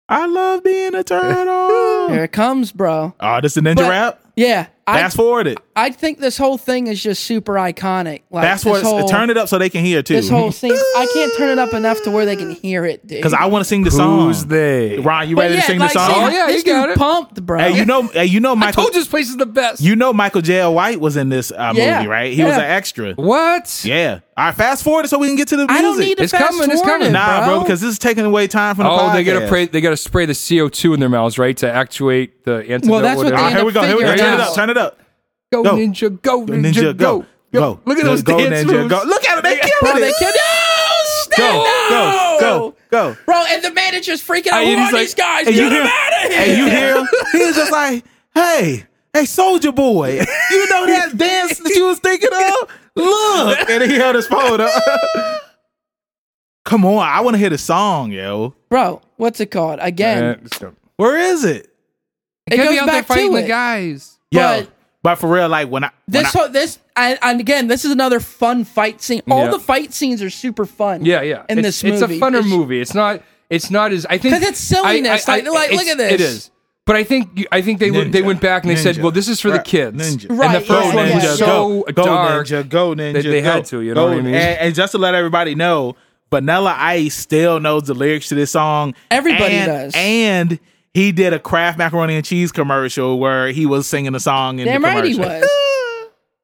[SPEAKER 1] I love being a turtle.
[SPEAKER 2] Here it comes, bro.
[SPEAKER 1] oh, this is ninja
[SPEAKER 2] But-
[SPEAKER 1] rap.
[SPEAKER 2] Yeah, I
[SPEAKER 1] Fast forward it.
[SPEAKER 2] I think this whole thing is just super iconic. Like
[SPEAKER 1] Fast
[SPEAKER 2] this
[SPEAKER 1] forward.
[SPEAKER 2] whole,
[SPEAKER 1] turn it up so they can hear too.
[SPEAKER 2] This whole scene, I can't turn it up enough to where they can hear it, dude.
[SPEAKER 1] Because I want to sing the song.
[SPEAKER 3] Who's they?
[SPEAKER 1] Ron, you
[SPEAKER 2] But
[SPEAKER 1] ready
[SPEAKER 2] yeah,
[SPEAKER 1] to sing
[SPEAKER 2] like,
[SPEAKER 1] the
[SPEAKER 2] see,
[SPEAKER 1] song?
[SPEAKER 3] Oh, yeah,
[SPEAKER 2] this
[SPEAKER 3] you got
[SPEAKER 2] dude
[SPEAKER 3] it.
[SPEAKER 2] pumped, bro.
[SPEAKER 1] Hey, you know, hey, you know,
[SPEAKER 3] I
[SPEAKER 1] Michael.
[SPEAKER 3] told you this place is the best.
[SPEAKER 1] you know, Michael J. L. White was in this uh,
[SPEAKER 2] Yeah.
[SPEAKER 1] movie, right? He was
[SPEAKER 2] Yeah.
[SPEAKER 1] an extra.
[SPEAKER 3] what?
[SPEAKER 1] Yeah. All right, fast forward it so we can get to the music.
[SPEAKER 2] I don't need to
[SPEAKER 3] It's
[SPEAKER 2] fast
[SPEAKER 3] coming, it's
[SPEAKER 2] forward
[SPEAKER 3] coming.
[SPEAKER 2] it,
[SPEAKER 1] Nah, bro,
[SPEAKER 2] bro,
[SPEAKER 1] because this is taking away time from the
[SPEAKER 3] Oh, they gotta
[SPEAKER 1] podcast.
[SPEAKER 3] pray. They gotta spray the CO two in their mouths, right, to actuate the antidote.
[SPEAKER 2] Well, that's what
[SPEAKER 3] whatever.
[SPEAKER 1] All right,
[SPEAKER 2] they-
[SPEAKER 1] here we go. Here we go.
[SPEAKER 2] Figure
[SPEAKER 1] Turn it
[SPEAKER 2] it
[SPEAKER 1] up.
[SPEAKER 2] out.
[SPEAKER 1] Turn it up.
[SPEAKER 3] go,
[SPEAKER 1] go.
[SPEAKER 3] ninja, go ninja,
[SPEAKER 1] Ninja, go. Go.
[SPEAKER 3] Look at those
[SPEAKER 1] go,
[SPEAKER 3] dance
[SPEAKER 1] ninja,
[SPEAKER 3] moves.
[SPEAKER 1] Go. Look at them. They
[SPEAKER 2] bro,
[SPEAKER 1] killed
[SPEAKER 2] they
[SPEAKER 1] it.
[SPEAKER 2] killed. No, stay,
[SPEAKER 3] Go,
[SPEAKER 2] no!
[SPEAKER 1] Go, go, go.
[SPEAKER 2] bro. And the manager's freaking out. Who
[SPEAKER 3] And he's
[SPEAKER 2] are
[SPEAKER 3] like-
[SPEAKER 2] these guys?
[SPEAKER 1] and
[SPEAKER 2] Get
[SPEAKER 1] you
[SPEAKER 2] them
[SPEAKER 1] hear-
[SPEAKER 2] out of here.
[SPEAKER 1] And you hear him? He's just like, hey, hey, soldier boy, you know that dance that you was thinking of? Look, and he held his phone up. Come on, I want to hear the song, yo.
[SPEAKER 2] Bro, what's it called? Again,
[SPEAKER 3] Eh, so-
[SPEAKER 1] Where is it?
[SPEAKER 2] it
[SPEAKER 3] Gotta
[SPEAKER 2] goes
[SPEAKER 3] be out there
[SPEAKER 2] back
[SPEAKER 3] fighting
[SPEAKER 2] to
[SPEAKER 3] the
[SPEAKER 2] it.
[SPEAKER 3] guys.
[SPEAKER 1] Yeah,
[SPEAKER 2] But-
[SPEAKER 1] but for real, like when I when
[SPEAKER 2] This
[SPEAKER 1] I,
[SPEAKER 2] whole, this and, and again, this is another fun fight scene. All
[SPEAKER 3] Yeah.
[SPEAKER 2] the fight scenes are super fun.
[SPEAKER 3] Yeah, yeah.
[SPEAKER 2] In
[SPEAKER 3] it's,
[SPEAKER 2] this
[SPEAKER 3] it's
[SPEAKER 2] movie.
[SPEAKER 3] a funner
[SPEAKER 2] It's-
[SPEAKER 3] movie. It's not. It's not as I think
[SPEAKER 2] 'Cause it's silliness. Like, like, look
[SPEAKER 3] it's-
[SPEAKER 2] at this.
[SPEAKER 3] It is. But I think you- I think they went- they
[SPEAKER 1] Ninja.
[SPEAKER 3] went back and they said,
[SPEAKER 1] Ninja.
[SPEAKER 3] well, this is for the
[SPEAKER 1] Right.
[SPEAKER 3] kids.
[SPEAKER 1] Ninja.
[SPEAKER 3] And the
[SPEAKER 2] Right,
[SPEAKER 3] first
[SPEAKER 2] yeah,
[SPEAKER 3] one
[SPEAKER 2] yeah,
[SPEAKER 3] was
[SPEAKER 2] yeah.
[SPEAKER 3] so
[SPEAKER 1] go
[SPEAKER 3] dark.
[SPEAKER 1] ninja, go ninja.
[SPEAKER 3] that they
[SPEAKER 1] go,
[SPEAKER 3] had to, you know
[SPEAKER 1] go.
[SPEAKER 3] what I mean?
[SPEAKER 1] And, and just to let everybody know, Vanilla Ice still knows the lyrics to this song.
[SPEAKER 2] Everybody
[SPEAKER 1] and,
[SPEAKER 2] does.
[SPEAKER 1] And he did a Kraft macaroni and cheese commercial where he was singing the song. In
[SPEAKER 2] Damn
[SPEAKER 1] the
[SPEAKER 2] right he
[SPEAKER 1] commercial.
[SPEAKER 2] was.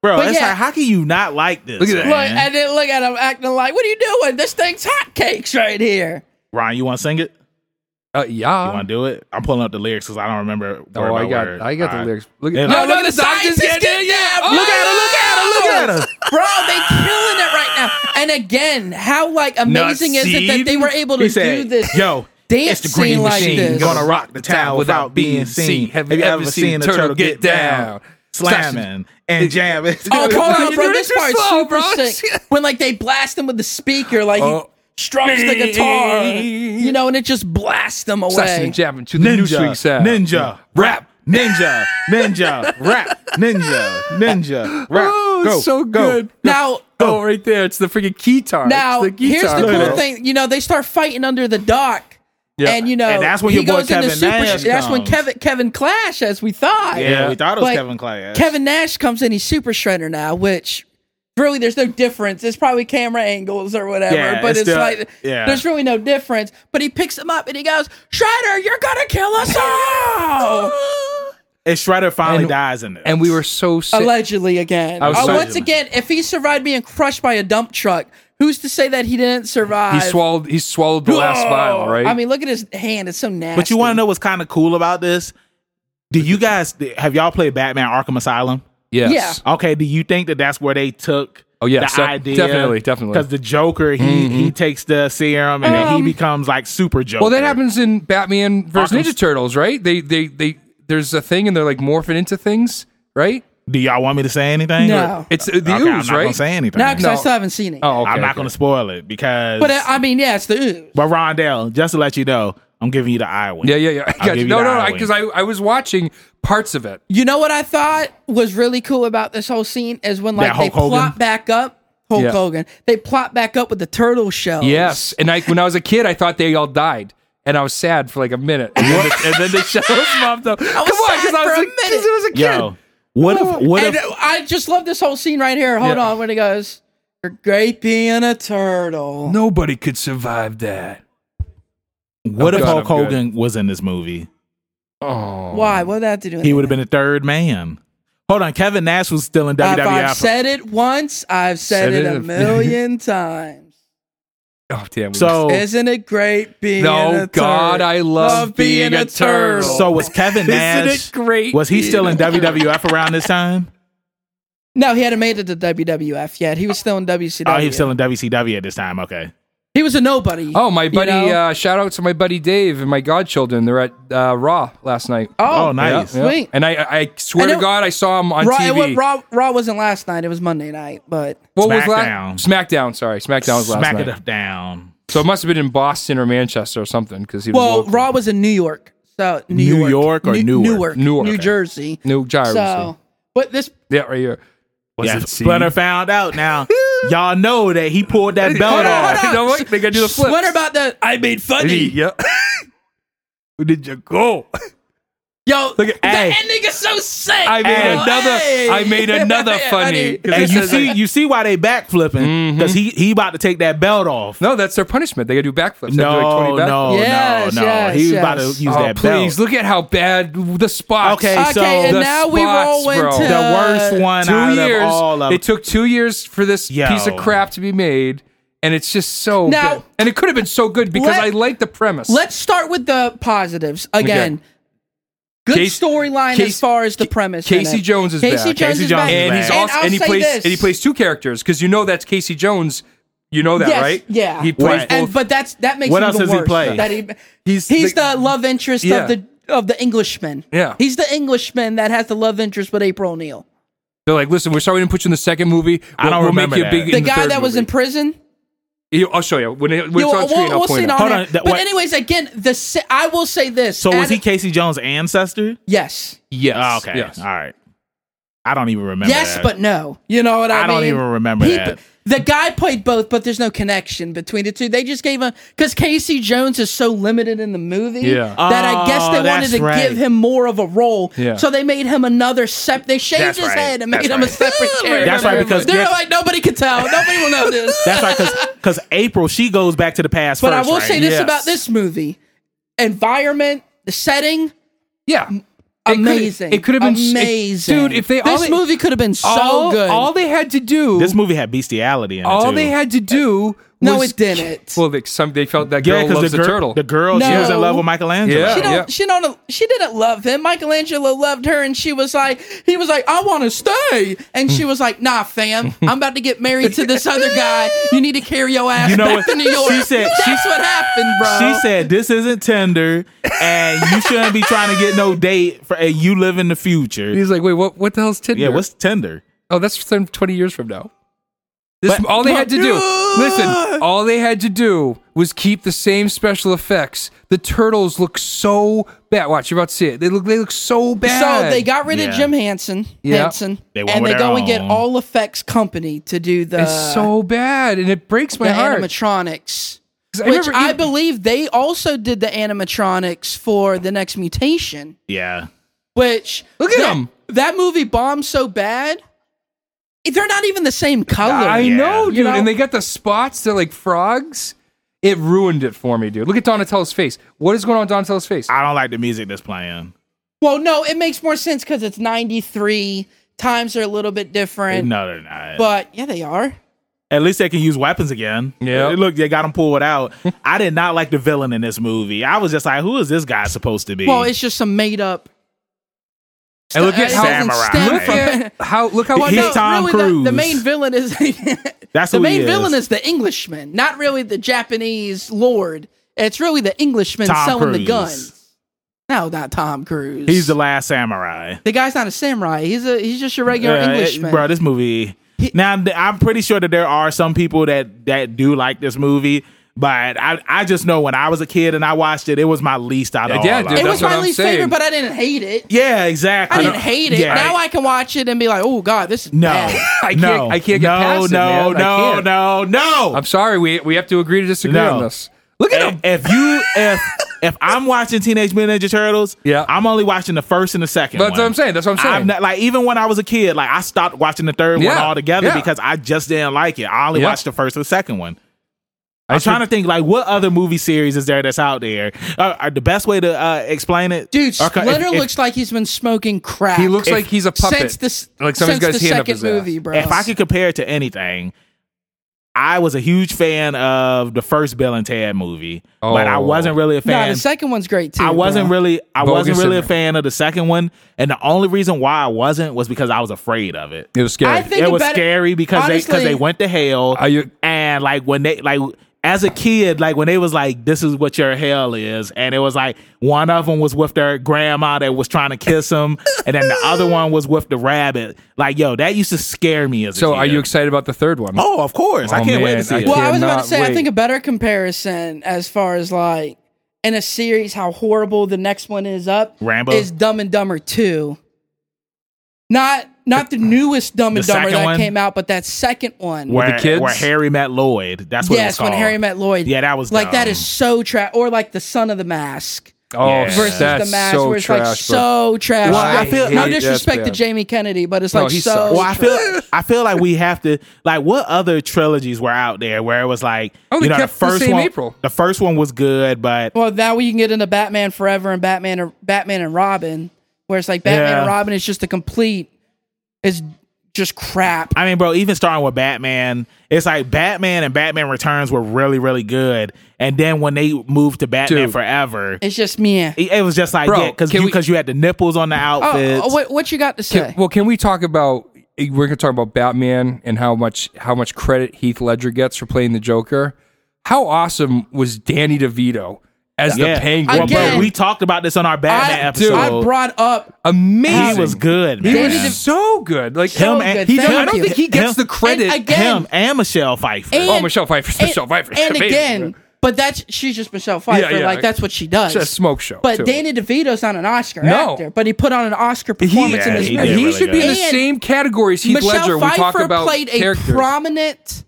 [SPEAKER 1] bro.
[SPEAKER 2] But
[SPEAKER 1] It's
[SPEAKER 2] yeah.
[SPEAKER 1] like, how can you not like this?
[SPEAKER 3] Look at that.
[SPEAKER 2] Look,
[SPEAKER 1] man?
[SPEAKER 2] and then look at him acting like, "What are you doing? This thing's hotcakes right here."
[SPEAKER 1] Ryan, you want to sing it?
[SPEAKER 3] Uh, yeah.
[SPEAKER 1] You want to do it? I'm pulling up the lyrics because I don't remember. Word
[SPEAKER 3] oh, I
[SPEAKER 1] by
[SPEAKER 3] got
[SPEAKER 1] word.
[SPEAKER 3] I got
[SPEAKER 1] All
[SPEAKER 3] the
[SPEAKER 1] right.
[SPEAKER 3] lyrics. Look
[SPEAKER 1] Yeah.
[SPEAKER 3] at
[SPEAKER 1] No,
[SPEAKER 3] no,
[SPEAKER 2] look,
[SPEAKER 3] Oh, look at
[SPEAKER 2] the
[SPEAKER 3] the doctor's
[SPEAKER 2] scientists
[SPEAKER 3] getting
[SPEAKER 2] getting
[SPEAKER 3] yeah.
[SPEAKER 2] nabbed.
[SPEAKER 3] Look at
[SPEAKER 1] Look at her! Look at her! Look at her!
[SPEAKER 2] Bro, they killing it right now. And again, how like amazing is it that they were able to
[SPEAKER 1] He said,
[SPEAKER 2] do this?
[SPEAKER 1] Yo,
[SPEAKER 2] dance
[SPEAKER 1] it's the green
[SPEAKER 2] scene like
[SPEAKER 1] machine
[SPEAKER 2] this.
[SPEAKER 1] gonna rock the town without being seen. Have you ever seen a turtle get down, slamming and jamming?
[SPEAKER 2] Oh, come
[SPEAKER 3] Bro,
[SPEAKER 2] on,
[SPEAKER 3] you
[SPEAKER 2] bro.
[SPEAKER 3] doing
[SPEAKER 2] This
[SPEAKER 3] it too
[SPEAKER 2] part's
[SPEAKER 3] slow,
[SPEAKER 2] super
[SPEAKER 3] bro.
[SPEAKER 2] sick. When like they blast him with the speaker, like
[SPEAKER 3] Oh.
[SPEAKER 2] he strums the guitar, you know, and it just blasts them
[SPEAKER 3] Slash
[SPEAKER 2] away.
[SPEAKER 3] and jabbing to the new
[SPEAKER 1] Ninja,
[SPEAKER 3] swing sound.
[SPEAKER 1] ninja, rap, ninja, ninja, rap, ninja, ninja, rap.
[SPEAKER 3] Oh,
[SPEAKER 1] go,
[SPEAKER 3] it's so
[SPEAKER 1] go.
[SPEAKER 3] good.
[SPEAKER 2] Now,
[SPEAKER 3] Oh, right there. It's the freaking guitar.
[SPEAKER 2] now
[SPEAKER 3] it's the
[SPEAKER 2] here's
[SPEAKER 3] guitar.
[SPEAKER 2] the
[SPEAKER 1] Look at
[SPEAKER 2] cool
[SPEAKER 1] that.
[SPEAKER 2] thing. You know, they start fighting under the dock. And you know,
[SPEAKER 1] And that's when
[SPEAKER 2] he
[SPEAKER 1] your boy
[SPEAKER 2] goes into
[SPEAKER 1] Kevin
[SPEAKER 2] super.
[SPEAKER 1] Nash
[SPEAKER 2] that's when
[SPEAKER 1] comes.
[SPEAKER 2] Kevin Kevin Clash, as we thought.
[SPEAKER 1] Yeah, we thought it was
[SPEAKER 2] But
[SPEAKER 1] Kevin Clay.
[SPEAKER 2] Kevin Nash comes in. He's super shredder now, which really there's no difference. It's probably camera angles or whatever,
[SPEAKER 1] Yeah,
[SPEAKER 2] but
[SPEAKER 1] it's
[SPEAKER 2] it's,
[SPEAKER 1] still-
[SPEAKER 2] like
[SPEAKER 1] yeah.
[SPEAKER 2] there's really no difference. But he picks him up and he goes, "Shredder, you're gonna kill us all!"
[SPEAKER 1] And Shredder finally
[SPEAKER 3] And-
[SPEAKER 1] dies in this.
[SPEAKER 3] and we were so sick.
[SPEAKER 2] Allegedly again.
[SPEAKER 3] I was
[SPEAKER 2] Uh,
[SPEAKER 3] so-
[SPEAKER 2] once again, if he survived being crushed by a dump truck, who's to say that he didn't
[SPEAKER 3] He
[SPEAKER 2] survive?
[SPEAKER 3] swallowed. He swallowed the last vial, right?
[SPEAKER 2] I mean, look at his hand; it's so nasty.
[SPEAKER 1] But you want to know what's kind of cool about this? Do you guys have y'all played Batman Arkham Asylum?
[SPEAKER 3] yes.
[SPEAKER 2] yeah.
[SPEAKER 1] Okay, do you think that that's where they took
[SPEAKER 3] Oh, yeah,
[SPEAKER 1] the
[SPEAKER 3] so-
[SPEAKER 1] idea?
[SPEAKER 3] definitely, definitely. Mm-hmm.
[SPEAKER 1] Because the Joker, he he takes the serum and then he
[SPEAKER 2] Um,
[SPEAKER 1] becomes like super Joker.
[SPEAKER 3] Well, that happens in Batman versus
[SPEAKER 1] Arkham's-
[SPEAKER 3] Ninja Turtles, right? They, they, they. There's a thing, and they're like morphing into things, right?
[SPEAKER 1] Do y'all want me to say anything?
[SPEAKER 2] No.
[SPEAKER 3] It's uh, the
[SPEAKER 1] Okay, I'm
[SPEAKER 3] ooze,
[SPEAKER 1] not gonna
[SPEAKER 3] right?
[SPEAKER 1] say anything.
[SPEAKER 2] No, because I
[SPEAKER 3] No.
[SPEAKER 2] still haven't seen it.
[SPEAKER 3] oh, okay,
[SPEAKER 1] I'm not
[SPEAKER 3] okay.
[SPEAKER 1] gonna spoil it because.
[SPEAKER 2] But uh, I mean, yeah, it's the ooze.
[SPEAKER 1] but Rondell, just to let you know, I'm giving you the eye wink.
[SPEAKER 3] Yeah, yeah, yeah. I
[SPEAKER 1] I'll
[SPEAKER 3] got
[SPEAKER 1] give
[SPEAKER 3] you.
[SPEAKER 1] you
[SPEAKER 3] No,
[SPEAKER 1] the
[SPEAKER 3] no,
[SPEAKER 1] eye
[SPEAKER 3] because I, I was watching parts of it.
[SPEAKER 2] You know what I thought was really cool about this whole scene is when like
[SPEAKER 1] That
[SPEAKER 2] they
[SPEAKER 1] Hulk Hogan?
[SPEAKER 2] plop back up Hulk
[SPEAKER 3] Yeah.
[SPEAKER 2] Hogan. They plop back up with the turtle shell.
[SPEAKER 3] Yes, and I when I was a kid, I thought they all died, and I was sad for like a minute, and then the, and then the shadows popped up. Come
[SPEAKER 2] sad
[SPEAKER 3] on, I was
[SPEAKER 2] for a
[SPEAKER 3] like, 'cause
[SPEAKER 2] minute.
[SPEAKER 3] I was a kid.
[SPEAKER 1] Yo, what if what
[SPEAKER 2] And
[SPEAKER 1] if
[SPEAKER 2] I just love this whole scene right here. Hold
[SPEAKER 3] Yeah.
[SPEAKER 2] on, when he goes, "You're great being a turtle."
[SPEAKER 3] Nobody could survive that.
[SPEAKER 1] what if
[SPEAKER 3] God,
[SPEAKER 1] Hulk
[SPEAKER 3] I'm good.
[SPEAKER 1] Hogan was in this movie?
[SPEAKER 3] Oh,
[SPEAKER 2] Why? What would that have to do? with
[SPEAKER 1] He
[SPEAKER 2] it?
[SPEAKER 1] would have been the third man. Hold on, Kevin Nash was still in E.
[SPEAKER 2] If
[SPEAKER 1] WWF.
[SPEAKER 2] I've said it once, I've said,
[SPEAKER 3] E
[SPEAKER 2] it,
[SPEAKER 3] Said it
[SPEAKER 2] a
[SPEAKER 3] a-
[SPEAKER 2] million times.
[SPEAKER 3] oh damn. we
[SPEAKER 1] so
[SPEAKER 2] Isn't it great being a
[SPEAKER 3] No,
[SPEAKER 2] turtle?
[SPEAKER 3] God, I love being a turtle.
[SPEAKER 1] So was Kevin Nash?
[SPEAKER 3] it great?
[SPEAKER 1] Was he still in WWF around this time?
[SPEAKER 2] No, he hadn't made it to WWF yet. He was still in WCW.
[SPEAKER 1] Oh, he was still in WCW at this time. Okay.
[SPEAKER 2] He was a nobody.
[SPEAKER 3] Oh, my
[SPEAKER 2] you
[SPEAKER 3] buddy!
[SPEAKER 2] know?
[SPEAKER 3] uh, shout out to my buddy Dave and my godchildren. They're at uh, Raw last night.
[SPEAKER 1] Oh, nice.
[SPEAKER 3] Yeah, yeah.
[SPEAKER 2] Sweet.
[SPEAKER 3] And I, I swear
[SPEAKER 2] And
[SPEAKER 3] to
[SPEAKER 2] it-
[SPEAKER 3] God, I saw him on
[SPEAKER 2] Raw, it
[SPEAKER 3] TV.
[SPEAKER 2] was, Raw, Raw wasn't last night. It was Monday night, but
[SPEAKER 3] what was
[SPEAKER 1] Smackdown.
[SPEAKER 3] last? SmackDown. Sorry, SmackDown was last
[SPEAKER 1] Smack
[SPEAKER 3] night.
[SPEAKER 1] it down.
[SPEAKER 3] So it must have been in Boston or Manchester or something because he was
[SPEAKER 2] well,
[SPEAKER 3] local.
[SPEAKER 2] Raw was in New York, so New,
[SPEAKER 1] New
[SPEAKER 2] York,
[SPEAKER 1] York or
[SPEAKER 2] New,
[SPEAKER 1] Newark?
[SPEAKER 2] Newark,
[SPEAKER 3] Newark,
[SPEAKER 2] New
[SPEAKER 3] okay.
[SPEAKER 2] Jersey.
[SPEAKER 3] New Jersey.
[SPEAKER 2] So, but this
[SPEAKER 3] Yeah, right here.
[SPEAKER 4] Was
[SPEAKER 1] yeah,
[SPEAKER 4] it C?
[SPEAKER 1] Splinter found out now. Y'all know that he pulled that belt
[SPEAKER 2] Hold on,
[SPEAKER 1] off.
[SPEAKER 2] hold on.
[SPEAKER 3] You know what? They gotta do the flip.
[SPEAKER 2] What about the I made funny?
[SPEAKER 3] Yeah. Where did you go?
[SPEAKER 2] Yo,
[SPEAKER 3] Look at-
[SPEAKER 2] the
[SPEAKER 1] Hey.
[SPEAKER 2] ending is so sick.
[SPEAKER 3] I made
[SPEAKER 2] bro.
[SPEAKER 3] another.
[SPEAKER 2] Hey.
[SPEAKER 3] I made another
[SPEAKER 2] Hey,
[SPEAKER 3] funny.
[SPEAKER 1] And
[SPEAKER 3] 'Cause he
[SPEAKER 1] you
[SPEAKER 3] says,
[SPEAKER 1] see,
[SPEAKER 3] like,
[SPEAKER 1] you see why they backflipping because he he about to take that belt off.
[SPEAKER 3] no, that's their punishment. They gotta do backflips. They have to do, like,
[SPEAKER 1] No,
[SPEAKER 3] 20 back-
[SPEAKER 1] no,
[SPEAKER 2] Yes,
[SPEAKER 1] no, no.
[SPEAKER 2] yes,
[SPEAKER 1] he was
[SPEAKER 2] yes.
[SPEAKER 1] about to use
[SPEAKER 3] oh,
[SPEAKER 1] that
[SPEAKER 3] please
[SPEAKER 1] belt.
[SPEAKER 3] look at how bad the spots.
[SPEAKER 1] Okay,
[SPEAKER 2] Okay,
[SPEAKER 1] so
[SPEAKER 2] and
[SPEAKER 1] the
[SPEAKER 2] now we
[SPEAKER 3] spots,
[SPEAKER 2] roll
[SPEAKER 3] bro.
[SPEAKER 2] into
[SPEAKER 3] The
[SPEAKER 1] the worst one
[SPEAKER 3] two
[SPEAKER 1] out
[SPEAKER 3] years.
[SPEAKER 1] of all of
[SPEAKER 3] it took two years for this
[SPEAKER 1] Yo.
[SPEAKER 3] piece of crap to be made, and it's just so.
[SPEAKER 2] Now-
[SPEAKER 3] bad. and it could have been so good because
[SPEAKER 2] Let-
[SPEAKER 3] I like the premise.
[SPEAKER 2] Let's start with the positives again.
[SPEAKER 3] Okay.
[SPEAKER 2] Good
[SPEAKER 3] Case-
[SPEAKER 2] storyline as
[SPEAKER 3] Case-
[SPEAKER 2] far as the premise. in
[SPEAKER 3] Casey
[SPEAKER 2] it.
[SPEAKER 3] Jones is
[SPEAKER 2] Casey
[SPEAKER 3] back.
[SPEAKER 2] Jones
[SPEAKER 1] Casey
[SPEAKER 2] is
[SPEAKER 1] Jones
[SPEAKER 2] back.
[SPEAKER 1] is
[SPEAKER 3] and
[SPEAKER 1] back.
[SPEAKER 3] he's
[SPEAKER 1] And
[SPEAKER 3] also
[SPEAKER 2] I'll
[SPEAKER 3] and he
[SPEAKER 2] say
[SPEAKER 3] plays
[SPEAKER 2] this.
[SPEAKER 3] and he plays two characters because you know that's Casey Jones. You know that,
[SPEAKER 2] Yes,
[SPEAKER 3] right?
[SPEAKER 2] Yeah,
[SPEAKER 3] He plays
[SPEAKER 1] Right.
[SPEAKER 3] both.
[SPEAKER 2] And, but that's that makes
[SPEAKER 1] What
[SPEAKER 2] it
[SPEAKER 1] else
[SPEAKER 2] even
[SPEAKER 1] does he
[SPEAKER 2] worse,
[SPEAKER 1] play?
[SPEAKER 2] That he, he's
[SPEAKER 3] He's
[SPEAKER 2] the,
[SPEAKER 3] the-
[SPEAKER 2] love interest
[SPEAKER 3] Yeah.
[SPEAKER 2] of the of the Englishman.
[SPEAKER 3] Yeah.
[SPEAKER 2] he's the Englishman that has the love interest with April O'Neil.
[SPEAKER 3] They're like, listen, we're sorry we didn't put you in the second movie. We'll,
[SPEAKER 1] I don't
[SPEAKER 3] we'll
[SPEAKER 1] remember
[SPEAKER 3] make you
[SPEAKER 1] that.
[SPEAKER 3] big.
[SPEAKER 1] The
[SPEAKER 2] The
[SPEAKER 3] in the
[SPEAKER 2] guy
[SPEAKER 3] third
[SPEAKER 2] that was
[SPEAKER 3] movie.
[SPEAKER 2] in prison.
[SPEAKER 3] You-
[SPEAKER 1] oh,
[SPEAKER 3] I'll show you when, it, when
[SPEAKER 2] Yeah,
[SPEAKER 3] it's on
[SPEAKER 2] we'll,
[SPEAKER 3] screen. I'll
[SPEAKER 2] we'll see
[SPEAKER 3] point
[SPEAKER 2] it
[SPEAKER 3] it out.
[SPEAKER 2] on
[SPEAKER 1] Hold
[SPEAKER 2] there.
[SPEAKER 1] on, that-
[SPEAKER 2] but
[SPEAKER 1] what-
[SPEAKER 2] anyways, again, the si- I will say this.
[SPEAKER 1] So was
[SPEAKER 2] Adam-
[SPEAKER 1] he Casey Jones' ancestor?
[SPEAKER 2] Yes,
[SPEAKER 3] Yes.
[SPEAKER 1] Oh, okay.
[SPEAKER 3] Yes.
[SPEAKER 1] All right. I don't even remember.
[SPEAKER 2] yes,
[SPEAKER 1] that.
[SPEAKER 2] but no. You know what I,
[SPEAKER 1] I don't
[SPEAKER 2] mean?
[SPEAKER 1] even remember
[SPEAKER 2] He-
[SPEAKER 1] that.
[SPEAKER 2] The guy played both, but there's no connection between the two. They just gave him because Casey Jones is so limited in the movie
[SPEAKER 3] Yeah.
[SPEAKER 2] that I guess
[SPEAKER 1] Oh,
[SPEAKER 2] they wanted
[SPEAKER 1] that's
[SPEAKER 2] to
[SPEAKER 1] right.
[SPEAKER 2] give him more of a role.
[SPEAKER 3] Yeah.
[SPEAKER 2] So they made him another sep. They shaved
[SPEAKER 1] That's
[SPEAKER 2] his
[SPEAKER 1] right.
[SPEAKER 2] head and
[SPEAKER 1] That's
[SPEAKER 2] made him a
[SPEAKER 1] right.
[SPEAKER 2] separate character.
[SPEAKER 1] That's right, because
[SPEAKER 2] they're
[SPEAKER 1] Jeff-
[SPEAKER 2] like nobody can tell. Nobody will notice.
[SPEAKER 1] That's right, because April she goes back to the past.
[SPEAKER 2] But I
[SPEAKER 1] first,
[SPEAKER 2] will
[SPEAKER 1] right?
[SPEAKER 2] say this
[SPEAKER 3] Yes.
[SPEAKER 2] about this movie: environment, the setting,
[SPEAKER 3] Yeah. It could-
[SPEAKER 2] amazing.
[SPEAKER 3] It could have been
[SPEAKER 2] amazing,
[SPEAKER 3] It, dude. If they all
[SPEAKER 2] this
[SPEAKER 3] they-
[SPEAKER 2] movie could have been so
[SPEAKER 3] all,
[SPEAKER 2] good.
[SPEAKER 3] all they had to do.
[SPEAKER 1] this movie had bestiality in it.
[SPEAKER 3] all
[SPEAKER 1] too.
[SPEAKER 3] they had to do.
[SPEAKER 2] no,
[SPEAKER 3] was
[SPEAKER 2] it didn't.
[SPEAKER 3] Well, they, some they felt that
[SPEAKER 1] yeah,
[SPEAKER 3] girl
[SPEAKER 1] because
[SPEAKER 3] loves
[SPEAKER 1] the,
[SPEAKER 3] the,
[SPEAKER 1] gir-
[SPEAKER 3] turtle.
[SPEAKER 1] the girl she
[SPEAKER 2] No.
[SPEAKER 1] was in love with Michelangelo.
[SPEAKER 3] Yeah.
[SPEAKER 2] she don't.
[SPEAKER 3] yeah.
[SPEAKER 2] She don't. She didn't love him. Michelangelo loved her, and she was like, he was like, I want to stay, and she was like, Nah, fam, I'm about to get married to this other guy. You need to carry your ass
[SPEAKER 1] You know
[SPEAKER 2] back
[SPEAKER 1] what?
[SPEAKER 2] to New York.
[SPEAKER 1] She said-
[SPEAKER 2] That's
[SPEAKER 1] she-
[SPEAKER 2] what happened, bro.
[SPEAKER 1] She said, "This isn't Tinder, and you shouldn't be trying to get no date for. And you live in the future.
[SPEAKER 3] He's like, wait, what? What the hell's Tinder?
[SPEAKER 1] Yeah, what's Tinder?
[SPEAKER 3] Oh, that's some 20 years from now. This,
[SPEAKER 1] But-
[SPEAKER 3] all they had to do,
[SPEAKER 2] Dude!
[SPEAKER 3] listen, all they had to do was keep the same special effects. The turtles look so bad. Watch, you're about to see it. They look, they look so bad.
[SPEAKER 2] So they got rid of
[SPEAKER 1] Yeah.
[SPEAKER 2] Jim Hansen,
[SPEAKER 3] Yeah.
[SPEAKER 2] Henson,
[SPEAKER 1] They went
[SPEAKER 2] and
[SPEAKER 1] with
[SPEAKER 2] they
[SPEAKER 1] their
[SPEAKER 2] go and get
[SPEAKER 1] own.
[SPEAKER 2] all effects company to do the
[SPEAKER 3] it's so bad, and it breaks
[SPEAKER 2] uh, the
[SPEAKER 3] my heart.
[SPEAKER 2] animatronics.
[SPEAKER 3] 'Cause I
[SPEAKER 2] Which
[SPEAKER 3] remember
[SPEAKER 2] I
[SPEAKER 3] even-
[SPEAKER 2] believe they also did the animatronics for the next mutation.
[SPEAKER 1] Yeah,
[SPEAKER 2] Which
[SPEAKER 3] Look at
[SPEAKER 2] that-
[SPEAKER 3] him.
[SPEAKER 2] That movie bombed so bad. They're not even the same color.
[SPEAKER 3] I know, dude.
[SPEAKER 2] You know?
[SPEAKER 3] And they got the spots. They're like frogs. It ruined it for me, dude. Look at Donatello's face. What is going on with Donatello's face?
[SPEAKER 1] I don't like the music that's playing.
[SPEAKER 2] well, no, it makes more sense because it's ninety three. Times are a little bit different.
[SPEAKER 1] No, they're not.
[SPEAKER 2] But yeah, they are.
[SPEAKER 1] At least they can use weapons again.
[SPEAKER 3] Yeah.
[SPEAKER 1] look, they got them pulled out. I did not like the villain in this movie. I was just like, who is this guy supposed to be?
[SPEAKER 2] Well, it's just some made up.
[SPEAKER 3] And look at
[SPEAKER 2] it
[SPEAKER 3] how-
[SPEAKER 2] doesn't
[SPEAKER 1] Samurai.
[SPEAKER 2] stem
[SPEAKER 3] Look
[SPEAKER 2] from-
[SPEAKER 3] at how look how
[SPEAKER 2] Well,
[SPEAKER 1] He's
[SPEAKER 2] no,
[SPEAKER 1] Tom
[SPEAKER 2] really the- The,
[SPEAKER 1] Cruise.
[SPEAKER 2] main villain is
[SPEAKER 1] That's
[SPEAKER 2] the
[SPEAKER 1] who he
[SPEAKER 2] main
[SPEAKER 1] is.
[SPEAKER 2] villain is the Englishman, not really the Japanese lord. It's really the Englishman
[SPEAKER 1] Tom
[SPEAKER 2] selling the
[SPEAKER 1] Cruise.
[SPEAKER 2] guns. No, not Tom Cruise.
[SPEAKER 1] He's the last samurai.
[SPEAKER 2] The guy's not a samurai. He's a he's just your regular
[SPEAKER 1] Uh,
[SPEAKER 2] Englishman.
[SPEAKER 1] bro. This movie. now th- I'm pretty sure that there are some people that that do like this movie, but I I just know when I was a kid and I watched it, it was my least out of
[SPEAKER 3] Yeah,
[SPEAKER 1] all.
[SPEAKER 3] dude,
[SPEAKER 1] of
[SPEAKER 2] it
[SPEAKER 1] them.
[SPEAKER 2] was
[SPEAKER 3] that's what
[SPEAKER 2] my
[SPEAKER 3] I'm
[SPEAKER 2] least
[SPEAKER 3] saying.
[SPEAKER 2] favorite, but I didn't hate it.
[SPEAKER 1] yeah, exactly.
[SPEAKER 2] I didn't hate it.
[SPEAKER 1] Yeah.
[SPEAKER 2] Now I can watch it and be like, oh god, this is
[SPEAKER 1] no,
[SPEAKER 2] bad.
[SPEAKER 3] I can't-
[SPEAKER 1] no,
[SPEAKER 3] I can't get
[SPEAKER 1] no,
[SPEAKER 3] past it,
[SPEAKER 1] no,
[SPEAKER 3] man. I
[SPEAKER 1] no,
[SPEAKER 3] can't.
[SPEAKER 1] no, no,
[SPEAKER 3] I'm sorry, we we have to agree to disagree
[SPEAKER 1] No.
[SPEAKER 3] on this. Look at him.
[SPEAKER 1] I- If you if if I'm watching Teenage Mutant Ninja Turtles,
[SPEAKER 3] Yeah.
[SPEAKER 1] I'm only watching the first and the second.
[SPEAKER 3] That's
[SPEAKER 1] one.
[SPEAKER 3] what I'm saying. That's what I'm saying.
[SPEAKER 1] I've not, like even when I was a kid, like I stopped watching the third one
[SPEAKER 3] Yeah,
[SPEAKER 1] altogether
[SPEAKER 3] yeah.
[SPEAKER 1] because I just didn't like it. I only
[SPEAKER 3] Yeah.
[SPEAKER 1] watched the first and the second one.
[SPEAKER 3] I
[SPEAKER 1] I'm trying
[SPEAKER 3] should-
[SPEAKER 1] to think like what other movie series is there that's out there. Uh, uh, the best way to uh, explain it,
[SPEAKER 2] Dude,
[SPEAKER 1] or co- if-
[SPEAKER 2] Splinter
[SPEAKER 1] if-
[SPEAKER 2] looks like he's been smoking crack.
[SPEAKER 3] He looks like he's a puppet.
[SPEAKER 2] Since the, s-
[SPEAKER 3] like
[SPEAKER 2] since
[SPEAKER 3] somebody's got
[SPEAKER 2] the
[SPEAKER 3] his hand up
[SPEAKER 2] second
[SPEAKER 3] his
[SPEAKER 2] movie,
[SPEAKER 3] ass.
[SPEAKER 2] bro.
[SPEAKER 1] If I could compare it to anything, I was a huge fan of the first Bill and Ted movie, but I
[SPEAKER 3] Oh.
[SPEAKER 1] wasn't really a
[SPEAKER 2] no,
[SPEAKER 1] fan.
[SPEAKER 2] the second one's great too.
[SPEAKER 1] I wasn't
[SPEAKER 2] bro.
[SPEAKER 1] really I
[SPEAKER 3] Bogus
[SPEAKER 1] wasn't really a
[SPEAKER 3] Syndrome.
[SPEAKER 1] fan of the second one, and the only reason why I wasn't was because I was afraid of it.
[SPEAKER 3] It was scary.
[SPEAKER 2] I think
[SPEAKER 1] it was
[SPEAKER 2] about it-
[SPEAKER 1] scary because they because
[SPEAKER 2] honestly-
[SPEAKER 1] they went to hell,
[SPEAKER 3] Are you-
[SPEAKER 1] and like when they like as a kid, like when they was like, "This is what your hell is," and it was like one of them was with their grandma that was trying to kiss him, and then the other one was with the rabbit. Like, yo, that used to scare me as a
[SPEAKER 3] so,
[SPEAKER 1] kid.
[SPEAKER 3] are you excited about the third one?
[SPEAKER 1] Oh, of course! I
[SPEAKER 3] Oh,
[SPEAKER 1] can't wait
[SPEAKER 3] man,
[SPEAKER 1] to see
[SPEAKER 3] I
[SPEAKER 1] it.
[SPEAKER 2] Well, I was about
[SPEAKER 3] Cannot
[SPEAKER 2] to say, I
[SPEAKER 3] wait.
[SPEAKER 2] think a better comparison as far as like in a series how horrible the next one is up
[SPEAKER 1] Rambo?
[SPEAKER 2] is Dumb and Dumber Two. Not not the newest Dumb and
[SPEAKER 1] The
[SPEAKER 2] Dumber
[SPEAKER 1] second
[SPEAKER 2] that
[SPEAKER 1] one?
[SPEAKER 2] came out, but that second one.
[SPEAKER 1] where,
[SPEAKER 3] kids?
[SPEAKER 1] where Harry met Lloyd. That's what it was
[SPEAKER 2] yes, when
[SPEAKER 1] called.
[SPEAKER 2] Harry met Lloyd.
[SPEAKER 1] Yeah, that was
[SPEAKER 2] like that
[SPEAKER 1] dumb.
[SPEAKER 2] is so trash. Or like the Son of the Mask
[SPEAKER 3] oh,
[SPEAKER 1] Yeah.
[SPEAKER 2] versus
[SPEAKER 3] that's
[SPEAKER 2] the Mask,
[SPEAKER 3] so
[SPEAKER 2] where it's
[SPEAKER 3] trash.
[SPEAKER 2] like
[SPEAKER 3] bro.
[SPEAKER 2] so trash.
[SPEAKER 1] Well, I
[SPEAKER 2] Like,
[SPEAKER 1] feel-
[SPEAKER 2] no
[SPEAKER 1] hate
[SPEAKER 3] that
[SPEAKER 2] disrespect to
[SPEAKER 3] band.
[SPEAKER 2] Jamie Kennedy, but it's
[SPEAKER 3] No,
[SPEAKER 2] like
[SPEAKER 3] he
[SPEAKER 2] so.
[SPEAKER 3] sucks.
[SPEAKER 1] Well, I feel I feel like we have to like what other trilogies were out there where it was like
[SPEAKER 3] Oh, they
[SPEAKER 1] you know
[SPEAKER 3] kept
[SPEAKER 1] the
[SPEAKER 3] the
[SPEAKER 1] first
[SPEAKER 3] same
[SPEAKER 1] one
[SPEAKER 3] April.
[SPEAKER 1] the first one was good, but
[SPEAKER 2] Well, now we can get into Batman Forever and Batman or Batman and Robin, where it's like Batman
[SPEAKER 1] Yeah.
[SPEAKER 2] and Robin is just a complete, is just crap.
[SPEAKER 1] I mean, bro, even starting with Batman, it's like Batman and Batman Returns were really really good, and then when they moved to Batman
[SPEAKER 3] Dude.
[SPEAKER 1] Forever,
[SPEAKER 2] It's just me.
[SPEAKER 1] it, it was just like
[SPEAKER 3] Bro,
[SPEAKER 1] yeah, because
[SPEAKER 3] can
[SPEAKER 1] you
[SPEAKER 3] we-
[SPEAKER 1] because you had the nipples on the
[SPEAKER 2] Oh,
[SPEAKER 1] outfits.
[SPEAKER 2] oh, what what you got to say?
[SPEAKER 3] Can- well, can we talk about? We're gonna talk about Batman and how much how much credit Heath Ledger gets for playing the Joker. How awesome was Danny DeVito as
[SPEAKER 1] Yeah.
[SPEAKER 3] the penguin.
[SPEAKER 1] Well,
[SPEAKER 2] Again,
[SPEAKER 1] bro, we talked about this on our Batman
[SPEAKER 2] I,
[SPEAKER 1] episode.
[SPEAKER 2] I brought up
[SPEAKER 3] amazing.
[SPEAKER 1] he was good.
[SPEAKER 3] He
[SPEAKER 1] Man.
[SPEAKER 2] Danny
[SPEAKER 3] was so good. Like
[SPEAKER 1] Him
[SPEAKER 2] so
[SPEAKER 1] and-
[SPEAKER 2] good.
[SPEAKER 1] he-
[SPEAKER 2] Thank
[SPEAKER 3] I don't
[SPEAKER 2] you.
[SPEAKER 3] think he gets
[SPEAKER 1] Him-
[SPEAKER 3] the credit.
[SPEAKER 2] And again-
[SPEAKER 1] him and Michelle Pfeiffer.
[SPEAKER 2] And-
[SPEAKER 3] oh, Michelle Pfeiffer. Michelle Pfeiffer.
[SPEAKER 2] and
[SPEAKER 3] Amazing.
[SPEAKER 2] again, but that's she's just Michelle Pfeiffer.
[SPEAKER 3] yeah.
[SPEAKER 2] Like that's what she does.
[SPEAKER 3] It's a smoke show.
[SPEAKER 2] but
[SPEAKER 3] too.
[SPEAKER 2] Danny DeVito's not an Oscar
[SPEAKER 3] No.
[SPEAKER 2] actor, but he put on an Oscar
[SPEAKER 3] he,
[SPEAKER 2] performance in this
[SPEAKER 1] he
[SPEAKER 2] movie.
[SPEAKER 1] did.
[SPEAKER 3] he
[SPEAKER 1] really
[SPEAKER 3] should be in the
[SPEAKER 2] good. And
[SPEAKER 3] same category as Heath
[SPEAKER 2] Michelle
[SPEAKER 3] Ledger.
[SPEAKER 2] Pfeiffer
[SPEAKER 3] we talk about
[SPEAKER 2] played a
[SPEAKER 3] characters.
[SPEAKER 2] prominent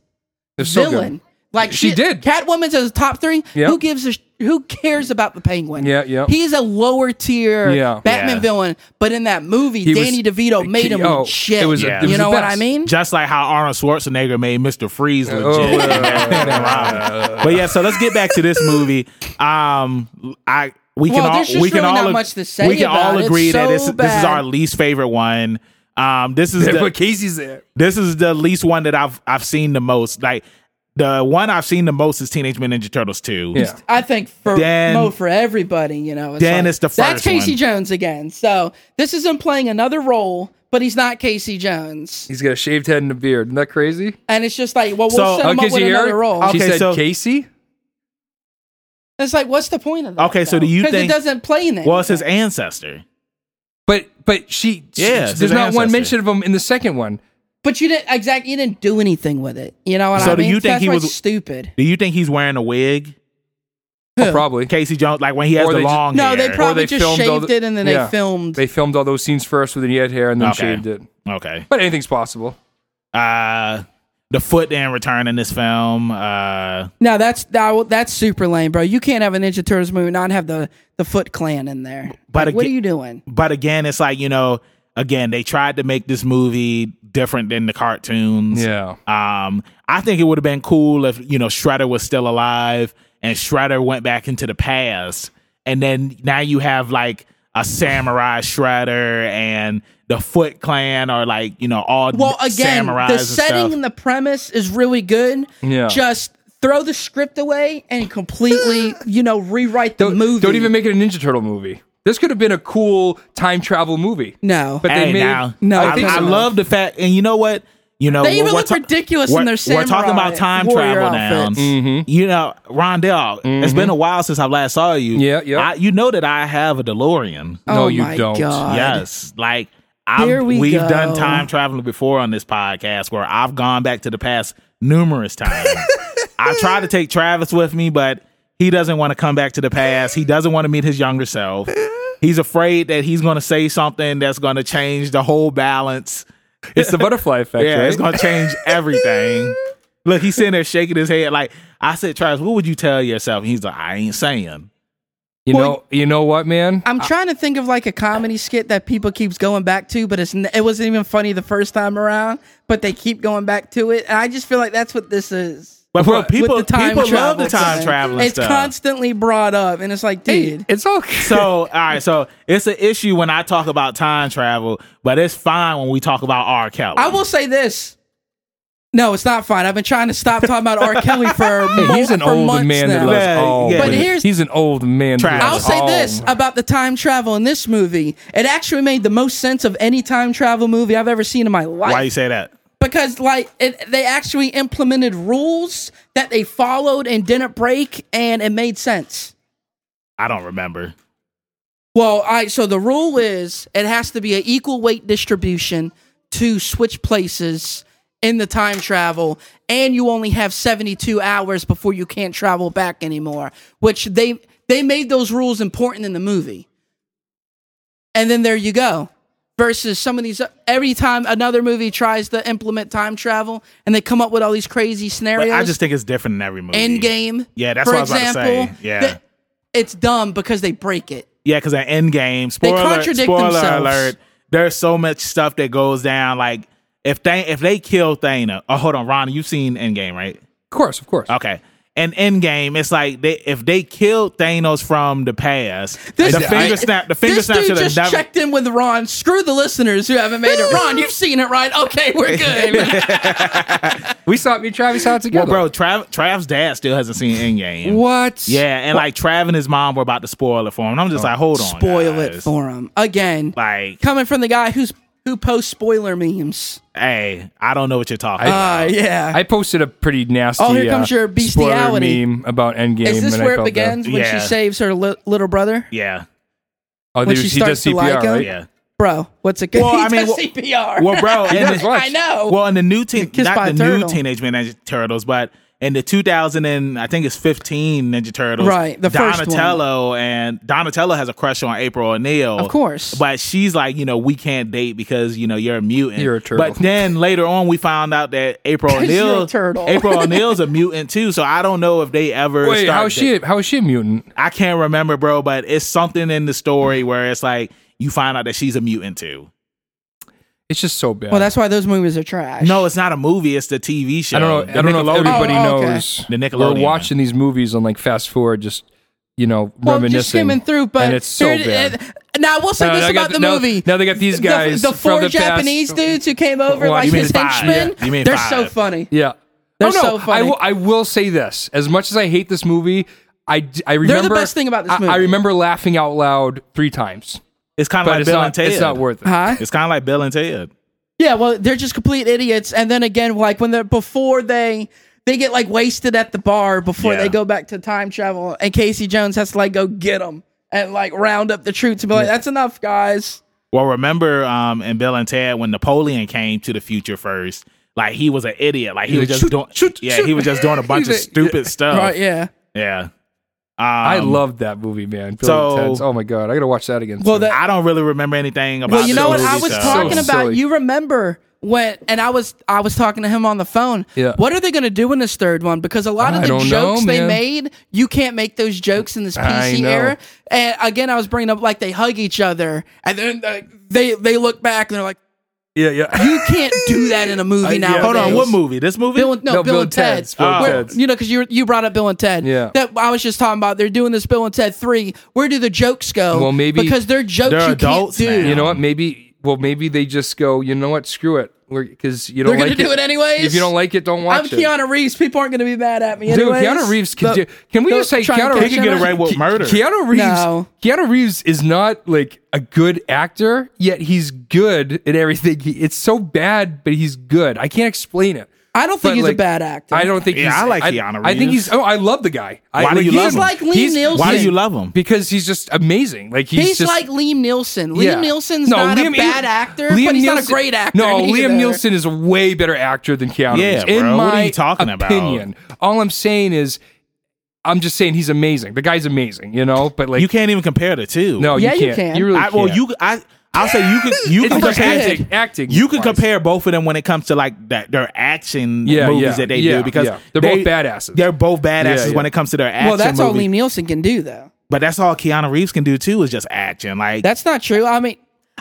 [SPEAKER 3] They're so good.
[SPEAKER 2] villain. Like
[SPEAKER 3] She did.
[SPEAKER 2] Catwoman's as a top three.
[SPEAKER 3] Yeah.
[SPEAKER 2] Who gives a sh- who cares about the Penguin?
[SPEAKER 3] Yeah, yeah.
[SPEAKER 2] He's a lower tier
[SPEAKER 3] Yeah.
[SPEAKER 2] Batman
[SPEAKER 1] Yeah.
[SPEAKER 2] villain, but in that movie,
[SPEAKER 3] He was-
[SPEAKER 2] Danny DeVito made him
[SPEAKER 3] oh,
[SPEAKER 2] shit.
[SPEAKER 3] it was-
[SPEAKER 1] Yeah. it
[SPEAKER 2] You
[SPEAKER 1] was
[SPEAKER 2] know
[SPEAKER 3] the
[SPEAKER 2] what I
[SPEAKER 3] best.
[SPEAKER 2] mean?
[SPEAKER 1] just like how Arnold Schwarzenegger made Mr. Freeze legit.
[SPEAKER 3] Oh, Uh,
[SPEAKER 1] but yeah, so let's get back to this movie. Um, I we
[SPEAKER 2] Well,
[SPEAKER 1] can all
[SPEAKER 2] there's just
[SPEAKER 1] we can
[SPEAKER 2] really
[SPEAKER 1] all
[SPEAKER 2] not
[SPEAKER 1] ag-
[SPEAKER 2] much to say
[SPEAKER 1] we can
[SPEAKER 2] about
[SPEAKER 1] all
[SPEAKER 2] it.
[SPEAKER 1] agree
[SPEAKER 2] It's
[SPEAKER 1] that
[SPEAKER 2] so
[SPEAKER 1] this this is
[SPEAKER 2] bad.
[SPEAKER 1] our least favorite one. Um, this is the,
[SPEAKER 3] But Casey's there.
[SPEAKER 1] this is the least one that I've I've seen the most. Like the one I've seen the most is Teenage Mutant Ninja Turtles two.
[SPEAKER 3] Yeah.
[SPEAKER 2] I think for
[SPEAKER 1] Then-
[SPEAKER 2] Mo for everybody, you know. It's
[SPEAKER 1] Then it's the
[SPEAKER 2] That's
[SPEAKER 1] first
[SPEAKER 2] Casey
[SPEAKER 1] one.
[SPEAKER 2] Jones again. So this is him playing another role, but he's not Casey Jones.
[SPEAKER 3] He's got a shaved head and a beard. Isn't that crazy?
[SPEAKER 2] And it's just like, well, we'll
[SPEAKER 1] So-
[SPEAKER 2] set
[SPEAKER 3] Oh,
[SPEAKER 2] him up
[SPEAKER 3] Casey
[SPEAKER 2] with
[SPEAKER 3] here?
[SPEAKER 2] another role.
[SPEAKER 1] I'll-
[SPEAKER 3] She
[SPEAKER 1] Okay,
[SPEAKER 3] said
[SPEAKER 1] so-
[SPEAKER 3] Casey.
[SPEAKER 2] it's like, what's the point of that?
[SPEAKER 1] Okay, so do you
[SPEAKER 2] Because it
[SPEAKER 1] think-
[SPEAKER 2] doesn't play in that.
[SPEAKER 1] Well, it's his ancestor.
[SPEAKER 3] But but she.
[SPEAKER 1] Yeah,
[SPEAKER 3] she-
[SPEAKER 1] it's his
[SPEAKER 3] there's not one
[SPEAKER 1] ancestor.
[SPEAKER 3] mention of him in the second one.
[SPEAKER 2] But you didn't exactly. You didn't do anything with it. You know what
[SPEAKER 1] So
[SPEAKER 2] I
[SPEAKER 1] do
[SPEAKER 2] mean?
[SPEAKER 1] you think
[SPEAKER 2] That's
[SPEAKER 1] he
[SPEAKER 2] why
[SPEAKER 1] was-
[SPEAKER 2] it's stupid?
[SPEAKER 1] Do you think he's wearing a wig?
[SPEAKER 3] Oh, probably.
[SPEAKER 1] Casey Jones, like when he has
[SPEAKER 3] Or
[SPEAKER 1] the
[SPEAKER 3] they just-
[SPEAKER 1] long
[SPEAKER 2] No, they
[SPEAKER 1] hair.
[SPEAKER 2] probably just
[SPEAKER 3] all
[SPEAKER 2] shaved it and then they filmed-
[SPEAKER 3] They filmed all those scenes first with the head hair and then
[SPEAKER 1] Okay.
[SPEAKER 3] shaved it.
[SPEAKER 1] okay.
[SPEAKER 3] But anything's possible.
[SPEAKER 1] Uh, the foot didn't return in this film. Uh,
[SPEAKER 2] No, that's that, that's super lame, bro. You can't have a Ninja Turtles movie and not have the the Foot Clan in there.
[SPEAKER 1] But
[SPEAKER 2] Like, what are
[SPEAKER 1] aga-
[SPEAKER 2] you doing?
[SPEAKER 1] but again, it's like you know, again they tried to make this movie different than the cartoons.
[SPEAKER 3] Yeah.
[SPEAKER 1] Um, I think it would have been cool if you know Shredder was still alive and Shredder went back into the past, and then now you have like a samurai Shredder and the Foot Clan or like you know all
[SPEAKER 2] Well, again,
[SPEAKER 1] samurais
[SPEAKER 2] the
[SPEAKER 1] and
[SPEAKER 2] setting
[SPEAKER 1] stuff.
[SPEAKER 2] and the premise is really good.
[SPEAKER 3] Yeah.
[SPEAKER 2] Just throw the script away and completely, you know, rewrite the
[SPEAKER 3] Don't,
[SPEAKER 2] movie.
[SPEAKER 3] don't even make it a Ninja Turtle movie. This could have been a cool time travel movie.
[SPEAKER 2] No.
[SPEAKER 3] But they
[SPEAKER 1] hey,
[SPEAKER 3] made
[SPEAKER 1] now,
[SPEAKER 2] No,
[SPEAKER 1] I,
[SPEAKER 2] I think
[SPEAKER 1] I
[SPEAKER 2] so.
[SPEAKER 1] love the fact, and you know what? You know,
[SPEAKER 2] They even
[SPEAKER 1] we're- we're
[SPEAKER 2] look ridiculous in
[SPEAKER 1] we're-
[SPEAKER 2] their
[SPEAKER 1] We're talking
[SPEAKER 2] samurai
[SPEAKER 1] about time
[SPEAKER 2] warrior
[SPEAKER 1] travel
[SPEAKER 2] outfits.
[SPEAKER 1] now.
[SPEAKER 3] Mm-hmm.
[SPEAKER 1] You know, Rondell, it's been a while since I last saw you.
[SPEAKER 3] Yeah, yeah.
[SPEAKER 1] I, you know that I have a DeLorean.
[SPEAKER 2] Oh
[SPEAKER 3] No, you
[SPEAKER 2] my
[SPEAKER 3] don't.
[SPEAKER 2] God.
[SPEAKER 1] Yes, like I've,
[SPEAKER 2] Here we
[SPEAKER 1] have
[SPEAKER 2] go.
[SPEAKER 1] done time traveling before on this podcast, where I've gone back to the past numerous times. I tried to take Travis with me, but he doesn't want to come back to the past. He doesn't want to meet his younger self. He's afraid that he's going to say something that's going to change the whole balance.
[SPEAKER 3] It's the butterfly effect.
[SPEAKER 1] Yeah,
[SPEAKER 3] right?
[SPEAKER 1] it's gonna change everything. Look, he's sitting there shaking his head. Like I said, Travis, what would you tell yourself? And he's like, I ain't saying.
[SPEAKER 3] you know. You know what, man?
[SPEAKER 2] I'm trying to think of like a comedy skit that people keeps going back to, but it's n- it wasn't even funny the first time around, but they keep going back to it, and I just feel like that's what this is.
[SPEAKER 1] But bro,
[SPEAKER 3] What? With
[SPEAKER 1] people
[SPEAKER 2] with the time
[SPEAKER 1] people love
[SPEAKER 2] travel
[SPEAKER 1] the time
[SPEAKER 2] thing.
[SPEAKER 1] traveling
[SPEAKER 2] It's
[SPEAKER 1] stuff.
[SPEAKER 2] constantly brought up, and it's like, dude,
[SPEAKER 3] it's okay.
[SPEAKER 1] so all right, so it's an issue when I talk about time travel, but it's fine when we talk about R. Kelly.
[SPEAKER 2] I will say this. No, it's not fine. I've been trying to stop talking about R. Kelly for mo-
[SPEAKER 3] he's an
[SPEAKER 2] for
[SPEAKER 3] old
[SPEAKER 2] months
[SPEAKER 3] man that
[SPEAKER 2] now.
[SPEAKER 3] loves
[SPEAKER 1] Yeah,
[SPEAKER 3] all.
[SPEAKER 1] yeah.
[SPEAKER 2] But
[SPEAKER 3] women.
[SPEAKER 2] here's-
[SPEAKER 3] he's an old man. that
[SPEAKER 1] Travis.
[SPEAKER 2] I'll
[SPEAKER 3] loves
[SPEAKER 2] say
[SPEAKER 3] all
[SPEAKER 1] Oh,
[SPEAKER 2] this
[SPEAKER 3] women.
[SPEAKER 2] about the time travel in this movie. It actually made the most sense of any time travel movie I've ever seen in my life.
[SPEAKER 1] Why you say that?
[SPEAKER 2] because like it, they actually implemented rules that they followed and didn't break and it made sense
[SPEAKER 1] I don't remember.
[SPEAKER 2] well i so the rule is it has to be an equal weight distribution to switch places in the time travel and you only have 72 hours before you can't travel back anymore which they they made those rules important in the movie and then there you go. Versus some of these, every time another movie tries to implement time travel, and they come up with all these crazy
[SPEAKER 1] But
[SPEAKER 2] scenarios.
[SPEAKER 1] I just think it's different in every movie.
[SPEAKER 2] Endgame.
[SPEAKER 1] Yeah, that's
[SPEAKER 2] for
[SPEAKER 1] what I was about to
[SPEAKER 2] example,
[SPEAKER 1] say. Yeah.
[SPEAKER 2] that- it's dumb because they break it.
[SPEAKER 1] Yeah, because at Endgame, spoiler,
[SPEAKER 2] contradict
[SPEAKER 1] spoiler
[SPEAKER 2] themselves.
[SPEAKER 1] alert. There's so much stuff that goes down. Like if they if they kill Thana, oh hold on, Ronnie, you've seen Endgame, right?
[SPEAKER 3] of course, of course.
[SPEAKER 1] Okay. And Endgame, it's like they if they killed Thanos from the past,
[SPEAKER 2] This-
[SPEAKER 1] the finger
[SPEAKER 2] I-
[SPEAKER 1] snap, the finger
[SPEAKER 2] this
[SPEAKER 1] snap
[SPEAKER 2] dude
[SPEAKER 1] should have
[SPEAKER 2] just
[SPEAKER 1] never.
[SPEAKER 2] checked in with Ron. Screw the listeners who haven't made it. Ron, you've seen it, right? Okay, we're good.
[SPEAKER 3] We saw me and Travis out
[SPEAKER 1] Well,
[SPEAKER 3] together.
[SPEAKER 1] bro, Trav, Trav's dad still hasn't seen Endgame.
[SPEAKER 3] What?
[SPEAKER 1] Yeah, and like Trav and his mom were about to Oh. spoil it for him. And I'm just like, hold on,
[SPEAKER 2] Spoil it
[SPEAKER 1] guys.
[SPEAKER 2] for him again.
[SPEAKER 1] like
[SPEAKER 2] coming from the guy who's who posts spoiler memes.
[SPEAKER 1] Hey, I don't know what you're talking about.
[SPEAKER 2] Uh, yeah.
[SPEAKER 3] I posted a pretty nasty.
[SPEAKER 2] Oh, here
[SPEAKER 3] uh,
[SPEAKER 2] comes your
[SPEAKER 3] spoiler
[SPEAKER 2] bestiality.
[SPEAKER 3] meme about Endgame.
[SPEAKER 2] Is this
[SPEAKER 3] and I
[SPEAKER 2] where it
[SPEAKER 3] felt that-
[SPEAKER 2] begins when
[SPEAKER 1] Yeah.
[SPEAKER 2] she saves her li- little brother?
[SPEAKER 1] Yeah.
[SPEAKER 3] Oh,
[SPEAKER 2] when
[SPEAKER 3] dude,
[SPEAKER 2] she
[SPEAKER 3] he does
[SPEAKER 2] starts to like
[SPEAKER 3] CPR,
[SPEAKER 2] him?
[SPEAKER 3] right?
[SPEAKER 1] Yeah.
[SPEAKER 2] Bro, what's it called?
[SPEAKER 1] Well, I mean, well-
[SPEAKER 2] CPR.
[SPEAKER 1] Well, bro, and
[SPEAKER 3] does
[SPEAKER 1] the-
[SPEAKER 3] watch.
[SPEAKER 2] I know.
[SPEAKER 1] Well, in the new teen,
[SPEAKER 2] Kiss by
[SPEAKER 1] not
[SPEAKER 2] a
[SPEAKER 1] the
[SPEAKER 2] Turtle.
[SPEAKER 1] new Teenage Mutant Ninja Turtles, but in the 2000 and I think it's 15 Ninja Turtles.
[SPEAKER 2] Right, the first one.
[SPEAKER 1] Donatello and Donatello has a crush on April O'Neil.
[SPEAKER 2] of course.
[SPEAKER 1] But she's like, you know, we can't date because you know you're a mutant.
[SPEAKER 3] You're a turtle.
[SPEAKER 1] But then later on, we found out that April
[SPEAKER 2] 'Cause you're a
[SPEAKER 1] O'Neil,
[SPEAKER 2] turtle.
[SPEAKER 1] April O'Neil's a mutant too. So I don't know if they ever.
[SPEAKER 3] Wait,
[SPEAKER 1] start
[SPEAKER 3] how is she? How is she a mutant?
[SPEAKER 1] I can't remember, bro. But it's something in the story where it's like you find out that she's a mutant too.
[SPEAKER 3] It's just so bad.
[SPEAKER 2] well, that's why those movies are trash.
[SPEAKER 1] No, it's not a movie. It's the TV show.
[SPEAKER 3] I don't know.
[SPEAKER 1] The
[SPEAKER 3] I don't know if
[SPEAKER 1] Nickelodeon
[SPEAKER 3] everybody
[SPEAKER 2] Oh, oh, okay.
[SPEAKER 3] knows.
[SPEAKER 1] The Nickelodeon
[SPEAKER 3] We're
[SPEAKER 1] one.
[SPEAKER 3] watching these movies on like fast forward, just you know,
[SPEAKER 2] well,
[SPEAKER 3] reminiscing.
[SPEAKER 2] just skimming through, but
[SPEAKER 3] and it's so
[SPEAKER 2] here-
[SPEAKER 3] bad.
[SPEAKER 2] uh, now I will say
[SPEAKER 3] Now-
[SPEAKER 2] this
[SPEAKER 3] now I got
[SPEAKER 2] about
[SPEAKER 3] the-
[SPEAKER 2] the
[SPEAKER 3] now-
[SPEAKER 2] movie.
[SPEAKER 3] now they got these
[SPEAKER 2] The-
[SPEAKER 3] guys
[SPEAKER 2] the, four
[SPEAKER 3] from the past- Oh,
[SPEAKER 2] Japanese dudes who came over
[SPEAKER 3] Well,
[SPEAKER 2] like
[SPEAKER 3] you mean
[SPEAKER 2] his
[SPEAKER 1] five.
[SPEAKER 2] henchmen.
[SPEAKER 1] Yeah, you mean
[SPEAKER 2] they're
[SPEAKER 1] five.
[SPEAKER 2] so funny.
[SPEAKER 3] yeah,
[SPEAKER 2] They're
[SPEAKER 3] oh, no,
[SPEAKER 2] so funny.
[SPEAKER 3] I will, I will say this: as much as I hate this movie, I, d- I remember
[SPEAKER 2] best thing about this
[SPEAKER 3] I- I,
[SPEAKER 2] movie.
[SPEAKER 3] remember laughing out loud three times,
[SPEAKER 1] It's kind of
[SPEAKER 3] but
[SPEAKER 1] like
[SPEAKER 3] it's
[SPEAKER 1] Bill
[SPEAKER 3] not.
[SPEAKER 1] and Ted.
[SPEAKER 3] It's not worth it.
[SPEAKER 2] Huh?
[SPEAKER 1] It's kind of like Bill and Ted.
[SPEAKER 2] Yeah, well, they're just complete idiots. And then again, like when they're before they they get like wasted at the bar before
[SPEAKER 1] Yeah.
[SPEAKER 2] they go back to time travel, and Casey Jones has to like go get them and like round up the troops and be like, "That's enough, guys."
[SPEAKER 1] Well, remember um, in Bill and Ted when Napoleon came to the future first, like he was an idiot. Like he,
[SPEAKER 3] He
[SPEAKER 1] was
[SPEAKER 3] was
[SPEAKER 1] just
[SPEAKER 3] shoot,
[SPEAKER 1] doing,
[SPEAKER 3] shoot,
[SPEAKER 1] yeah,
[SPEAKER 3] shoot.
[SPEAKER 1] he was just doing a bunch of
[SPEAKER 3] He's a-
[SPEAKER 1] stupid stuff.
[SPEAKER 2] Right? Yeah.
[SPEAKER 1] Yeah. Um,
[SPEAKER 3] I loved that movie, man. Bill
[SPEAKER 1] so-
[SPEAKER 3] and Ted's. Oh my god, I gotta watch that again.
[SPEAKER 2] Well,
[SPEAKER 3] soon.
[SPEAKER 2] that
[SPEAKER 1] I don't really remember anything about.
[SPEAKER 2] Well, you know what
[SPEAKER 1] the
[SPEAKER 2] I
[SPEAKER 1] movie,
[SPEAKER 2] was
[SPEAKER 1] so-
[SPEAKER 2] talking
[SPEAKER 3] So
[SPEAKER 2] about.
[SPEAKER 3] silly.
[SPEAKER 2] You remember when? And I was I was talking to him on the phone.
[SPEAKER 3] Yeah.
[SPEAKER 2] What are they going to do in this third one? Because a lot of
[SPEAKER 3] I
[SPEAKER 2] the
[SPEAKER 3] don't know,
[SPEAKER 2] jokes they
[SPEAKER 3] man.
[SPEAKER 2] made, you can't make those jokes in this
[SPEAKER 3] I
[SPEAKER 2] PC
[SPEAKER 3] know.
[SPEAKER 2] era. And again, I was bringing up like they hug each other, and then they they, they look back and they're like,
[SPEAKER 3] yeah, yeah.
[SPEAKER 2] you can't do that in a movie now.
[SPEAKER 1] Hold on,
[SPEAKER 3] Yes.
[SPEAKER 1] what movie? This movie?
[SPEAKER 2] Bill and, no,
[SPEAKER 3] No,
[SPEAKER 2] Bill,
[SPEAKER 3] Bill
[SPEAKER 2] and
[SPEAKER 3] and
[SPEAKER 2] Ted.
[SPEAKER 3] Ted's, Bill and
[SPEAKER 2] Where-
[SPEAKER 3] Ted's.
[SPEAKER 2] You know, because you you brought up Bill and Ted.
[SPEAKER 3] Yeah.
[SPEAKER 2] That I was just talking about. They're doing this Bill and Ted three. Where do the jokes go?
[SPEAKER 3] Well, maybe-
[SPEAKER 2] because they're jokes
[SPEAKER 1] They're
[SPEAKER 2] you
[SPEAKER 1] adults
[SPEAKER 2] can't do.
[SPEAKER 1] now.
[SPEAKER 3] You know what? Maybe. Well, maybe they just go. You know what? Screw it. Because you don't.
[SPEAKER 2] They're gonna
[SPEAKER 3] like
[SPEAKER 2] do it anyways.
[SPEAKER 3] If you don't like it, don't
[SPEAKER 2] I'm
[SPEAKER 3] watch it.
[SPEAKER 2] Keanu Reeves. People aren't going to be mad at me.
[SPEAKER 3] Dude,
[SPEAKER 2] Anyways.
[SPEAKER 3] Keanu Reeves can
[SPEAKER 2] The-
[SPEAKER 3] do. Can we
[SPEAKER 2] the-
[SPEAKER 3] just say
[SPEAKER 2] trying to
[SPEAKER 3] Keanu
[SPEAKER 2] catch
[SPEAKER 3] Reeves
[SPEAKER 1] He can get
[SPEAKER 2] him-
[SPEAKER 1] away with murder.
[SPEAKER 3] Keanu Reeves.
[SPEAKER 2] No.
[SPEAKER 3] Keanu Reeves is not like a good actor, yet he's good at everything. He, it's so bad, but he's good. I can't explain it.
[SPEAKER 2] I don't think
[SPEAKER 3] But,
[SPEAKER 2] he's a
[SPEAKER 3] like,
[SPEAKER 2] bad actor.
[SPEAKER 3] I don't think.
[SPEAKER 1] Yeah,
[SPEAKER 3] he's,
[SPEAKER 1] I like Keanu
[SPEAKER 3] I think
[SPEAKER 1] Reeves.
[SPEAKER 3] he's. Oh, I love the guy. I,
[SPEAKER 1] Why do you love
[SPEAKER 2] He's
[SPEAKER 1] him?
[SPEAKER 2] like Liam
[SPEAKER 3] he's-
[SPEAKER 2] Nielsen.
[SPEAKER 1] Why do you love him?
[SPEAKER 3] Because he's just amazing. Like he's,
[SPEAKER 2] He's,
[SPEAKER 3] just,
[SPEAKER 2] like Liam Nielson. Liam
[SPEAKER 3] yeah.
[SPEAKER 2] Nielsen's
[SPEAKER 3] No,
[SPEAKER 2] not
[SPEAKER 3] Liam-
[SPEAKER 2] a bad actor, but he's not a
[SPEAKER 3] Nielsen-
[SPEAKER 2] great actor.
[SPEAKER 3] No,
[SPEAKER 2] either.
[SPEAKER 3] Liam Nielsen is a way better actor than Keanu
[SPEAKER 1] Yeah,
[SPEAKER 3] Reeves. In
[SPEAKER 1] bro,
[SPEAKER 3] my
[SPEAKER 1] what are you talking about?
[SPEAKER 3] opinion. All I'm saying is, I'm just saying he's amazing. The guy's amazing, you know. But like,
[SPEAKER 1] you can't even compare the two.
[SPEAKER 3] no,
[SPEAKER 2] Yeah, you
[SPEAKER 3] you can't.
[SPEAKER 2] can.
[SPEAKER 3] really
[SPEAKER 1] I, well,
[SPEAKER 3] can't.
[SPEAKER 1] you, I, I'll say you could, you
[SPEAKER 3] It's
[SPEAKER 1] could
[SPEAKER 3] just
[SPEAKER 1] compare.
[SPEAKER 3] acting, acting.
[SPEAKER 1] You can
[SPEAKER 3] wise.
[SPEAKER 1] compare both of them when it comes to like that their action
[SPEAKER 3] Yeah,
[SPEAKER 1] movies
[SPEAKER 3] yeah,
[SPEAKER 1] that they
[SPEAKER 3] yeah,
[SPEAKER 1] do because
[SPEAKER 3] yeah. They're both badasses.
[SPEAKER 1] They're both badasses
[SPEAKER 3] Yeah, yeah.
[SPEAKER 1] when it comes to their action.
[SPEAKER 2] Well, that's all
[SPEAKER 1] movies.
[SPEAKER 2] Liam Nielsen can do, though.
[SPEAKER 1] But that's all Keanu Reeves can do too is just action. Like
[SPEAKER 2] That's not true. I mean,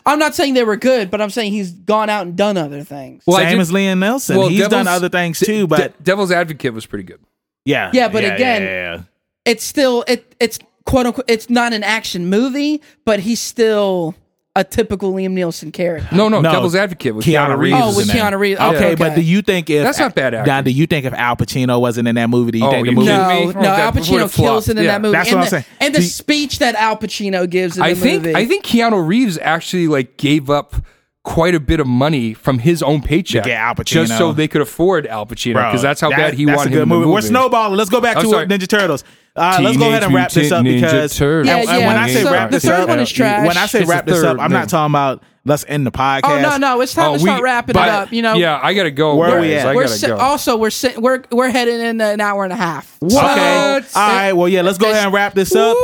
[SPEAKER 2] I'm not saying they were good, but I'm saying he's gone out and done other things.
[SPEAKER 3] Well, I
[SPEAKER 1] same
[SPEAKER 3] did-
[SPEAKER 1] as Liam Nelson.
[SPEAKER 3] well,
[SPEAKER 1] He's done
[SPEAKER 3] Devil's-
[SPEAKER 1] other things too, but
[SPEAKER 3] De- Devil's Advocate was pretty good.
[SPEAKER 1] yeah,
[SPEAKER 2] Yeah, but again-
[SPEAKER 1] yeah, yeah.
[SPEAKER 2] it's still it it's quote unquote it's not an action movie, but he's still a typical Liam Nielsen character.
[SPEAKER 3] No, no,
[SPEAKER 1] No,
[SPEAKER 3] Oh, Devil's Advocate was
[SPEAKER 1] Keanu
[SPEAKER 3] Keanu,
[SPEAKER 1] Reeves
[SPEAKER 3] Reeves.
[SPEAKER 2] Oh,
[SPEAKER 1] is
[SPEAKER 2] with
[SPEAKER 1] in that.
[SPEAKER 2] Keanu Reeves.
[SPEAKER 1] Okay,
[SPEAKER 2] Okay,
[SPEAKER 1] but
[SPEAKER 2] okay.
[SPEAKER 1] do you think if
[SPEAKER 3] That's not bad acting.
[SPEAKER 1] Now, do you think if Al Pacino wasn't in that movie, do you
[SPEAKER 3] Oh,
[SPEAKER 1] think the
[SPEAKER 3] you
[SPEAKER 1] movie?
[SPEAKER 3] kidding
[SPEAKER 2] No,
[SPEAKER 3] me?
[SPEAKER 2] no,
[SPEAKER 3] Oh, that
[SPEAKER 2] Al
[SPEAKER 3] would
[SPEAKER 2] Pacino
[SPEAKER 3] have flopped.
[SPEAKER 2] kills it in
[SPEAKER 3] Yeah.
[SPEAKER 2] that movie.
[SPEAKER 1] That's
[SPEAKER 2] and
[SPEAKER 1] what I'm
[SPEAKER 2] the,
[SPEAKER 1] saying.
[SPEAKER 2] And the
[SPEAKER 1] The-
[SPEAKER 2] speech that Al Pacino gives in the
[SPEAKER 3] Oh, I think
[SPEAKER 2] movie.
[SPEAKER 3] I think Keanu Reeves actually like gave up quite a bit of money from his own paycheck
[SPEAKER 1] To get Al Pacino.
[SPEAKER 3] just so they could afford Al Pacino
[SPEAKER 1] Bro,
[SPEAKER 3] because that's how
[SPEAKER 1] that-
[SPEAKER 3] bad he
[SPEAKER 1] that's
[SPEAKER 3] wanted
[SPEAKER 1] a good
[SPEAKER 3] him
[SPEAKER 1] movie.
[SPEAKER 3] in the
[SPEAKER 1] We're snowballing. Let's go back
[SPEAKER 3] I'm
[SPEAKER 1] to
[SPEAKER 3] sorry.
[SPEAKER 1] Ninja Turtles. Uh, let's go
[SPEAKER 3] Teenage
[SPEAKER 1] ahead and wrap this up
[SPEAKER 3] Mutant Ninja
[SPEAKER 1] because
[SPEAKER 3] Turtles.
[SPEAKER 1] and- and
[SPEAKER 2] Yeah,
[SPEAKER 1] when
[SPEAKER 2] yeah,
[SPEAKER 1] I say
[SPEAKER 2] so-
[SPEAKER 1] wrap
[SPEAKER 2] the
[SPEAKER 1] this
[SPEAKER 2] third
[SPEAKER 1] up,
[SPEAKER 2] one is trash.
[SPEAKER 1] When I say
[SPEAKER 3] It's the
[SPEAKER 1] wrap this up,
[SPEAKER 3] third,
[SPEAKER 1] I'm
[SPEAKER 3] no.
[SPEAKER 1] not talking about let's end the podcast.
[SPEAKER 2] Oh no, no, it's time
[SPEAKER 3] Oh,
[SPEAKER 2] to
[SPEAKER 3] we-
[SPEAKER 2] start wrapping
[SPEAKER 3] but-
[SPEAKER 2] it up. You know,
[SPEAKER 3] yeah, I gotta go.
[SPEAKER 1] Where are we
[SPEAKER 3] guys.
[SPEAKER 1] at?
[SPEAKER 3] I
[SPEAKER 2] we're
[SPEAKER 3] gotta
[SPEAKER 2] si-
[SPEAKER 3] go.
[SPEAKER 2] also we're si- we're we're heading in an hour and a half. So-
[SPEAKER 1] Okay.
[SPEAKER 3] What?
[SPEAKER 1] All right. Well, yeah. Let's go ahead and wrap this up.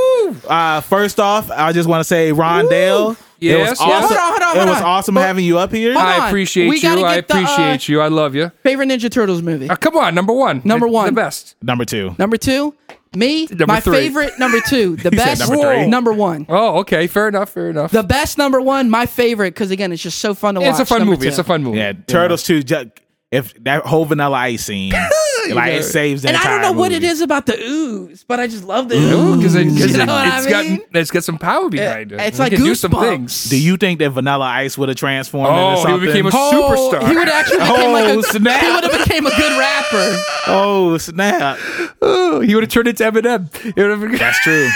[SPEAKER 1] Uh, first off, I just want to say, Rondell, it was
[SPEAKER 3] Yes, yes.
[SPEAKER 1] awesome.
[SPEAKER 2] Hold on, hold on, hold
[SPEAKER 1] it was
[SPEAKER 2] on.
[SPEAKER 1] awesome
[SPEAKER 2] But-
[SPEAKER 1] having you up here.
[SPEAKER 2] Hold on.
[SPEAKER 3] I appreciate
[SPEAKER 2] We gotta
[SPEAKER 3] you. I
[SPEAKER 2] get the, uh,
[SPEAKER 3] appreciate you. I love you.
[SPEAKER 2] Favorite Ninja Turtles movie.
[SPEAKER 3] Uh, come on, number one.
[SPEAKER 2] Number
[SPEAKER 3] The-
[SPEAKER 2] one.
[SPEAKER 3] the best.
[SPEAKER 1] Number two.
[SPEAKER 2] Number two, me.
[SPEAKER 3] Number
[SPEAKER 2] my
[SPEAKER 3] three.
[SPEAKER 2] favorite number two. The
[SPEAKER 1] He said
[SPEAKER 2] best
[SPEAKER 1] number three.
[SPEAKER 2] number one.
[SPEAKER 3] Oh, okay, fair enough, fair enough.
[SPEAKER 2] The best number one, my favorite, because again, it's just so fun to watch.
[SPEAKER 3] it's a fun
[SPEAKER 2] number
[SPEAKER 3] movie.
[SPEAKER 2] two.
[SPEAKER 3] It's a fun movie.
[SPEAKER 1] Yeah, Turtles two. Ju- if that whole Vanilla Ice scene, like it saves. The
[SPEAKER 2] And I don't
[SPEAKER 1] entire
[SPEAKER 2] know what it
[SPEAKER 1] movie.
[SPEAKER 2] is about the ooze, but I just love the
[SPEAKER 3] No,
[SPEAKER 2] ooze.
[SPEAKER 3] because it, 'cause
[SPEAKER 2] You know
[SPEAKER 3] it,
[SPEAKER 2] what I
[SPEAKER 3] has got
[SPEAKER 2] mean?
[SPEAKER 3] it's got some power behind it.
[SPEAKER 2] It's
[SPEAKER 3] We
[SPEAKER 2] like
[SPEAKER 3] can do some
[SPEAKER 2] Goosebumps.
[SPEAKER 3] things.
[SPEAKER 1] Do you think that Vanilla Ice would have transformed into
[SPEAKER 3] Oh,
[SPEAKER 1] something?
[SPEAKER 3] he became a
[SPEAKER 2] Oh,
[SPEAKER 3] superstar.
[SPEAKER 2] He would actually became like a,
[SPEAKER 1] Oh, snap.
[SPEAKER 2] he would have became a good rapper.
[SPEAKER 1] oh snap!
[SPEAKER 3] Oh, he would have turned into Eminem. It would have
[SPEAKER 1] That's true.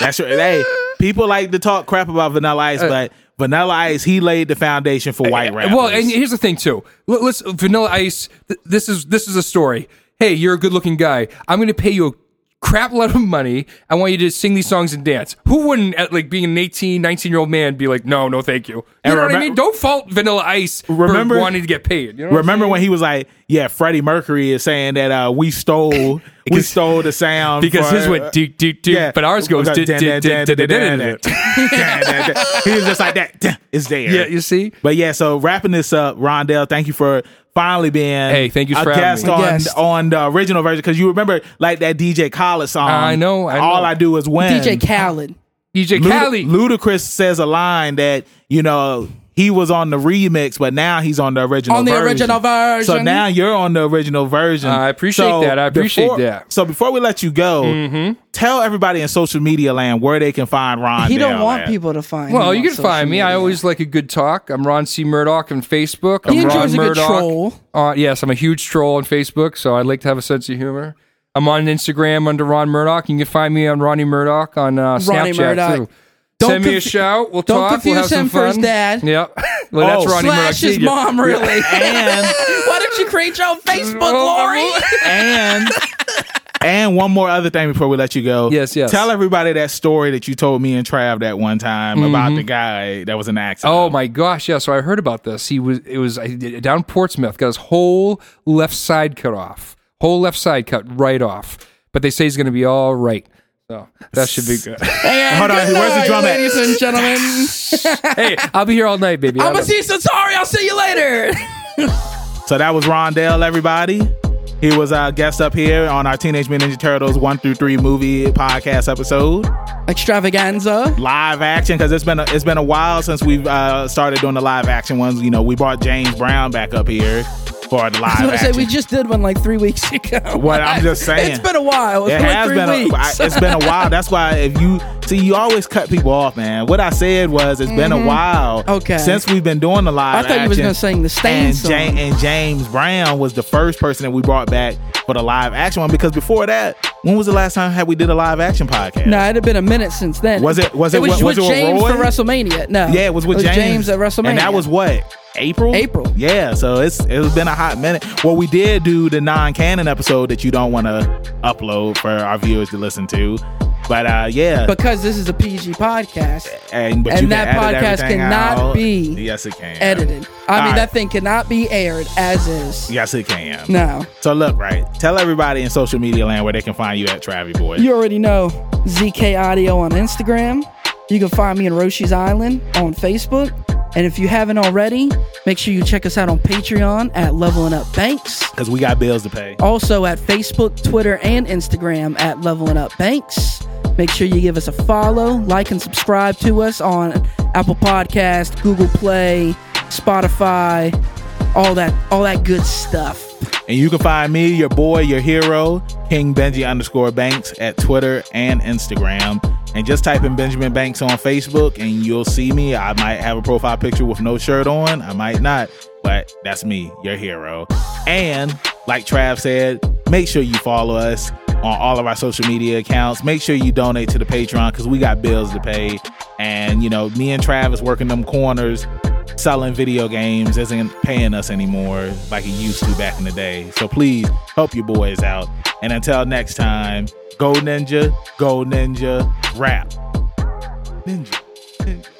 [SPEAKER 1] That's true. Hey, people like to talk crap about Vanilla Ice, but Vanilla Ice he laid the foundation for white rappers.
[SPEAKER 3] Uh, Well, and here's the thing too. L- Let's Vanilla Ice. th- This is this is a story. Hey, you're a good-looking guy. I'm going to pay you a crap lot of money. I want you to sing these songs and dance. Who wouldn't, at like being an 18, 19 year old man, be like, no, no, thank you. You know what I
[SPEAKER 1] remem-
[SPEAKER 3] mean? Don't fault Vanilla Ice
[SPEAKER 1] Remember-
[SPEAKER 3] for wanting to get paid. You know what I'm
[SPEAKER 1] Remember when he was like, "Yeah, Freddie Mercury is saying that uh, we stole we stole the sound
[SPEAKER 3] because
[SPEAKER 1] for-
[SPEAKER 3] his went do do do, but ours goes
[SPEAKER 1] uh, Okay,
[SPEAKER 3] did
[SPEAKER 1] dun,
[SPEAKER 3] did
[SPEAKER 1] dun, dun,
[SPEAKER 3] did did
[SPEAKER 1] dun,
[SPEAKER 3] did.
[SPEAKER 1] dun, dun, dun. He was just like that. dun, It's there.
[SPEAKER 3] Yeah, you see.
[SPEAKER 1] But yeah, so wrapping this up, Rondell, thank you for finally being
[SPEAKER 3] Hey, thank you
[SPEAKER 1] a
[SPEAKER 3] for having
[SPEAKER 1] guest
[SPEAKER 3] me.
[SPEAKER 1] on
[SPEAKER 2] Yes.
[SPEAKER 1] on the original version because you remember like that DJ Khaled song.
[SPEAKER 3] I know, I
[SPEAKER 1] all
[SPEAKER 3] know.
[SPEAKER 1] I do is win.
[SPEAKER 2] DJ Khaled.
[SPEAKER 3] EJ
[SPEAKER 1] Lud-
[SPEAKER 3] Cali.
[SPEAKER 1] Ludacris says a line that you know he was on the remix, but now he's on the original
[SPEAKER 2] On the
[SPEAKER 1] version.
[SPEAKER 2] original version.
[SPEAKER 1] So now you're on the original version.
[SPEAKER 3] I appreciate
[SPEAKER 1] So
[SPEAKER 3] that. I appreciate
[SPEAKER 1] before-
[SPEAKER 3] that. Mm-hmm.
[SPEAKER 1] So before we let you go, tell everybody in social media land where they can find Ron.
[SPEAKER 2] He don't
[SPEAKER 1] Dell
[SPEAKER 2] want
[SPEAKER 1] at.
[SPEAKER 2] people to find.
[SPEAKER 3] Well,
[SPEAKER 2] him
[SPEAKER 3] you
[SPEAKER 2] on
[SPEAKER 3] can
[SPEAKER 2] social
[SPEAKER 3] find me. I
[SPEAKER 2] media.
[SPEAKER 3] always like a good talk. I'm Ron C. Murdoch on Facebook. I'm
[SPEAKER 2] He
[SPEAKER 3] Ron
[SPEAKER 2] enjoys a good
[SPEAKER 3] Murdoch.
[SPEAKER 2] troll.
[SPEAKER 3] Uh, yes, I'm a huge troll on Facebook, so I like to have a sense of humor. I'm on Instagram under Ron Murdoch. You can find me on Ronnie Murdoch on uh,
[SPEAKER 2] Ronnie
[SPEAKER 3] Snapchat
[SPEAKER 2] Murdoch.
[SPEAKER 3] too.
[SPEAKER 2] Don't
[SPEAKER 3] Send me a
[SPEAKER 2] confu-
[SPEAKER 3] shout. We'll
[SPEAKER 2] don't
[SPEAKER 3] talk. We'll
[SPEAKER 2] confuse
[SPEAKER 3] have some
[SPEAKER 2] him for
[SPEAKER 3] fun.
[SPEAKER 2] his dad.
[SPEAKER 3] Yep. well, that's
[SPEAKER 1] Oh.
[SPEAKER 3] Ronnie Murdoch.
[SPEAKER 2] slash his
[SPEAKER 3] Senior.
[SPEAKER 2] mom. Really?
[SPEAKER 1] And
[SPEAKER 2] Why don't you create your own Facebook, Lori?
[SPEAKER 1] and and one more other thing before we let you go.
[SPEAKER 3] Yes, yes.
[SPEAKER 1] Tell everybody that story that you told me and Trav that one time about
[SPEAKER 3] Mm-hmm.
[SPEAKER 1] the guy that was in the accident.
[SPEAKER 3] Oh my gosh, yeah. So I heard about this. He was it was I, down in Portsmouth, got his whole left side cut off, whole left side cut right off. But they say he's going to be all right. So that should be good.
[SPEAKER 2] And
[SPEAKER 1] Hold on,
[SPEAKER 2] good
[SPEAKER 1] where's the
[SPEAKER 2] night,
[SPEAKER 1] drum at?
[SPEAKER 2] ladies and gentlemen?
[SPEAKER 3] hey, I'll be here all night, baby.
[SPEAKER 2] I'm a see Satori. I'll see you later.
[SPEAKER 3] Oh.
[SPEAKER 1] So that was Rondell, everybody. He was our guest up here on our Teenage Mutant Ninja Turtles one through three movie podcast episode,
[SPEAKER 2] Extravaganza.
[SPEAKER 1] live action because it's been a, it's been a while since we've uh, started doing the live action ones. You know, we brought James Brown back up here for the
[SPEAKER 2] I
[SPEAKER 1] live
[SPEAKER 2] was gonna say we
[SPEAKER 1] action.
[SPEAKER 2] just did one like three weeks ago.
[SPEAKER 1] What I'm just saying.
[SPEAKER 2] It's been a while. It's
[SPEAKER 1] It
[SPEAKER 2] been like
[SPEAKER 1] has
[SPEAKER 2] three
[SPEAKER 1] been a, I,
[SPEAKER 2] weeks.
[SPEAKER 1] it's been a while. That's why if you see, you always cut people off, man. What I said was it's been a while.
[SPEAKER 2] Mm-hmm. Okay.
[SPEAKER 1] Since we've been doing the
[SPEAKER 2] I
[SPEAKER 1] live.
[SPEAKER 2] thought you was
[SPEAKER 1] action.
[SPEAKER 2] gonna sing the Stain
[SPEAKER 1] and,
[SPEAKER 2] song.
[SPEAKER 1] Ja- and James Brown was the first person that we brought back for the live action one because before that, when was the last time had we did a live action podcast?
[SPEAKER 2] no, it'd have been a minute since then.
[SPEAKER 1] Was it- was it
[SPEAKER 2] it was,
[SPEAKER 1] with- was
[SPEAKER 2] with
[SPEAKER 1] it with
[SPEAKER 2] James
[SPEAKER 1] Roy?
[SPEAKER 2] for WrestleMania? No.
[SPEAKER 1] Yeah, it was with James.
[SPEAKER 2] at WrestleMania.
[SPEAKER 1] And that was what? April?
[SPEAKER 2] April.
[SPEAKER 1] Yeah, so it's it's been a hot minute. Well, we did do the non-canon episode that you don't want to upload for our viewers to listen to. But uh yeah.
[SPEAKER 2] because this is a PG podcast.
[SPEAKER 1] and but
[SPEAKER 2] and
[SPEAKER 1] you
[SPEAKER 2] that
[SPEAKER 1] can edit
[SPEAKER 2] podcast
[SPEAKER 1] everything
[SPEAKER 2] cannot
[SPEAKER 1] out.
[SPEAKER 2] be
[SPEAKER 1] Yes it can.
[SPEAKER 2] Edited.
[SPEAKER 1] All
[SPEAKER 2] I mean,
[SPEAKER 1] right.
[SPEAKER 2] that thing cannot be aired as is.
[SPEAKER 1] Yes it can.
[SPEAKER 2] No.
[SPEAKER 1] So look, right. Tell everybody in social media land where they can find you at Travie Boy.
[SPEAKER 2] You already know ZK Audio on Instagram. You can find me in Roshi's Island on Facebook. And if you haven't already, make sure you check us out on Patreon at Leveling Up Banks.
[SPEAKER 1] Because we got bills to pay.
[SPEAKER 2] Also at Facebook, Twitter, and Instagram at Leveling Up Banks. Make sure you give us a follow, like, and subscribe to us on Apple Podcast, Google Play, Spotify, all that, all that good stuff.
[SPEAKER 1] And you can find me, your boy, your hero, King Benji underscore Banks at Twitter and Instagram. And just type in Benjamin Banks on Facebook and you'll see me. I might have a profile picture with no shirt on. I might not. But that's me, your hero. And like Trav said, make sure you follow us on all of our social media accounts. Make sure you donate to the Patreon because we got bills to pay. And you know, me and Trav is working them corners selling video games isn't paying us anymore like it used to back in the day. So please help your boys out. And until next time, go ninja, go ninja, rap. Ninja, ninja.